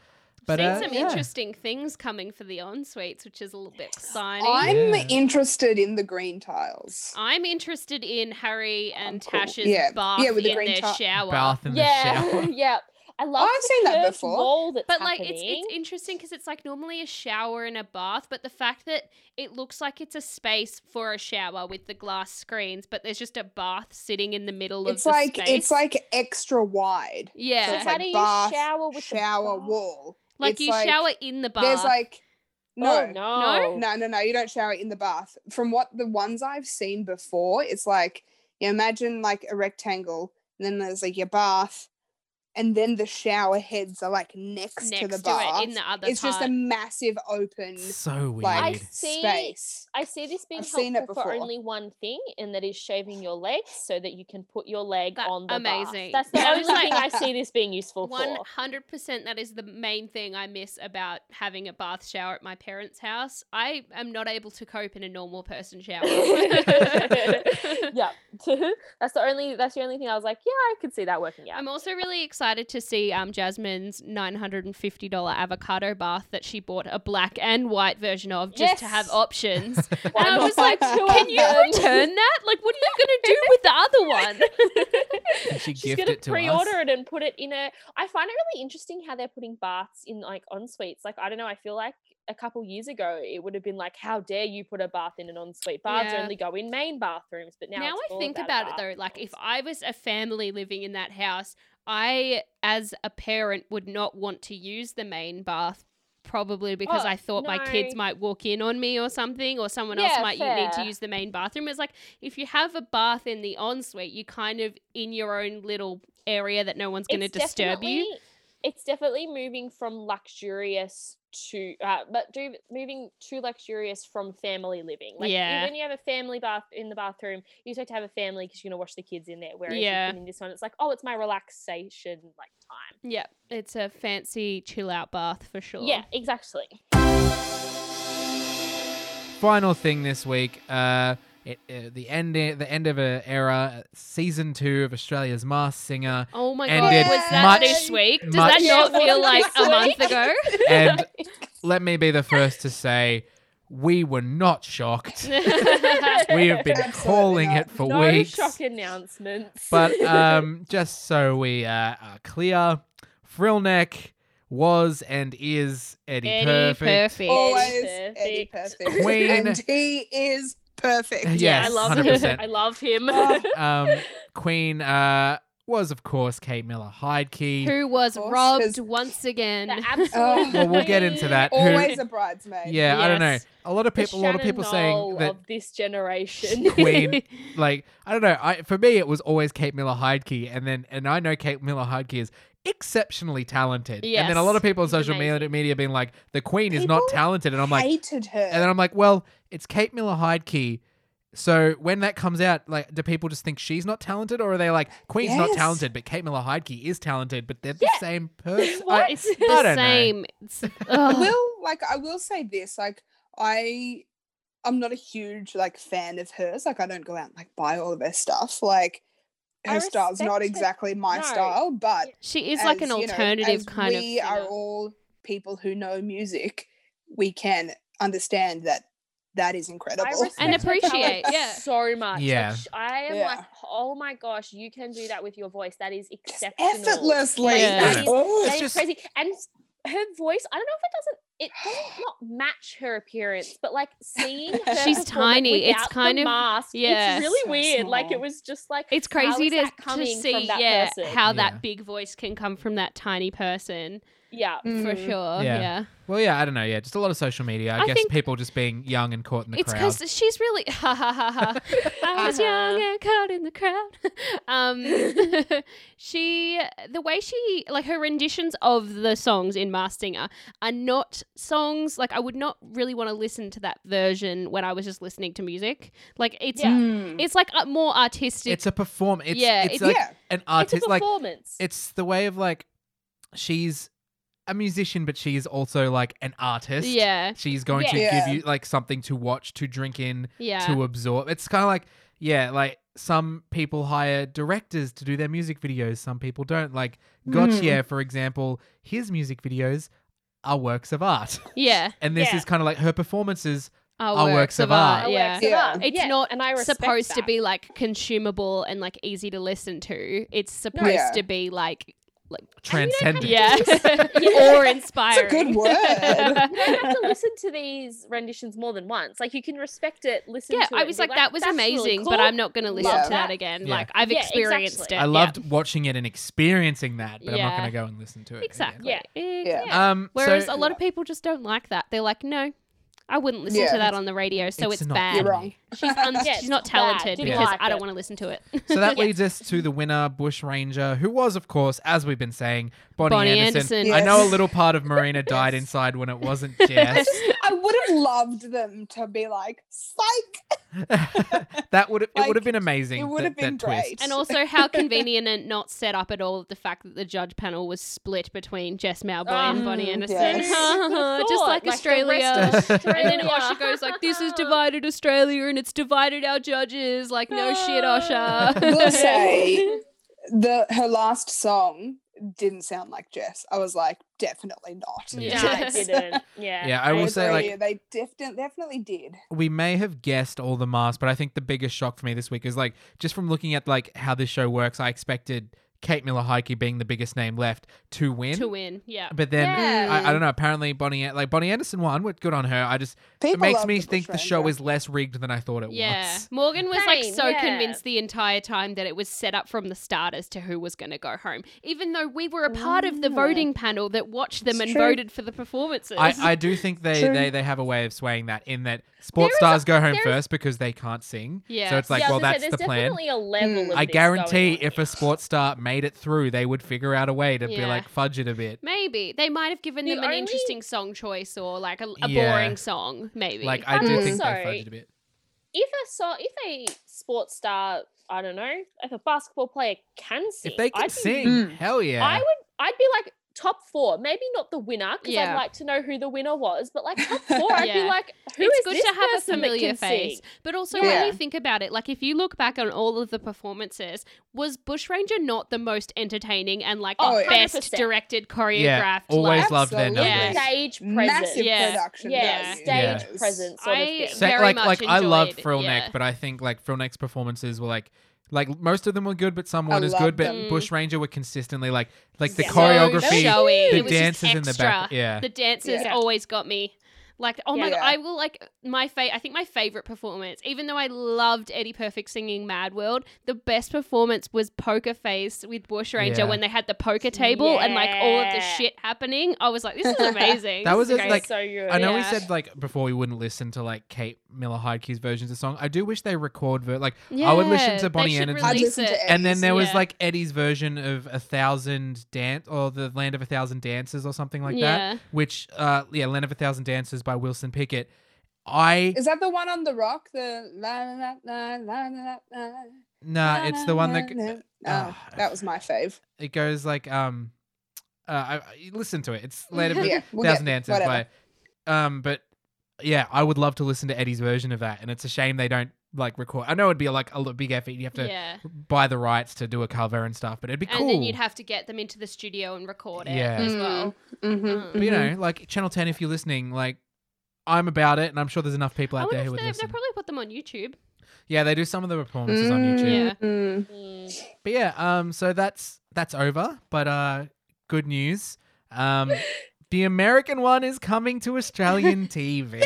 Speaker 1: But
Speaker 2: Seen
Speaker 1: uh,
Speaker 2: some
Speaker 1: yeah.
Speaker 2: interesting things coming for the en suites, which is a little bit exciting. I'm,
Speaker 3: I'm
Speaker 1: Yeah.
Speaker 3: interested in the green tiles.
Speaker 2: interested in Harry and
Speaker 3: cool.
Speaker 2: Tash's
Speaker 3: Yeah.
Speaker 2: bath
Speaker 3: Yeah, with the
Speaker 2: in
Speaker 3: green
Speaker 2: their
Speaker 3: ti-
Speaker 2: shower.
Speaker 1: bath in
Speaker 4: yeah,
Speaker 1: the shower.
Speaker 4: yeah. I love
Speaker 3: I've
Speaker 4: the
Speaker 3: seen that
Speaker 4: curved
Speaker 3: before.
Speaker 4: wall that's
Speaker 2: But like
Speaker 4: happening.
Speaker 2: it's it's interesting because it's like normally a shower and a bath, but the fact that it looks like it's a space for a shower with the glass screens, but there's just a bath sitting in the middle
Speaker 3: It's
Speaker 2: of the
Speaker 3: like
Speaker 2: space.
Speaker 3: it's like extra wide.
Speaker 2: yeah,
Speaker 4: so
Speaker 3: it's
Speaker 4: how
Speaker 3: like
Speaker 4: do you
Speaker 3: bath,
Speaker 4: shower with the
Speaker 3: shower
Speaker 4: bath?
Speaker 3: wall.
Speaker 2: like
Speaker 3: it's
Speaker 2: you
Speaker 3: like-
Speaker 2: shower in the bath.
Speaker 3: There's like no,
Speaker 4: oh, no,
Speaker 3: No, no, no. You don't shower in the bath. From what the ones I've seen before, it's like you imagine like a rectangle, and then there's like your bath, and then the shower heads are like next,
Speaker 2: next
Speaker 3: to the
Speaker 2: it
Speaker 3: bath.
Speaker 2: in the other
Speaker 3: it's just a
Speaker 2: part.
Speaker 3: massive open
Speaker 1: so weird.
Speaker 3: like
Speaker 4: I see.
Speaker 3: space.
Speaker 4: I see this being
Speaker 3: I've
Speaker 4: helpful
Speaker 3: seen it
Speaker 4: for
Speaker 3: before.
Speaker 4: only one thing, and that is shaving your legs so that you can put your leg
Speaker 2: That-
Speaker 4: on the bath.
Speaker 2: amazing.
Speaker 4: That's the
Speaker 2: I
Speaker 4: only
Speaker 2: was like-
Speaker 4: thing I see this being useful
Speaker 2: One
Speaker 4: for.
Speaker 2: hundred percent. That is the main thing I miss about having a bath shower at my parents' house. I am not able to cope in a normal person shower.
Speaker 4: yeah, that's the only. That's the only thing I was like, yeah, I could see that working out.
Speaker 2: I'm also really excited to see um, Jasmine's $950 avocado bath that she bought a black and white version of just to have
Speaker 4: Yes.
Speaker 2: options. and
Speaker 4: Why
Speaker 2: I
Speaker 4: not
Speaker 2: was like,
Speaker 4: buy two
Speaker 2: can
Speaker 4: of
Speaker 2: you
Speaker 4: them?"
Speaker 2: return that? Like, what are you going to do with the other one?
Speaker 1: Can she
Speaker 4: She's
Speaker 1: gift
Speaker 4: gonna
Speaker 1: it to
Speaker 4: pre-order
Speaker 1: us?
Speaker 4: it and put it in a. I find it really interesting how they're putting baths in like en suites. Like I don't know. I feel like a couple years ago it would have been like, how dare you put a bath in an ensuite? Baths
Speaker 2: Yeah.
Speaker 4: only go in main bathrooms, but now
Speaker 2: now
Speaker 4: it's
Speaker 2: I
Speaker 4: all
Speaker 2: think
Speaker 4: about,
Speaker 2: about
Speaker 4: a
Speaker 2: it
Speaker 4: bath
Speaker 2: though,
Speaker 4: in
Speaker 2: like
Speaker 4: an
Speaker 2: if I was a family living in that house, I, as a parent, would not want to use the main bath. Probably because
Speaker 4: Oh,
Speaker 2: I thought my kids
Speaker 4: no.
Speaker 2: might walk in on me or something, or someone else
Speaker 4: Yeah,
Speaker 2: might you need to
Speaker 4: fair.
Speaker 2: use the main bathroom. It's like if you have a bath in the ensuite, you're kind of in your own little area that no one's going to
Speaker 4: It's
Speaker 2: disturb you.
Speaker 4: definitely- It's definitely moving from luxurious to, uh, but do moving to luxurious from family living. Like
Speaker 2: Yeah.
Speaker 4: when you have a family bath in the bathroom, you just have to have a family because you're gonna watch the kids in there. Whereas
Speaker 2: Yeah.
Speaker 4: yeah. in this one, it's like, oh, it's my relaxation like time.
Speaker 2: Yeah, it's a fancy chill out bath for sure.
Speaker 4: Yeah, exactly.
Speaker 1: Final thing this week. Uh, it, uh, the end. The end of an era. Season two of Australia's Masked Singer.
Speaker 2: Oh my
Speaker 1: And
Speaker 2: god,
Speaker 1: did
Speaker 2: was that
Speaker 1: much-
Speaker 2: this week? Does
Speaker 1: much-
Speaker 2: that not
Speaker 4: Yeah,
Speaker 2: feel
Speaker 4: wasn't
Speaker 2: like
Speaker 4: this
Speaker 2: a month
Speaker 4: week?
Speaker 2: ago?
Speaker 1: And let me be the first to say, we were not shocked. We have been
Speaker 3: Absolutely
Speaker 1: calling
Speaker 3: not.
Speaker 1: it for
Speaker 4: no
Speaker 1: weeks.
Speaker 4: shock announcements.
Speaker 1: But um, just so we uh, are clear, Frillneck was and is Eddie,
Speaker 2: Eddie
Speaker 1: Perfect.
Speaker 2: Perfect.
Speaker 3: Always Eddie perfect.
Speaker 1: Queen.
Speaker 3: And he is perfect.
Speaker 1: Yeah,
Speaker 4: I
Speaker 1: Yes,
Speaker 4: love him.
Speaker 1: 100%.
Speaker 4: I love him.
Speaker 3: Oh,
Speaker 1: Um, Queen uh, was, of course, Kate Miller Heidke.
Speaker 2: Who was
Speaker 3: Of course,
Speaker 2: robbed
Speaker 3: 'cause-
Speaker 2: once
Speaker 4: The
Speaker 2: again.
Speaker 4: absolute
Speaker 1: Well, we'll get into
Speaker 4: queen.
Speaker 1: that. Who-
Speaker 3: Always a bridesmaid.
Speaker 1: yeah, I don't know.
Speaker 4: Yes.
Speaker 1: A lot of
Speaker 4: The
Speaker 1: people, a lot of people
Speaker 4: Shannon
Speaker 1: saying
Speaker 4: Knoll
Speaker 1: that
Speaker 4: of this generation.
Speaker 1: Queen, like, I don't know. I for me, it was always Kate Miller Heidke, and then and I know Kate Miller Heidke is exceptionally talented. And then a lot
Speaker 2: Yes,
Speaker 1: of people on
Speaker 4: she's
Speaker 1: social media,
Speaker 4: amazing.
Speaker 1: media being like, the Queen is not
Speaker 3: People
Speaker 1: talented, and I'm like,
Speaker 3: Hated her.
Speaker 1: And then I'm like, well, it's Kate Miller Heidke. So when that comes out, like, do people just think she's not talented, or are they like, Queen's not
Speaker 3: Yes.
Speaker 1: talented, but Kate Miller Heidke is talented, but they're the same person?
Speaker 4: What?
Speaker 2: it's
Speaker 1: I
Speaker 2: the
Speaker 1: don't know.
Speaker 2: same. It's,
Speaker 3: I
Speaker 2: ugh.
Speaker 3: will like I will say this like I I'm not a huge like fan of hers like I don't go out and like buy all of her stuff like
Speaker 4: I
Speaker 3: her style's not
Speaker 4: respect her-
Speaker 3: exactly my
Speaker 4: no.
Speaker 3: style but
Speaker 2: she is like an
Speaker 3: as, you know,
Speaker 2: alternative
Speaker 3: as
Speaker 2: kind of.
Speaker 3: we are
Speaker 2: singer.
Speaker 3: all people who know music we can understand that that is incredible
Speaker 4: I
Speaker 2: And
Speaker 4: respect her talent
Speaker 2: appreciate, yeah.
Speaker 4: so much. Like,
Speaker 1: Yeah.
Speaker 4: sh- I am
Speaker 3: Yeah.
Speaker 4: like, oh my gosh, you can do that with your voice. That is exceptional.
Speaker 3: effortlessly
Speaker 2: Yeah.
Speaker 3: That
Speaker 1: Yeah.
Speaker 3: is-
Speaker 4: That
Speaker 1: It's
Speaker 4: is
Speaker 1: just-
Speaker 4: crazy. And s- her voice, I don't know if it doesn't. It doesn't not match her appearance, but like seeing her
Speaker 2: She's
Speaker 4: perform it
Speaker 2: tiny. It's
Speaker 4: without the
Speaker 2: kind of-
Speaker 4: mask,
Speaker 2: yeah.
Speaker 4: it's really
Speaker 3: So
Speaker 4: weird. Like
Speaker 3: small.
Speaker 4: it was just like
Speaker 2: It's
Speaker 4: how
Speaker 2: crazy
Speaker 4: is
Speaker 2: to,
Speaker 4: that
Speaker 2: to
Speaker 4: coming
Speaker 2: see
Speaker 4: from that
Speaker 2: yeah,
Speaker 4: person?
Speaker 2: how
Speaker 1: Yeah.
Speaker 2: that big voice can come from that tiny person,
Speaker 4: yeah.
Speaker 2: for
Speaker 3: Mm.
Speaker 2: sure.
Speaker 1: Yeah.
Speaker 2: yeah.
Speaker 1: well, yeah, I don't know. Yeah, just a lot of social media. I,
Speaker 2: I
Speaker 1: guess
Speaker 2: think-
Speaker 1: people just being young and caught in the
Speaker 2: it's uh,
Speaker 1: crowd.
Speaker 2: because she's really ha ha ha ha. I was
Speaker 4: Uh-huh.
Speaker 2: young and caught in the crowd. um, she the way she like her renditions of the songs in Masked Singer are not songs like I would not really want to listen to that version when I was just listening to music. Like it's
Speaker 4: Yeah.
Speaker 3: Mm.
Speaker 2: it's like a more artistic.
Speaker 1: It's a perform. It's,
Speaker 2: Yeah,
Speaker 1: it's,
Speaker 2: it's-
Speaker 1: like
Speaker 3: yeah
Speaker 1: an
Speaker 4: it's a
Speaker 1: artist. Like
Speaker 4: performance.
Speaker 1: it's the way of like she's a musician, but she is also like an artist.
Speaker 2: yeah,
Speaker 1: she's going to
Speaker 3: Yeah.
Speaker 1: give you like something to watch, to drink in,
Speaker 2: yeah.
Speaker 1: to absorb. It's kind of like, yeah, like some people hire directors to do their music videos, some people don't. Like Gautier,
Speaker 2: Mm.
Speaker 1: for example, his music videos are works of art.
Speaker 2: yeah,
Speaker 1: And this
Speaker 4: Yeah.
Speaker 1: is kind of like her performances.
Speaker 2: our,
Speaker 1: Our
Speaker 2: works, of art.
Speaker 4: Our
Speaker 2: Yeah,
Speaker 4: works of
Speaker 3: Yeah.
Speaker 4: art.
Speaker 2: It's
Speaker 4: Yeah,
Speaker 2: not
Speaker 4: and I respect
Speaker 2: supposed to
Speaker 4: that.
Speaker 2: be like consumable and like easy to listen to. It's supposed
Speaker 3: Yeah.
Speaker 2: to be like like
Speaker 1: Transcendent.
Speaker 2: yeah,
Speaker 4: Yeah.
Speaker 2: or inspiring.
Speaker 3: It's a good word.
Speaker 4: you don't have to listen to these renditions more than once. Like you can respect it, listen
Speaker 2: Yeah,
Speaker 4: to it.
Speaker 2: I
Speaker 4: and
Speaker 2: was
Speaker 4: be
Speaker 2: like, that was
Speaker 4: "That's really
Speaker 2: amazing, but
Speaker 4: cool."
Speaker 2: I'm not going to listen
Speaker 3: Love
Speaker 2: to that
Speaker 4: that.
Speaker 2: again.
Speaker 1: Yeah.
Speaker 2: Like I've
Speaker 4: Yeah,
Speaker 2: experienced
Speaker 4: exactly.
Speaker 2: it.
Speaker 4: I
Speaker 1: I
Speaker 2: Yeah.
Speaker 1: loving loved watching it and experiencing that, but I'm not
Speaker 2: Yeah.
Speaker 1: going to go and listen to it. again.
Speaker 2: exactly.
Speaker 4: Yeah.
Speaker 2: Ex-
Speaker 3: Yeah.
Speaker 1: Um,
Speaker 2: Whereas
Speaker 1: so
Speaker 2: a lot of people just don't like that. They're like, no, I wouldn't listen
Speaker 3: Yeah.
Speaker 2: to that on the radio, so it's,
Speaker 1: not
Speaker 2: bad.
Speaker 1: for
Speaker 3: You're
Speaker 1: me.
Speaker 3: wrong.
Speaker 2: She's un-
Speaker 4: Yeah,
Speaker 2: she's not
Speaker 4: it's bad.
Speaker 2: talented
Speaker 4: Didn't
Speaker 2: because
Speaker 4: like
Speaker 2: I don't
Speaker 4: it.
Speaker 2: want to listen to it.
Speaker 1: So that
Speaker 4: Yeah.
Speaker 1: leads us to the winner, Bush Ranger, who was, of course, as we've been saying, Bonnie,
Speaker 2: Bonnie
Speaker 1: Anderson.
Speaker 2: Anderson.
Speaker 1: I know a
Speaker 3: Yes.
Speaker 1: little part of Marina died
Speaker 3: Yes.
Speaker 1: inside when it wasn't Jess.
Speaker 3: I would have loved them to be like, psych.
Speaker 1: that would it
Speaker 3: Like,
Speaker 1: would have been amazing.
Speaker 3: it would
Speaker 1: that-
Speaker 3: have been
Speaker 1: that twist.
Speaker 3: great.
Speaker 2: and also how convenient and not set up at all the fact that the judge panel was split between Jess Mowboy and
Speaker 4: Um,
Speaker 2: Bonnie Anderson.
Speaker 3: yes.
Speaker 2: Just like, Australia.
Speaker 1: of
Speaker 2: and then
Speaker 1: Australia.
Speaker 2: Osha goes like, "This has divided Australia, and it's divided our judges." Like, no shit,
Speaker 3: We'll
Speaker 2: Osha.
Speaker 3: say the her last song didn't sound like Jess. I was like, definitely not.
Speaker 2: Yeah.
Speaker 4: No, it
Speaker 3: Jess.
Speaker 4: didn't. Yeah.
Speaker 1: Yeah, I will say, like-
Speaker 3: agree. they definitely definitely did.
Speaker 1: we may have guessed all the masks, but I think the biggest shock for me this week is like just from looking at like how this show works, I expected Kate Miller Heike being the biggest name left to win.
Speaker 2: to win, yeah.
Speaker 1: But then
Speaker 4: Yeah.
Speaker 1: I, I don't know. Apparently, Bonnie like Bonnie Anderson won. Which good on her. I just
Speaker 3: People
Speaker 1: it makes
Speaker 3: love
Speaker 1: me
Speaker 3: the
Speaker 1: think the show
Speaker 3: Bushranger.
Speaker 1: is less rigged than I thought it
Speaker 2: Yeah,
Speaker 1: was.
Speaker 2: Morgan was like
Speaker 4: Same,
Speaker 2: so
Speaker 4: yeah.
Speaker 2: convinced the entire time that it was set up from the start as to who was going to go home, even though we were a part of the
Speaker 4: Mm.
Speaker 3: Yeah.
Speaker 2: voting panel that watched them
Speaker 3: It's
Speaker 2: and
Speaker 3: true.
Speaker 2: voted for the performances.
Speaker 1: I, I do think they,
Speaker 3: True.
Speaker 1: they, they have a way of swaying that in that sports
Speaker 2: There
Speaker 1: stars go home
Speaker 2: there is-
Speaker 1: first because they can't sing.
Speaker 2: Yeah.
Speaker 1: So it's like,
Speaker 4: Yeah, I
Speaker 1: well,
Speaker 4: was gonna
Speaker 1: that's
Speaker 4: say,
Speaker 1: the
Speaker 4: there's
Speaker 1: plan.
Speaker 4: definitely a level
Speaker 3: Mm.
Speaker 4: of
Speaker 1: I
Speaker 4: this
Speaker 1: guarantee
Speaker 4: going on
Speaker 1: if a
Speaker 4: here.
Speaker 1: sports star made it through, they would figure out a way to be
Speaker 2: Yeah.
Speaker 1: like fudge it a bit.
Speaker 2: Maybe they might have given
Speaker 4: The
Speaker 2: them an
Speaker 4: only-
Speaker 2: interesting song choice or like a, a
Speaker 1: Yeah.
Speaker 2: boring song, maybe.
Speaker 1: Like I do
Speaker 4: And
Speaker 1: think they
Speaker 4: also-
Speaker 1: fudge it a bit.
Speaker 4: if a so if a sports star, I don't know, if a basketball player can sing,
Speaker 1: If they can
Speaker 4: I'd be-
Speaker 1: sing,
Speaker 3: Mm.
Speaker 1: hell yeah.
Speaker 4: I would. I'd be like top four, maybe not the winner because
Speaker 2: Yeah.
Speaker 4: I'd like to know who the winner was, but like top four, I'd
Speaker 2: Yeah.
Speaker 4: be like, who is
Speaker 2: it's good
Speaker 4: this
Speaker 2: to have a
Speaker 4: person that
Speaker 2: familiar
Speaker 4: can
Speaker 2: face.
Speaker 4: sing?
Speaker 2: But also,
Speaker 3: Yeah.
Speaker 2: when you think about it, like if you look back on all of the performances, was Bushranger not the most entertaining and like the
Speaker 3: Oh, yeah.
Speaker 2: best
Speaker 4: 100%.
Speaker 2: directed, choreographed?
Speaker 1: yeah, always
Speaker 2: like,
Speaker 1: loved their
Speaker 3: Absolutely.
Speaker 1: numbers.
Speaker 3: Yeah.
Speaker 4: Stage presence.
Speaker 3: Massive
Speaker 2: Yeah.
Speaker 3: production.
Speaker 4: Yeah,
Speaker 3: value.
Speaker 1: Yeah.
Speaker 4: stage presence sort of
Speaker 2: I-
Speaker 4: thing.
Speaker 1: Sa-
Speaker 2: Very
Speaker 1: like
Speaker 2: much
Speaker 1: like I loved
Speaker 2: enjoyed,
Speaker 1: Frill
Speaker 2: yeah.
Speaker 1: Neck, but I think like Frill Neck's performances were like like most of them were good, but some
Speaker 3: I
Speaker 1: weren't as
Speaker 3: loved
Speaker 1: good. But
Speaker 2: them.
Speaker 1: Bushranger were consistently like like the
Speaker 4: So
Speaker 1: choreography,
Speaker 2: showy.
Speaker 1: the
Speaker 2: It was just
Speaker 1: dances in the back.
Speaker 2: extra.
Speaker 1: Yeah,
Speaker 2: The dancers
Speaker 4: Yeah.
Speaker 2: always got me. Like, oh my
Speaker 3: Yeah.
Speaker 2: god, I will like my fa- I think my favorite performance, even though I loved Eddie Perfect singing Mad World, the best performance was Poker Face with Bush Ranger
Speaker 1: Yeah.
Speaker 2: when they had the poker table and like all of the
Speaker 4: Yeah.
Speaker 2: shit happening. I was like, this is amazing.
Speaker 1: That
Speaker 2: This
Speaker 1: was
Speaker 2: is
Speaker 1: a-
Speaker 2: great.
Speaker 1: like,
Speaker 4: so good.
Speaker 1: I know we
Speaker 2: Yeah.
Speaker 1: said like before we wouldn't listen to like Kate Miller Heidke's versions of song. I do wish they record ver- like I would listen
Speaker 2: Yeah,
Speaker 1: to
Speaker 2: they
Speaker 1: Bonnie
Speaker 2: should
Speaker 1: Anderson.
Speaker 3: I'd
Speaker 2: release
Speaker 3: listen to
Speaker 2: it.
Speaker 3: Ed-
Speaker 1: and then
Speaker 3: Eddie's,
Speaker 1: there was
Speaker 2: yeah.
Speaker 1: like Eddie's version of a thousand dance or the Land of a Thousand Dances or something like that.
Speaker 2: yeah.
Speaker 1: Which uh yeah, Land of a Thousand Dances by Wilson Pickett. I
Speaker 3: Is that the one on the rock? The la la la la la la la.
Speaker 1: nah, Uh, it's the one that
Speaker 3: that.
Speaker 1: Ah.
Speaker 3: Oh, that was my fave.
Speaker 1: it goes like um uh I, I- listen to it it's later but
Speaker 3: Yeah, we'll
Speaker 1: thousand
Speaker 3: get-
Speaker 1: dances
Speaker 3: whatever.
Speaker 1: by um but yeah i would love to listen to eddie's version of that and it's a shame they don't like record i know it'd be like a lo- big effort you have to
Speaker 2: yeah.
Speaker 1: buy the rights to do a cover and stuff but it'd be
Speaker 2: And
Speaker 1: cool
Speaker 2: then you'd have to get them into the studio and record it
Speaker 1: Yeah.
Speaker 2: as well.
Speaker 3: Mm-hmm.
Speaker 2: Um,
Speaker 1: but, you know like channel 10 if you're listening like i'm about it and i'm sure there's enough people
Speaker 2: I
Speaker 1: out
Speaker 2: wonder
Speaker 1: there who
Speaker 2: if they,
Speaker 1: would
Speaker 2: they
Speaker 1: listen
Speaker 2: probably put them on YouTube.
Speaker 1: yeah they do some of the performances on
Speaker 3: Mm-hmm.
Speaker 1: youtube
Speaker 2: Yeah.
Speaker 4: Mm.
Speaker 1: But yeah, um, so that's that's over. But uh, good news, um, the American one is coming to Australian TV.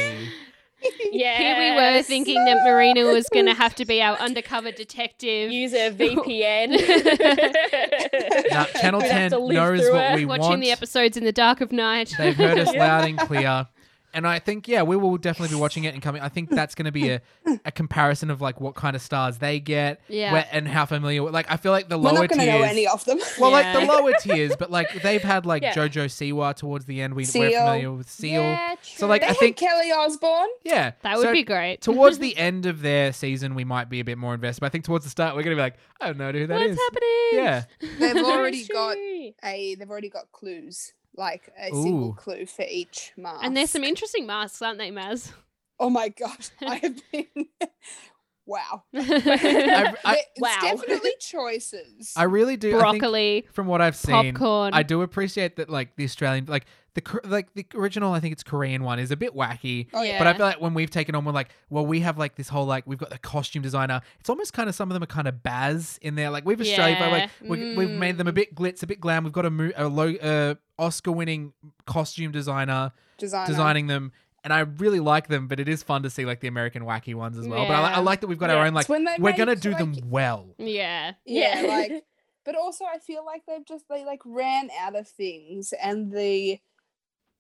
Speaker 4: Yeah,
Speaker 2: Here we were thinking that Marina was going to have to be our undercover detective.
Speaker 4: use a VPN.
Speaker 1: Now, Channel
Speaker 4: We'd have
Speaker 1: Ten
Speaker 4: to live
Speaker 1: knows
Speaker 4: through
Speaker 1: what
Speaker 4: it.
Speaker 1: we
Speaker 2: watching
Speaker 1: want.
Speaker 2: the episodes in the dark of night.
Speaker 1: They've heard us
Speaker 4: Yeah.
Speaker 1: loud and clear, and I think yeah, we will definitely be watching it and coming. I think that's going to be a, a comparison of like what kind of stars they get,
Speaker 2: Yeah.
Speaker 1: where- and how familiar. Like I feel like the
Speaker 3: We're
Speaker 1: lower
Speaker 3: not going to
Speaker 1: tiers.
Speaker 3: know any of them.
Speaker 1: well, like the
Speaker 2: Yeah.
Speaker 1: lower tiers, but like they've had like
Speaker 4: Yeah.
Speaker 1: JoJo Siwa towards the end. We, we're
Speaker 3: Seal.
Speaker 1: familiar with Seal.
Speaker 4: Yeah,
Speaker 1: So, like,
Speaker 3: they
Speaker 1: I
Speaker 3: had
Speaker 1: think-
Speaker 3: Kelly Osborne.
Speaker 1: Yeah,
Speaker 2: that would
Speaker 1: so
Speaker 2: be great.
Speaker 1: towards the end of their season, we might be a bit more invested. But I think towards the start, we're going to be like, I don't know who that
Speaker 2: What's
Speaker 1: is.
Speaker 2: happening?
Speaker 1: Yeah.
Speaker 3: They've
Speaker 4: true.
Speaker 3: already got a. They've already got clues, like a
Speaker 1: Ooh.
Speaker 3: single clue for each mask.
Speaker 2: And there's some interesting masks, aren't they, Maz?
Speaker 3: Oh my gosh, I have been. wow.
Speaker 1: I, I,
Speaker 3: There- it's
Speaker 4: Wow.
Speaker 3: definitely choices.
Speaker 1: I really do. I think
Speaker 2: Broccoli,
Speaker 1: from what I've seen,
Speaker 2: popcorn.
Speaker 1: I do appreciate that, like, the Australian, like, the Kor- like the original, I think it's Korean one is a bit wacky.
Speaker 3: Oh, yeah.
Speaker 1: But I feel like when we've taken on, we're like, well, we have like this whole like we've got the costume designer. It's almost kind of some of them are kind of baz in there. Like we've Australia, like
Speaker 2: Yeah.
Speaker 1: we, we've made them a bit glitz, a bit glam. We've got a, mo- a low, uh, Oscar-winning costume designer
Speaker 3: Designer.
Speaker 1: designing them, and I really like them. But it is fun to see like the American wacky ones as well. But I, li-
Speaker 2: Yeah.
Speaker 1: I like that we've got our
Speaker 4: Yeah.
Speaker 1: own like
Speaker 3: It's when they
Speaker 1: we're
Speaker 3: make,
Speaker 1: gonna do
Speaker 3: like-
Speaker 1: them well.
Speaker 2: Yeah.
Speaker 3: Yeah,
Speaker 4: Yeah.
Speaker 3: like but also I feel like they've just they like ran out of things and the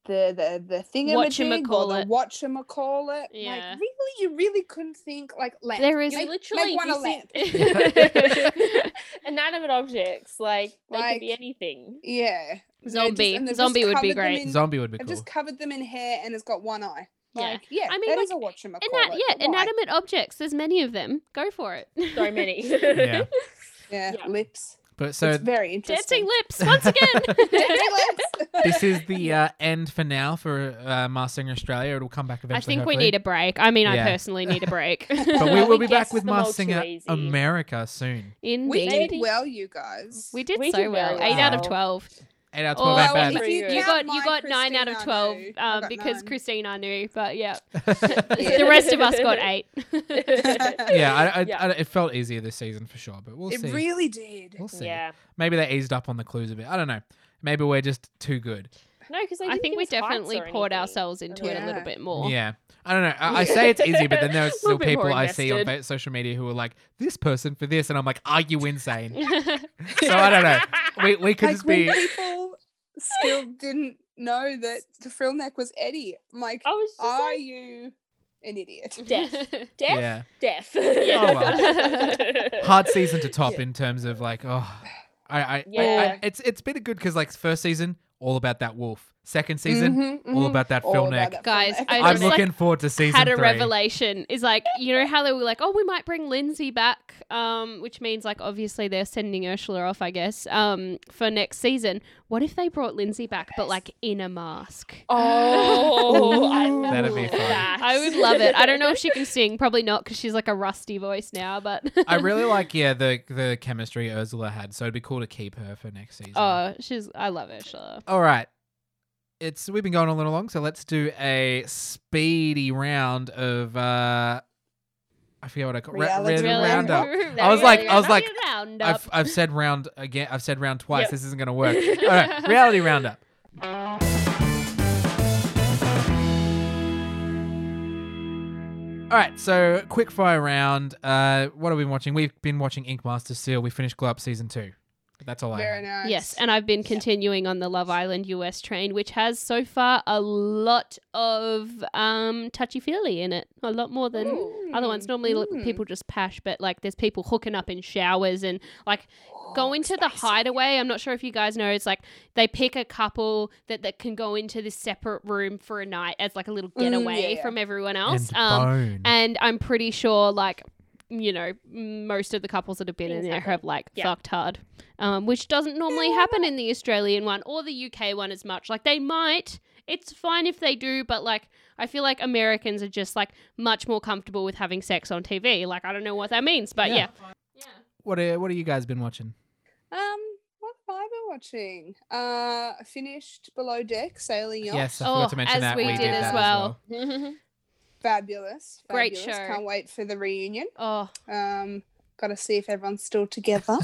Speaker 3: the the the thing or the
Speaker 2: Whatchamacallit.
Speaker 3: whatchamacallit.
Speaker 2: Yeah.
Speaker 3: Like really you really couldn't think like lamp.
Speaker 2: There is
Speaker 3: make,
Speaker 4: literally
Speaker 3: make one
Speaker 4: you
Speaker 3: a
Speaker 4: see-
Speaker 3: lamp.
Speaker 4: inanimate objects like they could be
Speaker 3: Like-
Speaker 4: anything.
Speaker 3: Yeah. They just-
Speaker 2: Zombie.
Speaker 3: and they've just
Speaker 2: Zombie would be
Speaker 3: covered them
Speaker 2: great.
Speaker 3: in-
Speaker 1: Zombie would be
Speaker 3: They've
Speaker 1: cool.
Speaker 3: just covered them in hair and it's got one eye.
Speaker 2: Yeah.
Speaker 3: Like, yeah.
Speaker 2: I mean,
Speaker 3: that is
Speaker 2: like,
Speaker 3: a whatchamacallit.
Speaker 2: Anat- yeah,
Speaker 3: but why?
Speaker 2: inanimate objects. There's many of them. Go for it.
Speaker 4: So many.
Speaker 1: Yeah.
Speaker 3: Yeah,
Speaker 4: Yeah.
Speaker 3: lips.
Speaker 1: But so
Speaker 3: it's very
Speaker 2: Dancing
Speaker 3: interesting.
Speaker 2: lips once again.
Speaker 3: Dancing lips.
Speaker 1: this is the uh, end for now for uh, Mars Singer Australia. It'll come back
Speaker 2: I
Speaker 1: eventually.
Speaker 2: think we
Speaker 1: hopefully.
Speaker 2: need a break. I mean,
Speaker 1: Yeah.
Speaker 2: I personally need a break.
Speaker 1: But we
Speaker 4: Well,
Speaker 1: will
Speaker 4: we
Speaker 1: be back
Speaker 4: guessed
Speaker 1: with
Speaker 4: them all
Speaker 1: Mars
Speaker 4: too
Speaker 1: Singer
Speaker 4: easy.
Speaker 1: America soon.
Speaker 3: we
Speaker 2: Indeed.
Speaker 3: did well, you guys.
Speaker 2: We did
Speaker 4: We
Speaker 2: so
Speaker 4: did
Speaker 2: well.
Speaker 4: very
Speaker 2: Eight out of
Speaker 4: well.
Speaker 2: twelve.
Speaker 1: Eight out of
Speaker 2: Oh,
Speaker 1: twelve ain't
Speaker 4: that
Speaker 1: bad.
Speaker 4: was-
Speaker 3: if
Speaker 4: You
Speaker 2: You got
Speaker 4: Yeah,
Speaker 3: count
Speaker 2: you
Speaker 3: my
Speaker 2: got nine out of
Speaker 3: Christina,
Speaker 2: twelve
Speaker 3: no, I
Speaker 2: um,
Speaker 3: got
Speaker 2: because
Speaker 3: nine.
Speaker 2: Christine I knew, but yeah,
Speaker 3: Yeah.
Speaker 2: the rest of us got eight.
Speaker 1: yeah, I, I,
Speaker 4: Yeah.
Speaker 1: I, it felt easier this season for sure, but we'll
Speaker 3: It
Speaker 1: see.
Speaker 3: really did.
Speaker 1: we'll see.
Speaker 4: yeah.
Speaker 1: Maybe they eased up on the clues a bit. I don't know. Maybe we're just too good.
Speaker 4: No, because
Speaker 2: I think we definitely poured ourselves into it a
Speaker 3: Yeah.
Speaker 2: little bit more.
Speaker 1: Yeah. I don't know. I, I say it's easy, but then there are still
Speaker 4: Little bit
Speaker 1: people
Speaker 4: more
Speaker 1: I see on
Speaker 4: invested.
Speaker 1: fa- social media who are like, this person for this. And I'm like, are you insane? so I don't know. We, we could
Speaker 3: like
Speaker 1: just
Speaker 3: when
Speaker 1: be.
Speaker 3: people still didn't know that the frill neck was Eddie. I'm like,
Speaker 2: Oh,
Speaker 4: I was just
Speaker 3: are
Speaker 4: like,
Speaker 3: you an idiot?
Speaker 4: Death. deaf,
Speaker 1: Yeah.
Speaker 4: deaf.
Speaker 1: Oh, Hard season to top in terms of like, oh, I, I,
Speaker 4: Yeah.
Speaker 1: I it's it's been a good because like first season all about that wolf, second season
Speaker 3: Mhm,
Speaker 1: all
Speaker 3: mhm.
Speaker 1: about that
Speaker 3: All
Speaker 1: frill neck.
Speaker 3: about that frill
Speaker 2: Guys,
Speaker 3: neck.
Speaker 2: I
Speaker 1: I'm
Speaker 2: just, like,
Speaker 1: looking forward to season
Speaker 2: Had a
Speaker 1: three.
Speaker 2: revelation. Is like you know how they were like, oh, we might bring Lindsay back, um, which means like obviously they're sending Ursula off, I guess, um, for next season. What if they brought Lindsay back, but like in a mask?
Speaker 4: Oh, I
Speaker 3: Ooh.
Speaker 4: love
Speaker 1: That'd be fun.
Speaker 4: that.
Speaker 2: I would love it. I don't know if she can sing, probably not because she's like a rusty voice now. But
Speaker 1: I really like, yeah, the the chemistry Ursula had, so it'd be cool to keep her for next season.
Speaker 2: Oh, she's. I love Ursula.
Speaker 1: All right. It's we've been going a little long, so let's do a speedy round of uh I forget what I call
Speaker 3: Reality Really?
Speaker 1: round up.
Speaker 2: Really?
Speaker 1: I was like- I was like-
Speaker 2: round up.
Speaker 1: I've, I've said round again. I've said round twice.
Speaker 4: Yep.
Speaker 1: This isn't going to work. All right, reality roundup. All right, so quick fire round. Uh, what have we been watching? We've been watching Ink Master Seal. We finished Glow Up season two. That's all I.
Speaker 3: Very
Speaker 1: Have.
Speaker 3: nice.
Speaker 2: yes, and I've been continuing on the Love Island US train, which has so far a lot of um, touchy feely in it. A lot more than other ones. Normally, look,
Speaker 3: Mm.
Speaker 2: people just pash, but like there's people hooking up in showers and like
Speaker 1: Oh,
Speaker 2: going to the hideaway. I'm not sure if you guys know. It's like they pick a couple that, that can go into this separate room for a night as like a little
Speaker 3: Mm, yeah,
Speaker 2: getaway
Speaker 3: yeah.
Speaker 2: from everyone else.
Speaker 1: And
Speaker 2: um,
Speaker 1: bone.
Speaker 2: and I'm pretty sure like you know most of the couples that have been in
Speaker 4: Things
Speaker 2: there
Speaker 4: happen.
Speaker 2: have like
Speaker 4: Yeah.
Speaker 2: fucked hard, um, which doesn't normally
Speaker 3: why
Speaker 2: happen in the Australian one or the UK one as much. Like they might. It's fine if they do, but like I feel like Americans are just like much more comfortable with having sex on TV. Like I don't know what that means, but
Speaker 1: Yeah.
Speaker 2: yeah.
Speaker 1: what are, what have you guys been watching?
Speaker 3: Um, what have I been watching? Uh, I finished Below Deck Sailing Yacht.
Speaker 1: Yes, I forgot to
Speaker 2: Oh,
Speaker 1: mention
Speaker 2: as
Speaker 1: that
Speaker 2: we
Speaker 1: we
Speaker 3: did
Speaker 1: did
Speaker 3: as
Speaker 1: that
Speaker 2: well.
Speaker 1: as well.
Speaker 3: Fabulous.
Speaker 2: Great
Speaker 3: fabulous.
Speaker 2: show.
Speaker 3: Can't wait for the reunion.
Speaker 2: Oh.
Speaker 3: Um, got to see if everyone's still together.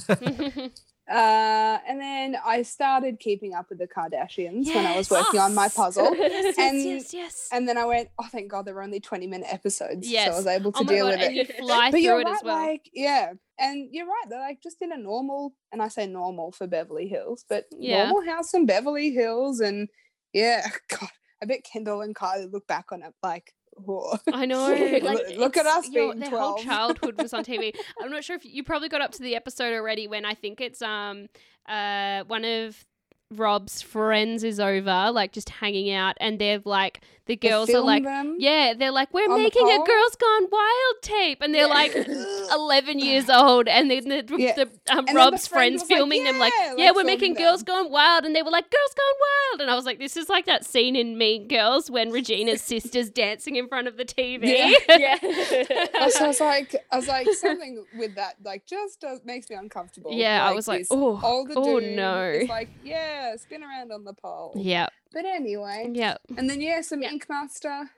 Speaker 3: Uh, and then I started keeping up with the Kardashians when I was
Speaker 2: Yes.
Speaker 3: working on my puzzle.
Speaker 2: yes, yes,
Speaker 3: And-
Speaker 2: yes, yes.
Speaker 3: And then I went, oh, thank God, there were only 20 minute episodes. So I
Speaker 2: Yes.
Speaker 3: was able to
Speaker 2: oh my
Speaker 3: deal
Speaker 2: god,
Speaker 3: with
Speaker 2: and
Speaker 3: it.
Speaker 2: you fly
Speaker 3: But
Speaker 2: through
Speaker 3: you're
Speaker 2: it
Speaker 3: right,
Speaker 2: as well.
Speaker 3: like, yeah. And you're right, they're like just in a normal, and I say normal for Beverly Hills, but
Speaker 2: Yeah.
Speaker 3: normal house in Beverly Hills. And yeah, God, I bet Kendall and Kylie look back on it like, whoa.
Speaker 2: I know.
Speaker 3: Look- look at
Speaker 2: it's-
Speaker 3: us
Speaker 2: your-
Speaker 3: being
Speaker 2: Their
Speaker 3: 12.
Speaker 2: whole childhood was on TV. I'm not sure if you probably got up to the episode already when I think it's um uh one of Rob's friends is over, like just hanging out, and they're like the
Speaker 3: They
Speaker 2: girls are
Speaker 3: film
Speaker 2: like.
Speaker 3: them.
Speaker 2: Yeah, they're like, we're
Speaker 3: on the
Speaker 2: making a
Speaker 3: pole.
Speaker 2: Girls Gone Wild tape. And they're like
Speaker 3: Ugh.
Speaker 2: 11 years old. And then the,
Speaker 3: Yeah.
Speaker 2: the, um,
Speaker 3: then the
Speaker 2: Rob's
Speaker 3: friend
Speaker 2: friends
Speaker 3: was like,
Speaker 2: filming them, like,
Speaker 3: "Yeah,"
Speaker 2: yeah,
Speaker 3: like,
Speaker 2: we're
Speaker 3: filming
Speaker 2: making
Speaker 3: them.
Speaker 2: Girls Gone Wild. And they were like, Girls Gone Wild. And I was like, this is like that scene in Mean Girls when Regina's sister's dancing in front of the TV.
Speaker 4: Yeah.
Speaker 3: I was, I was like, I was like, something with that, like, just does, makes me uncomfortable.
Speaker 2: Yeah, I was like,
Speaker 3: this
Speaker 2: "Oh,
Speaker 3: older
Speaker 2: oh
Speaker 3: dude
Speaker 2: no."
Speaker 3: is like, yeah, yeah, spin around on the pole.
Speaker 2: Yep.
Speaker 3: But anyway,
Speaker 2: Yep.
Speaker 3: and then yeah, some
Speaker 4: Yeah.
Speaker 3: Ink Master,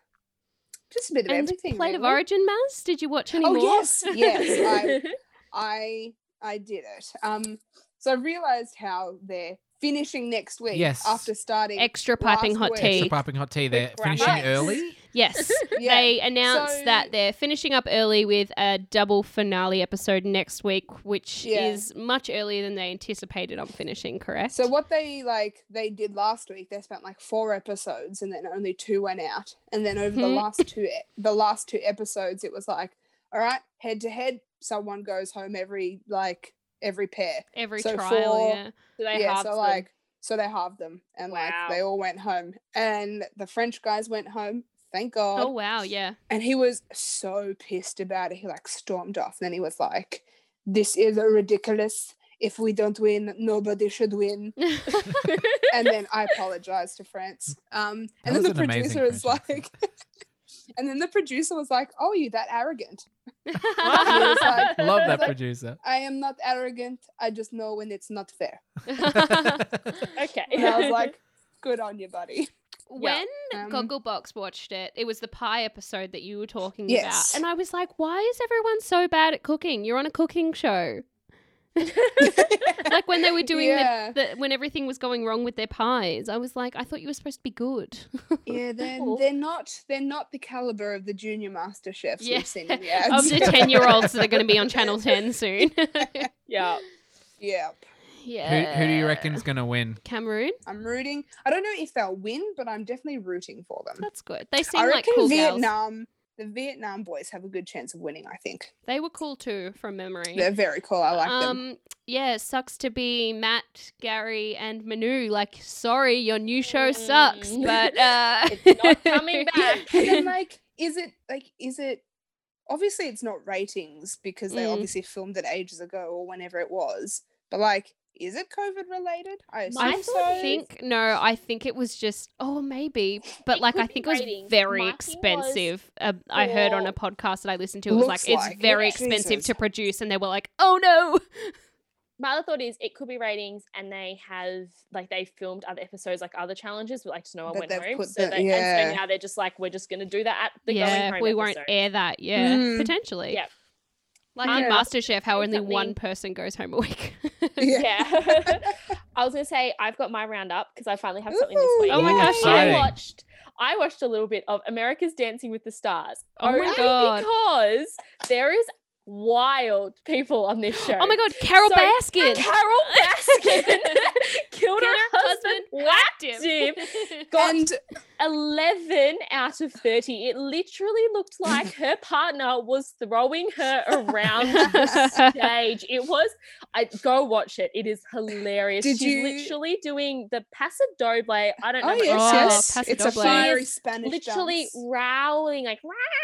Speaker 3: just a bit of
Speaker 2: And
Speaker 3: everything.
Speaker 2: Plate of
Speaker 3: really.
Speaker 2: Origin, Maz? Did you watch any
Speaker 3: Oh
Speaker 2: more?
Speaker 3: yes, yes, I, I I did it. Um, so I realized how they're finishing next week.
Speaker 1: Yes.
Speaker 3: after starting.
Speaker 2: Extra piping
Speaker 3: Last
Speaker 2: hot
Speaker 3: week.
Speaker 2: tea.
Speaker 1: Extra piping hot tea. They're
Speaker 4: Quick
Speaker 1: finishing
Speaker 3: wrap-ups.
Speaker 1: early.
Speaker 2: Yes.
Speaker 3: Yeah.
Speaker 2: They announced
Speaker 3: So-
Speaker 2: that they're finishing up early with a double finale episode next week, which
Speaker 3: Yeah.
Speaker 2: is much earlier than they anticipated on finishing, correct?
Speaker 3: so what they like they did last week, they spent like four episodes, and then only two went out. And then over the
Speaker 4: Mm-hmm.
Speaker 2: Mhm.
Speaker 3: last two, e- the last two episodes, it was like, all right, head to head, someone goes home every like every pair.
Speaker 2: Every
Speaker 3: so
Speaker 2: trial,
Speaker 3: for-
Speaker 2: yeah.
Speaker 4: Do they
Speaker 3: yeah,
Speaker 4: halve
Speaker 3: so
Speaker 4: them?
Speaker 3: like so they halved them, and like
Speaker 4: Wow.
Speaker 3: they all went home, and the French guys went home. Thank God.
Speaker 2: Oh, wow, yeah.
Speaker 3: And he was so pissed about it. He like stormed off. And then he was like, This is ridiculous. If we don't win, nobody should win. And then I apologized to France. Um,
Speaker 1: That
Speaker 3: and then
Speaker 1: was
Speaker 3: the
Speaker 1: an amazing
Speaker 3: producer was
Speaker 1: French
Speaker 3: like, And then the producer was like, Oh, you that arrogant.
Speaker 1: I Love that
Speaker 3: Like-
Speaker 1: producer.
Speaker 3: I am not arrogant. I just know when it's not fair.
Speaker 4: okay.
Speaker 3: And I was like, Good on you, buddy.
Speaker 2: when
Speaker 3: Um,
Speaker 2: Gogglebox watched it, it was the pie episode that you were talking
Speaker 3: Yes.
Speaker 2: about. And I was like, why is everyone so bad at cooking? You're on a cooking show. Like when they were doing the
Speaker 3: yeah.
Speaker 2: the, when everything was going wrong with their pies, I was like, I thought you were supposed to be good.
Speaker 3: yeah, they're,
Speaker 4: Cool.
Speaker 3: they're not they're not the caliber of the junior master chefs
Speaker 2: Yeah.
Speaker 3: we've seen in the ads.
Speaker 2: of the 10 year olds that are going to be on Channel 10 soon.
Speaker 4: yeah.
Speaker 3: yeah.
Speaker 1: Who,
Speaker 2: yeah.
Speaker 1: who do you reckon's gonna win?
Speaker 2: Cameroon?
Speaker 3: I'm rooting. I don't know if they'll win, but I'm definitely rooting for them.
Speaker 2: That's good. They
Speaker 3: I
Speaker 2: seem like
Speaker 3: reckon
Speaker 2: cool girls.
Speaker 3: Vietnam, the Vietnam boys have a good chance of winning. I think
Speaker 2: They were cool too, from memory.
Speaker 3: they're very cool. I like them.
Speaker 2: um, yeah, sucks to be Matt, Gary, and Manu. Like, sorry, your new show sucks,
Speaker 4: Mm.
Speaker 2: but uh,
Speaker 4: It's not coming
Speaker 3: Yeah,
Speaker 4: back.
Speaker 3: and then, like, is it like is it? Obviously, it's not ratings because they
Speaker 2: Mm.
Speaker 3: obviously filmed it ages ago or whenever it was. But like, is it COVID related? I assume
Speaker 2: I
Speaker 3: so.
Speaker 2: think no. I think it was just oh maybe, but
Speaker 4: It
Speaker 2: like
Speaker 4: could
Speaker 2: I
Speaker 4: be
Speaker 2: think it was
Speaker 4: ratings.
Speaker 2: very
Speaker 4: Marking was
Speaker 2: expensive. Uh, I heard on
Speaker 4: for-
Speaker 2: a podcast that I listened to it was like,
Speaker 3: Looks like
Speaker 2: it's
Speaker 3: it.
Speaker 2: very
Speaker 3: Yeah.
Speaker 2: expensive
Speaker 3: Jesus.
Speaker 2: to produce, and they were like, oh no.
Speaker 4: My other thought is it could be ratings, and they have like they filmed other episodes like other challenges, but like no one
Speaker 3: But
Speaker 4: went
Speaker 3: they've
Speaker 4: home.
Speaker 3: put
Speaker 4: So,
Speaker 3: the-
Speaker 4: they, and
Speaker 3: yeah.
Speaker 4: so now they're just like we're just gonna do that at the going
Speaker 2: yeah,
Speaker 4: home
Speaker 2: we won't
Speaker 4: episode.
Speaker 2: air that. Yeah,
Speaker 3: Mm.
Speaker 2: potentially.
Speaker 4: Yep.
Speaker 2: Like
Speaker 3: Yeah.
Speaker 2: in MasterChef, how
Speaker 4: Say
Speaker 2: only one
Speaker 4: something.
Speaker 2: person goes home a week.
Speaker 3: Yeah.
Speaker 4: yeah. I was gonna say I've got my roundup because I finally have something this
Speaker 3: Ooh.
Speaker 4: week.
Speaker 2: Oh my
Speaker 1: Ooh,
Speaker 2: gosh, yeah.
Speaker 4: I
Speaker 1: exciting.
Speaker 4: watched I watched a little bit of America's Dancing with the Stars.
Speaker 2: Oh my
Speaker 4: only
Speaker 2: God.
Speaker 4: Because there is wild people on this show.
Speaker 2: oh my god, Carol
Speaker 4: So-
Speaker 2: Baskin.
Speaker 4: Carol Baskin killed her husband.
Speaker 2: whacked
Speaker 4: him. Got
Speaker 3: And
Speaker 4: 11 out of 30. It literally looked like her partner was throwing her around the stage. It was, I go watch it. It is hilarious.
Speaker 3: Did
Speaker 4: She's
Speaker 3: you-
Speaker 4: literally doing the paso doble. I don't know.
Speaker 3: oh
Speaker 4: what
Speaker 2: Oh,
Speaker 3: yes, yes,
Speaker 2: Paso
Speaker 3: it's a
Speaker 2: Doble.
Speaker 3: fiery
Speaker 4: She's
Speaker 3: Spanish
Speaker 4: literally
Speaker 3: dance.
Speaker 4: growling, like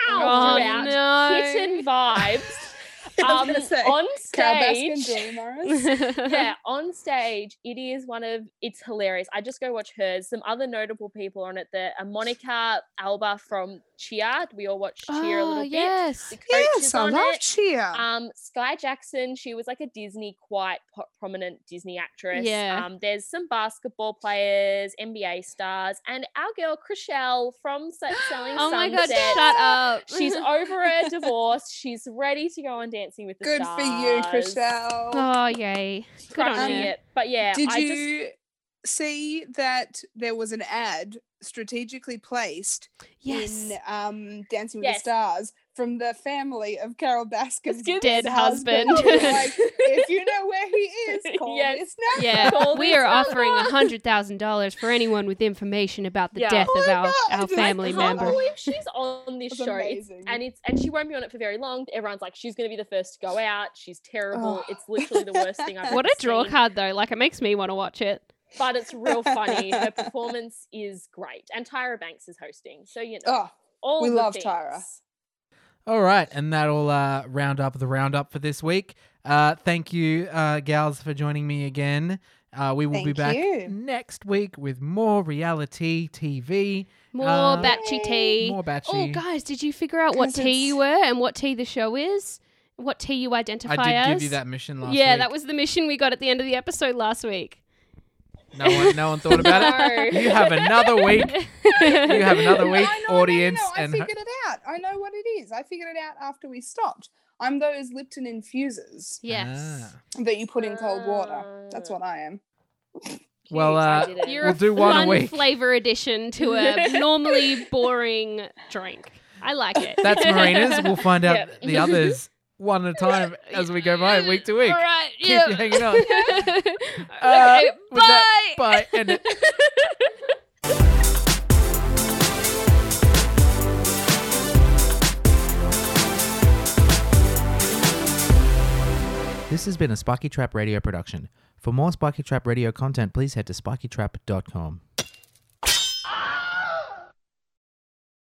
Speaker 2: oh,
Speaker 4: wow, throughout.
Speaker 2: no.
Speaker 4: Kitten vibes.
Speaker 3: I was
Speaker 4: Um,
Speaker 3: gonna say,
Speaker 4: on
Speaker 3: Carol Baskin,
Speaker 4: stage
Speaker 3: Julie Morris.
Speaker 4: yeah, on stage, it is one of it's hilarious. I just go watch hers. Some other notable people on it there are Monica Alba from Cheer. We all watch Cheer a
Speaker 2: Oh,
Speaker 4: little
Speaker 2: yes.
Speaker 4: bit. The coach
Speaker 3: Yes,
Speaker 4: is
Speaker 3: I
Speaker 4: on
Speaker 3: love
Speaker 4: it.
Speaker 3: cheer.
Speaker 4: Um, Sky Jackson, she was like a Disney, quite po- prominent Disney actress.
Speaker 2: Yeah.
Speaker 4: Um, there's some basketball players, NBA stars, and our girl Chriselle from Se- Selling
Speaker 2: Oh my god,
Speaker 4: Sunset.
Speaker 2: shut up.
Speaker 4: She's over a divorce. She's ready to go on Dancing with the
Speaker 3: Good
Speaker 4: Stars.
Speaker 3: for you, Chriselle.
Speaker 2: Oh yay. Good on
Speaker 4: Crushing
Speaker 2: her.
Speaker 4: it. But Um, yeah,
Speaker 3: Did
Speaker 4: I just
Speaker 3: you see that there was an ad strategically placed
Speaker 2: Yes.
Speaker 3: in um, Dancing with
Speaker 4: Yes.
Speaker 3: the Stars from the family of Carol Baskin's
Speaker 4: Baskin's
Speaker 2: dead husband.
Speaker 3: It was like, if you know where he is, call
Speaker 4: Yes.
Speaker 3: us now.
Speaker 2: Yeah,
Speaker 4: Call
Speaker 2: we
Speaker 4: this
Speaker 2: are offering
Speaker 4: number.
Speaker 2: hundred thousand dollars for anyone with information about the
Speaker 4: Yeah.
Speaker 2: death
Speaker 3: Oh
Speaker 2: of
Speaker 3: my
Speaker 2: our,
Speaker 3: God, I
Speaker 2: our
Speaker 3: just- I
Speaker 2: family
Speaker 4: can't
Speaker 2: member.
Speaker 4: believe she's on this
Speaker 3: It was
Speaker 4: show. It's-
Speaker 3: amazing.
Speaker 4: and it's and she won't be on it for very long. Everyone's like, she's gonna be the first to go out. She's terrible.
Speaker 3: Oh.
Speaker 4: It's literally the worst thing I've
Speaker 2: What
Speaker 4: ever
Speaker 2: a draw
Speaker 4: seen,
Speaker 2: card though. Like it makes me want to watch it.
Speaker 4: But it's real funny. Her performance is great, and Tyra Banks is hosting. So you know,
Speaker 3: Oh,
Speaker 4: all
Speaker 3: we
Speaker 4: the
Speaker 3: love
Speaker 4: things.
Speaker 3: Tyra.
Speaker 1: All right, and that'll uh, round up the roundup for this week. Uh, thank you, uh, gals, for joining me again. Uh, we will be
Speaker 3: Thank
Speaker 1: back
Speaker 3: you.
Speaker 1: next week with more reality TV,
Speaker 2: More
Speaker 1: Uh,
Speaker 2: batchy tea.
Speaker 1: more batchy.
Speaker 2: Oh, guys, did you figure out what
Speaker 3: 'Cause
Speaker 2: tea you were and what tea the show is? What tea you
Speaker 1: I
Speaker 2: identify
Speaker 1: did
Speaker 2: as?
Speaker 1: give you that mission last
Speaker 2: yeah,
Speaker 1: week.
Speaker 2: that was the mission we got at the end of the episode last week.
Speaker 1: No one, no one thought about it.
Speaker 4: No.
Speaker 1: You have another week. You have another week,
Speaker 3: I know, no, no,
Speaker 1: audience,
Speaker 3: No, I
Speaker 1: and
Speaker 3: figured it out. I know what it is. I figured it out after we stopped. I'm those Lipton infusers
Speaker 2: Yes.
Speaker 1: Ah.
Speaker 3: that you put in cold water. That's
Speaker 4: Uh.
Speaker 3: what I am.
Speaker 1: Well,
Speaker 4: Jeez, I
Speaker 1: uh,
Speaker 4: did it.
Speaker 2: You're
Speaker 1: We'll
Speaker 2: a
Speaker 1: do one a
Speaker 2: fun
Speaker 1: week.
Speaker 2: flavor addition to a normally boring drink. I like it.
Speaker 1: that's Marina's. We'll find out
Speaker 4: Yep.
Speaker 1: the others one at a time as we go by, week to week.
Speaker 2: All right.
Speaker 1: Keep
Speaker 2: yeah.
Speaker 1: hanging on.
Speaker 2: okay,
Speaker 1: Uh, with that-
Speaker 2: bye.
Speaker 1: Bye. End it. This has been a Spiky Trap Radio production. For more Spiky Trap Radio content, please head to spikytrap.com.